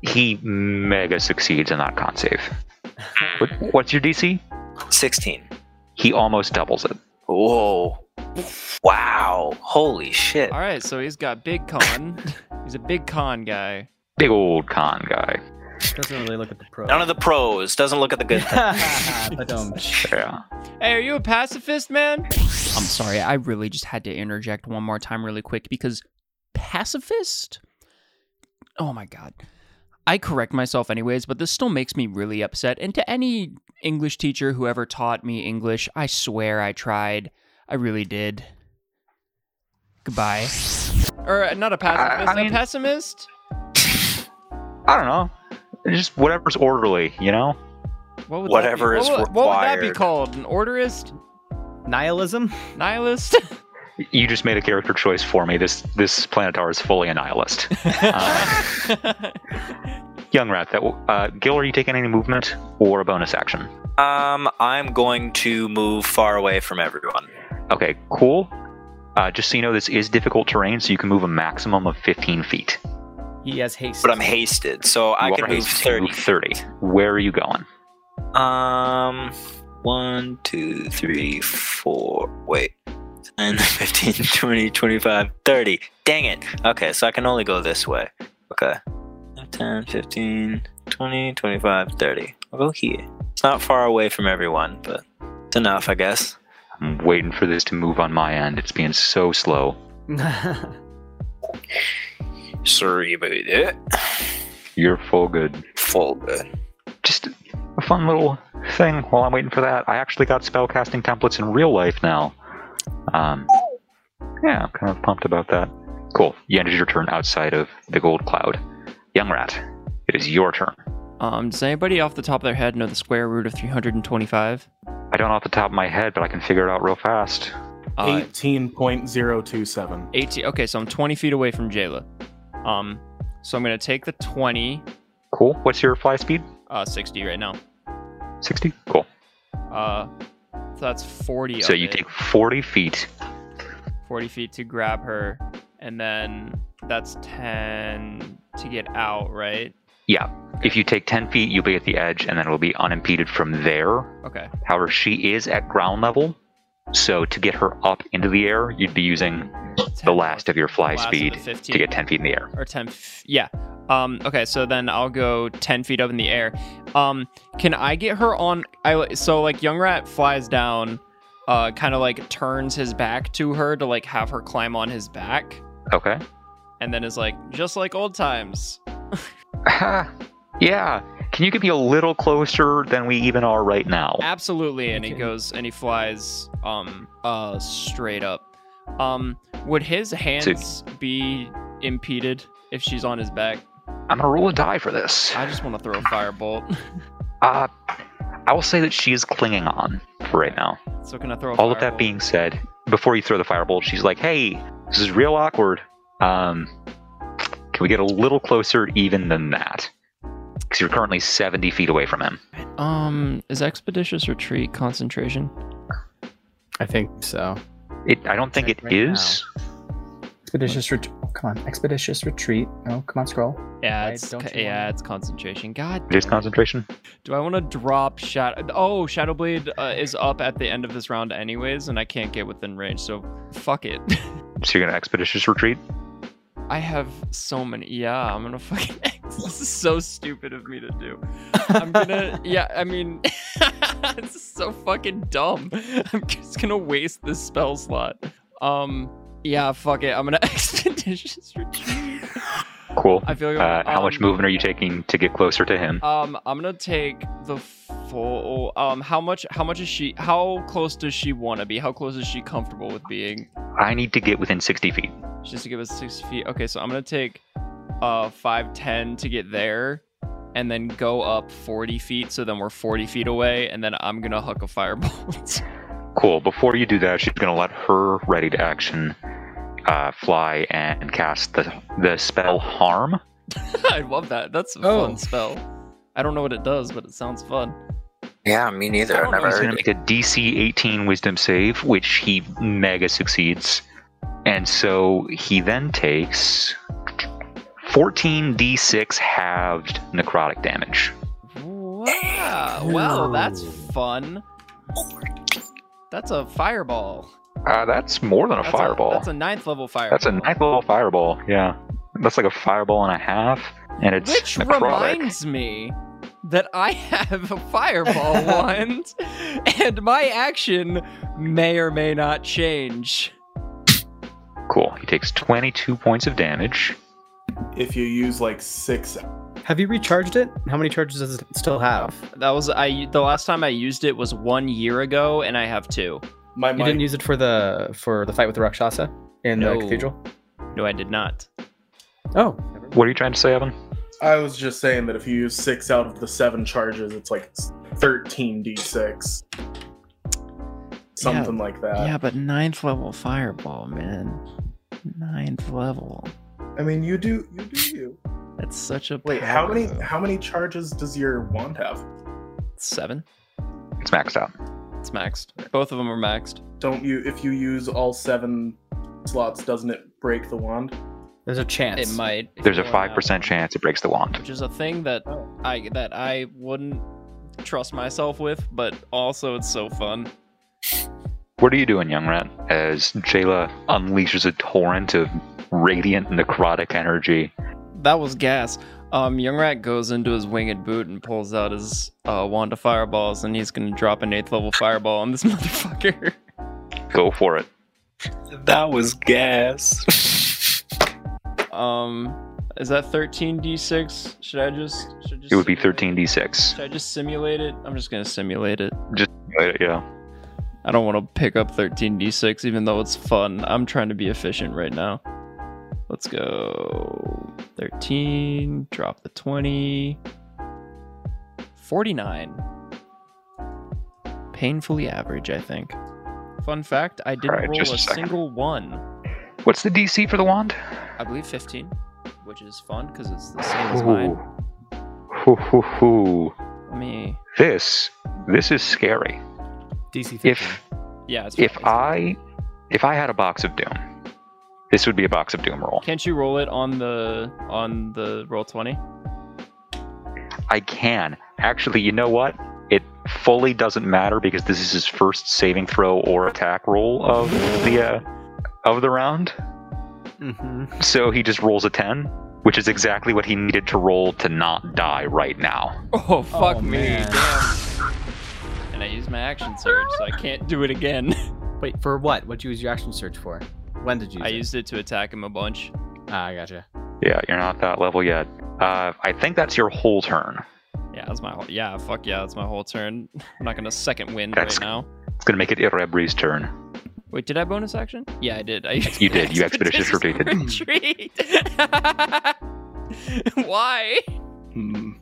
S2: He mega succeeds in that con save. What, what's your DC?
S6: 16.
S2: He almost doubles it.
S6: Whoa. Wow. Holy shit.
S1: All right, so he's got big con. (laughs) he's a big con guy.
S2: Big old con guy.
S3: Doesn't really look at the pro. um, (laughs)
S6: None of the pros doesn't look at the good.
S3: Ba-dum.
S2: Yeah.
S1: Hey, are you a pacifist, man? I'm sorry, I really just had to interject one more time, really quick, because pacifist? Oh my god. I correct myself anyways, but this still makes me really upset. And to any English teacher who ever taught me English, I swear I tried. I really did. Goodbye. Or uh, not a pacifist,
S2: I mean-
S1: a pessimist?
S2: I don't know. Just whatever's orderly, you know?
S1: What would
S6: Whatever
S1: that be?
S6: is
S1: what, would- What would that be
S6: required.
S1: called? An orderist?
S3: Nihilism?
S1: Nihilist?
S2: You just made a character choice for me. This this planetar is fully Uh, a nihilist. Young Rat, that w- uh, Gil, are you taking any movement or a bonus action?
S6: um, I'm going to move far away from everyone.
S2: Okay, cool. Uh, just so you know, this is difficult terrain, so you can move a maximum of 15 feet.
S3: He has haste.
S6: But I'm hasted, so I
S2: You
S6: can
S2: are
S6: move
S2: able to
S6: 30.
S2: move 30. Where are you going?
S6: Um, one, two, three, four. Wait. (laughs) 10, 15, 20, 25, 30. Dang it. Okay, so I can only go this way. Okay. 10, 15, 20, 25, 30. I'll go here. It's not far away from everyone, but it's enough, I guess.
S2: I'm waiting for this to move on my end. It's being so slow.
S6: Sorry about it. uh,
S2: You're full good.
S6: Full good.
S2: Just a fun little thing while I'm waiting for that. I actually got spellcasting templates in real life now. Um, yeah, I'm kind of pumped about that. Cool. You ended your turn outside of the gold cloud. Young Rat, it is your turn.
S1: (laughs) Um, does anybody off the top of their head know the square root of 325?
S2: I don't know off the top of my head, but I can figure it out real fast.
S1: Uh,
S7: 18.027.
S1: 18. Okay, so I'm 20 feet away from Jayla. Um, so I'm going to take the 20,
S2: Cool. What's your fly speed?
S1: uh, 60 right now.
S2: 60? Cool.
S1: Uh, so that's 40.
S2: so
S1: of
S2: you
S1: it.
S2: take 40 feet.
S1: 40 feet to grab her, and then that's 10 to get out, right?
S2: Yeah. If you take 10 feet, you'll be at the edge, and then it'll be unimpeded from there.
S1: Okay.
S2: However, she is at ground level. So to get her up into the air, you'd be using
S1: 10
S2: the last of your fly
S1: last of the
S2: speed
S1: 15.
S2: to get 10 feet in the air.
S1: or 10 f- yeah um okay so then i'll go 10 feet up in the air um can i get her on i so like young rat flies down uh kind of like turns his back to her to like have her climb on his back
S2: Okay. (laughs)
S1: and then is like just like old times
S2: yeah. Can you get me a little closer than we even are right now?
S1: absolutely and he goes and he flies um uh straight up um would his hands be impeded if she's on his back
S2: I'm going to roll a die for this.
S1: i just want to throw
S2: (laughs)
S1: a firebolt
S2: Uh, I will say that she is clinging on for right now.
S1: so can i throw a
S2: All of that
S1: firebolt?
S2: being said, before you throw the firebolt, she's like, "Hey, this is real awkward. Um, can we get a little closer, even than that? Because you're currently 70 feet away from him.
S1: Um, is expeditious retreat concentration?
S3: (laughs) I think so.
S2: It, I don't think it
S3: Check
S2: is.
S3: right
S8: Expeditious retreat. Oh, come on, expeditious retreat. No, come on, scroll.
S1: Yeah,
S8: Why
S1: it's
S8: don't
S1: co-
S8: you
S1: yeah,
S8: wanna-
S1: it's concentration. God,
S2: It is
S1: damn it.
S2: concentration.
S1: do I want to drop shadow? Oh, Shadowblade uh, is up at the end of this round, anyways, and I can't get within range, so fuck it. (laughs)
S2: So you're gonna expeditious retreat.
S1: I have so many. Yeah, I'm gonna fucking. (laughs)
S8: (laughs)
S1: this is so stupid of me to do. I'm gonna. Yeah, I mean, (laughs) this is so fucking dumb. (laughs) I'm just gonna waste this spell slot. Um, yeah, fuck it. I'm gonna (laughs) expeditious retreat.
S2: Cool.
S1: I feel like
S2: Uh, how much
S1: um,
S2: movement are you taking to get closer to him?
S1: Um, I'm gonna take the full. Um, how much? How much is she? How close does she want to be? How close is she comfortable with being?
S2: I need to get within 60 feet.
S1: Just to give us sixty feet. Okay, so I'm gonna take, uh, five ten to get there, and then go up forty feet. So then we're forty feet away, and then I'm gonna huck a firebolt. (laughs)
S2: Cool. Before you do that, she's going to let her ready to action uh, fly and cast the, the spell harm.
S1: I love that. That's a
S3: Oh.
S1: fun spell. I don't know what it does, but it sounds fun.
S6: Yeah, me
S1: I
S6: neither.
S1: don't
S6: I've
S1: know.
S6: never
S2: He's going
S6: heard
S2: to
S6: it.
S2: make a DC 18 wisdom save, which he mega succeeds. And so he then takes 14d6 halved necrotic damage.
S1: Wow. Well, that's fun. That's a fireball.
S2: Uh, that's more than a
S1: That's
S2: fireball.
S1: that's a ninth level fireball.
S2: That's a ninth level fireball. Yeah, that's like a fireball and a half, and it's
S1: Which
S2: necrotic.
S1: reminds me that I have a
S2: (laughs)
S1: fireball wand, and my action may or may not change.
S2: Cool. He takes 22 points of damage.
S7: If you use like six,
S3: Have you recharged it? How many charges does it still have?
S1: That was I. The last time I used it was one year ago, and I have two.
S7: my
S3: You
S7: mic-
S3: didn't use it for the for the fight with the Rakshasa in
S1: No.
S3: the cathedral?
S1: No, I did not.
S3: Oh,
S2: What are you trying to say, Evan?
S7: I was just saying that if you use six out of the seven charges, it's like 13d6. Something like that.
S1: but ninth level fireball, man. Ninth level.
S7: I mean, you do, you do, you.
S1: That's such a
S7: Wait, how many, how many charges does your wand have?
S1: Seven.
S2: It's maxed out.
S1: It's maxed. Both of them are maxed.
S7: Don't you, if you use all seven slots, doesn't it break the wand?
S3: there's a chance.
S1: It might. if
S2: There's
S1: you
S2: a
S1: want
S2: five
S1: that
S2: percent
S1: one.
S2: chance it breaks the wand.
S1: which is a thing that
S7: Oh.
S1: I that I wouldn't trust myself with, but also it's so fun.
S2: What are you doing, young rat? As Jayla unleashes a torrent of radiant necrotic energy.
S1: That was gas. Um, Young Rat goes into his winged boot and pulls out his uh, wand of fireballs, and he's gonna drop an eighth level fireball on this (laughs) motherfucker.
S2: Go for it.
S6: That was (laughs) gas.
S1: Um, is that thirteen d six? Should I just? Should I just
S2: It would be
S1: simulate
S2: 13d6.
S1: Should I just simulate it? I'm just gonna simulate it.
S2: Uh, Yeah.
S1: I don't want to pick up 13d6, even though it's fun. I'm trying to be efficient right now. Let's go 13, drop the 20, 49. Painfully average, I think. Fun fact I didn't
S2: Alright,
S1: roll
S2: just
S1: a,
S2: a second.
S1: single one.
S2: What's the DC for the wand?
S1: I believe 15, which is fun because it's the same as mine.
S2: Hoo, hoo, hoo.
S1: Let me.
S2: This this is scary.
S3: DC 15.
S2: If
S1: Yeah, it's fine,
S2: if
S1: it's fine.
S2: I if I had a box of doom, this would be a box of doom roll.
S1: Can't you roll it on the on the roll 20?
S2: I can. Actually, you know what? It fully doesn't matter because this is his first saving throw or attack roll of the uh, of the round.
S3: Mhm.
S2: So he just rolls a 10, which is exactly what he needed to roll to not die right now.
S1: Oh fuck me,
S3: man.
S1: damn. And I used my action surge, so I can't do it again.
S3: Wait, for what? What'd you use your action search for? When did you use
S1: I
S3: it?
S1: used it to attack him a bunch.
S3: Ah, I gotcha.
S2: Yeah, you're not that level yet. Uh, I think that's your whole turn.
S1: Yeah, that's my whole yeah, fuck yeah, that's my whole turn. (laughs) I'm not gonna second wind
S2: That's-
S1: right now.
S2: It's gonna make it Irebri's turn.
S1: Wait, did I bonus action? Yeah, I did. I used
S2: You did. You
S1: (laughs)
S2: expeditious
S1: retreat. Why?
S7: Hmm.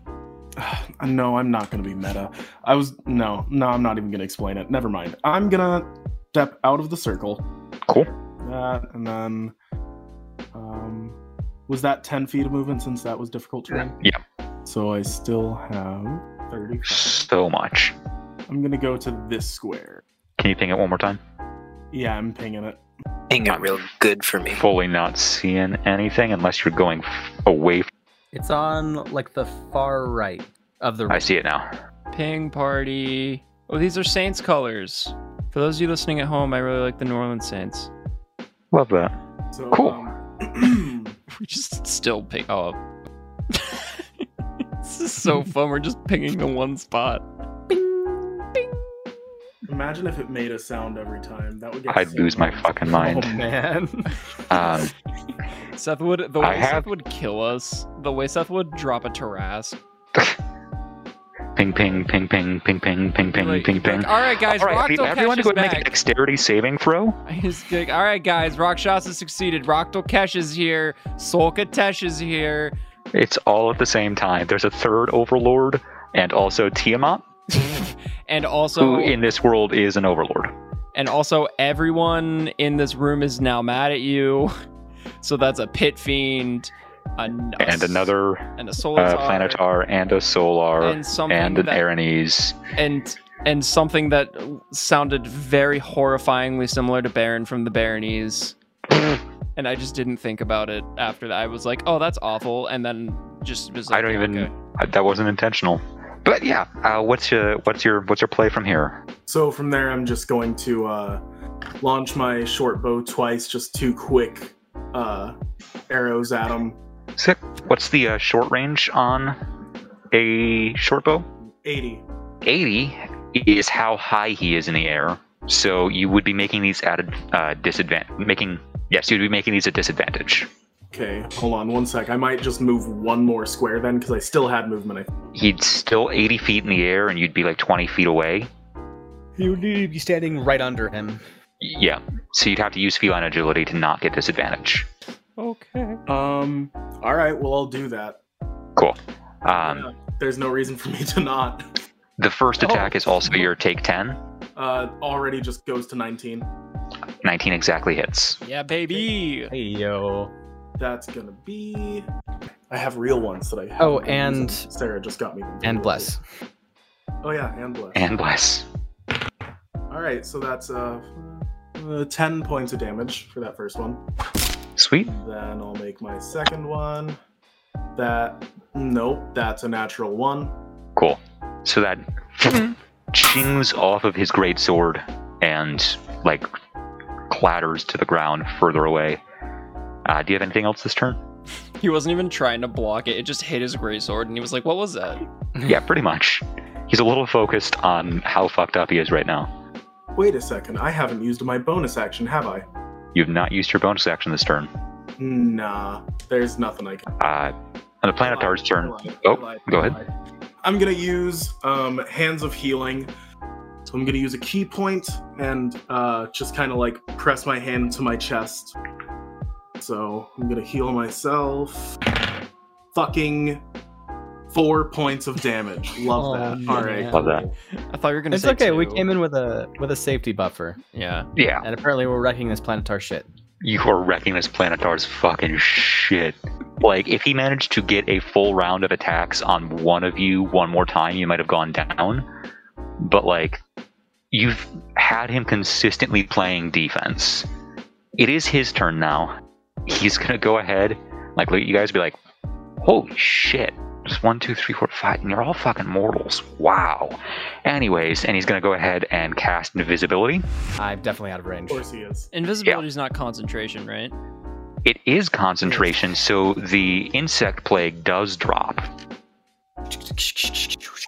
S7: (sighs) No, I'm not going to be meta. I was no, no, I'm not even going to explain it. Never mind. I'm going to step out of the circle.
S2: Cool.
S7: That and then, um, was that 10 feet of movement since that was difficult terrain?
S2: Yeah.
S7: So I still have 35.
S2: So much.
S7: I'm going to go to this square.
S2: Can you ping it one more time?
S7: Yeah, I'm pinging it.
S6: Being it real good for me.
S2: Fully not seeing anything unless you're going f- away. From-
S3: It's on like the far right of the.
S2: I see it now.
S1: Ping party. Oh, these are Saints colors. For those of you listening at home, I really like the New Orleans Saints. (laughs)
S2: Love that.
S7: So,
S2: Cool.
S7: um, (clears throat)
S1: We just still ping. Oh. (laughs) this is so fun. We're just pinging the one spot. Bing, bing,
S7: Imagine if it made a sound every time. That would get.
S2: I'd
S7: so
S2: lose my
S7: annoying.
S2: fucking mind.
S7: Oh, man.
S4: Man.
S2: Um,
S1: Seth would the
S2: I
S1: way
S2: have-
S1: Seth would kill us. The way Seth would drop a terrace.
S2: ping, ping, ping, ping, ping, ping, ping, ping,
S1: Like,
S2: ping, ping.
S1: like, all right, guys,
S2: All right, I need
S1: Rockdale
S2: everyone to
S1: Cash
S2: go
S1: is
S2: and make a
S1: back. (laughs)
S2: dexterity saving throw.
S1: He's like, all right, guys, Rakshasa succeeded. Rockdale Cash is here. Solka Tesh is here. (laughs)
S2: It's all at the same time. There's a third overlord and also Tiamat,
S1: And
S2: who
S1: also,
S2: in this world is an overlord.
S1: and also, everyone in this room is now mad at you. (laughs) So that's a pit fiend, an, a s-
S2: And another
S1: and a
S2: uh,
S1: solitar,
S2: Planetar and a Solar
S1: and something
S2: and an
S1: that-
S2: Aranese.
S1: and and something that sounded very horrifyingly similar to Baron from the (laughs) Baronies. and I just didn't think about it after that. I was like, "Oh, that's awful," and then just was like,
S2: I don't even.
S1: okay.
S2: I- Uh, That wasn't intentional. But yeah, uh, what's your what's your what's your play from here?
S7: So from there, I'm just going to uh, launch my short bow twice, just two quick uh, arrows at him.
S2: Sick. What's the uh, short range on a short bow?
S7: 80.
S2: 80 is how high he is in the air. So you would be making these at a uh, disadvantage. Making yes, you'd be making these a disadvantage.
S7: Okay, hold on one sec. I might just move one more square then, because I still had movement. I-
S2: He'd still 80 feet in the air, and you'd be like 20 feet away.
S3: (laughs) You need to be standing right under him.
S2: Yeah. So you'd have to use feline agility to not get disadvantage.
S1: okay.
S7: Um. All right. Well, I'll do that.
S2: Cool. Um,
S7: Yeah, there's no reason for me to not.
S2: The first
S7: Oh.
S2: attack is also your take 10.
S7: Uh, already just goes to 19.
S2: 19 exactly hits.
S1: Yeah, baby.
S3: Hey yo.
S7: That's gonna be. I have real ones that I. haven't
S3: Oh,
S7: been
S3: and-
S7: using. Sarah just got me. them.
S3: And bless.
S7: Oh yeah, and bless.
S2: And bless.
S7: All right, so that's uh, uh, 10 points of damage for that first one.
S2: Sweet.
S7: Then I'll make my second one. That nope, that's a natural one.
S2: Cool. So that chings off of his great sword and like clatters to the ground further away. Uh, do you have anything else this turn?
S1: He wasn't even trying to block it. It just hit his gray sword, and he was like, "What was that?"
S2: yeah, pretty much. He's a little focused on how fucked up he is right now.
S7: Wait a second, I haven't used my bonus action, have I?
S2: You've not used your bonus action this turn.
S7: Nah, there's nothing I can.
S2: Uh, on the planetar's turn.
S7: I lied, I
S2: Oh,
S7: lied,
S2: go
S7: I
S2: ahead.
S7: lied. I'm gonna use um, hands of healing. So I'm gonna use a key point and uh, just kind of like press my hand to my chest. So I'm gonna heal myself. Fucking four points of damage. Love
S3: Oh,
S7: that.
S3: man.
S7: All right.
S2: Love that.
S1: I thought you were gonna.
S3: It's
S1: say
S3: okay. We
S1: two.
S3: came in with a with a safety buffer,
S1: Yeah.
S2: Yeah,
S3: and apparently we're wrecking this planetar shit.
S2: you are wrecking this planetar's fucking shit. Like, if he managed to get a full round of attacks on one of you one more time, you might have gone down. But, like, you've had him consistently playing defense. It is his turn now. He's going to go ahead, like, look at you guys and be like, holy shit. Just one, two, three, four, five, and you're all fucking mortals. Wow. Anyways, and he's going to go ahead and cast invisibility.
S3: I'm definitely out of range.
S7: Of course he is.
S1: Invisibility is not concentration, right?
S2: It is concentration, so the insect plague does drop.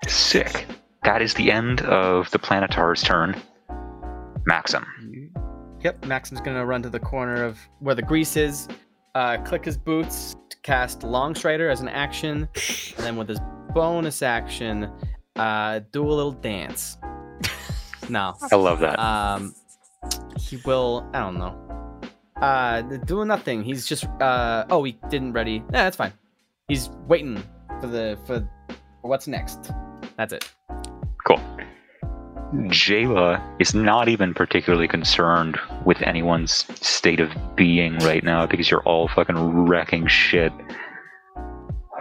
S2: Sick. That is the end of the planetar's turn. Maxim.
S3: Yep, Maxim's gonna run to the corner of where the grease is, uh, click his boots, to cast Long Strider as an action, and then with his bonus action, uh, do a little (laughs) dance. no,
S2: I love that.
S3: um, he will. I don't know. Uh, doing nothing. He's just. Uh, oh, he didn't ready. Yeah, that's fine. He's waiting for the for what's next. That's it.
S2: Cool. Jayla is not even particularly concerned with anyone's state of being right now because you're all fucking wrecking shit.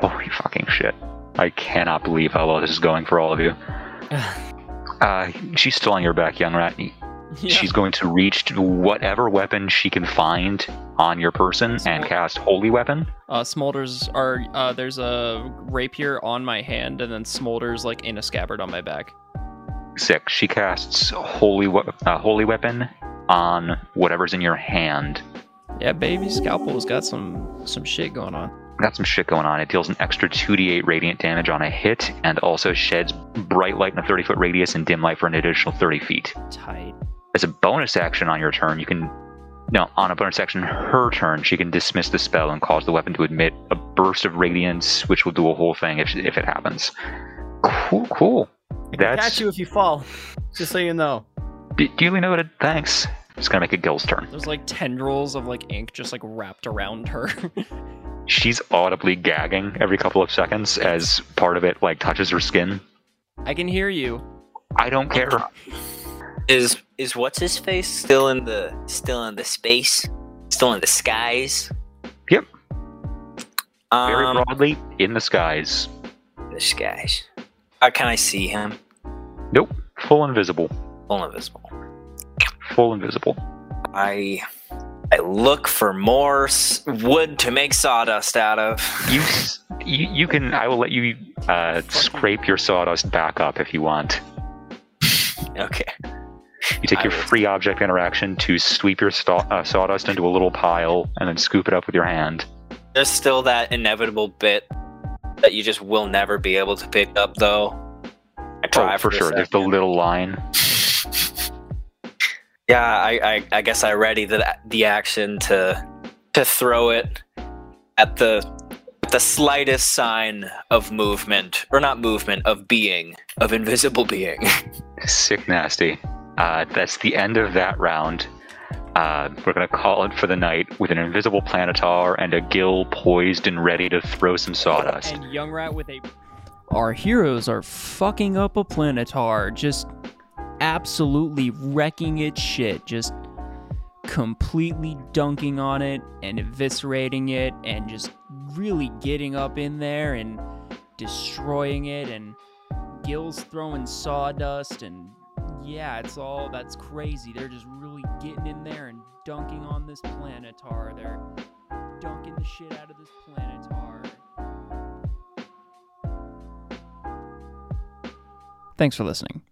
S2: Holy fucking shit. I cannot believe how well this is going for all of you. Uh, she's still on your back, young rat. She's going to reach to whatever weapon she can find on your person and
S1: Small-
S2: cast Holy Weapon.
S1: Uh, smolders are. Uh, there's a rapier on my hand, and then smolders like in a scabbard on my back.
S2: Sick. She casts Holy we- uh, Holy Weapon on whatever's in your hand.
S1: Yeah, baby scalpel's got some some shit going on.
S2: Got some shit going on. It deals an extra 2d8 radiant damage on a hit and also sheds bright light in a 30 foot radius and dim light for an additional 30 feet.
S1: Tight.
S2: As a bonus action on your turn, you can. No, on a bonus action, her turn, she can dismiss the spell and cause the weapon to emit a burst of radiance, which will do a whole thing if, if it happens. Cool, cool. That's.
S3: Catch you if you fall. Just so you know.
S2: Duly noted. Thanks. It's gonna make a Gil's turn.
S1: There's like tendrils of like ink just like wrapped around her. (laughs)
S2: She's audibly gagging every couple of seconds as part of it like touches her skin.
S1: I can hear you.
S2: I don't care.
S6: Is is what's his face still in the still in the space? Still in the skies?
S2: Yep. Very
S6: Um,
S2: broadly in the skies,
S6: the skies. How can I see him?
S2: full invisible,
S6: Full invisible.
S2: full invisible.
S6: I I look for more s- wood to make sawdust out of.
S2: You, s- you, you can. I will let you uh, scrape your sawdust back up if you want.
S6: (laughs) Okay.
S2: You take
S6: I
S2: your
S6: will.
S2: free object interaction to sweep your sta- uh, sawdust into a little pile and then scoop it up with your hand.
S6: There's still that inevitable bit that you just will never be able to pick up, though. I try
S2: Oh, for
S6: a
S2: sure. There's the
S6: second.
S2: little line.
S6: Yeah, I, I, I guess I ready the the action to to throw it at the the slightest sign of movement or not movement of being of invisible being.
S2: Sick nasty. Uh, that's the end of that round. Uh, we're going to call it for the night with an invisible planetar and a gill poised and ready to throw some sawdust.
S1: And young rat with a. Our heroes are fucking up a planetar, just absolutely wrecking its shit, just completely dunking on it and eviscerating it, and just really getting up in there and destroying it, and gills throwing sawdust, and yeah, it's all that's crazy. They're just really getting in there and dunking on this planetar. They're dunking the shit out of this planetar. Thanks for listening.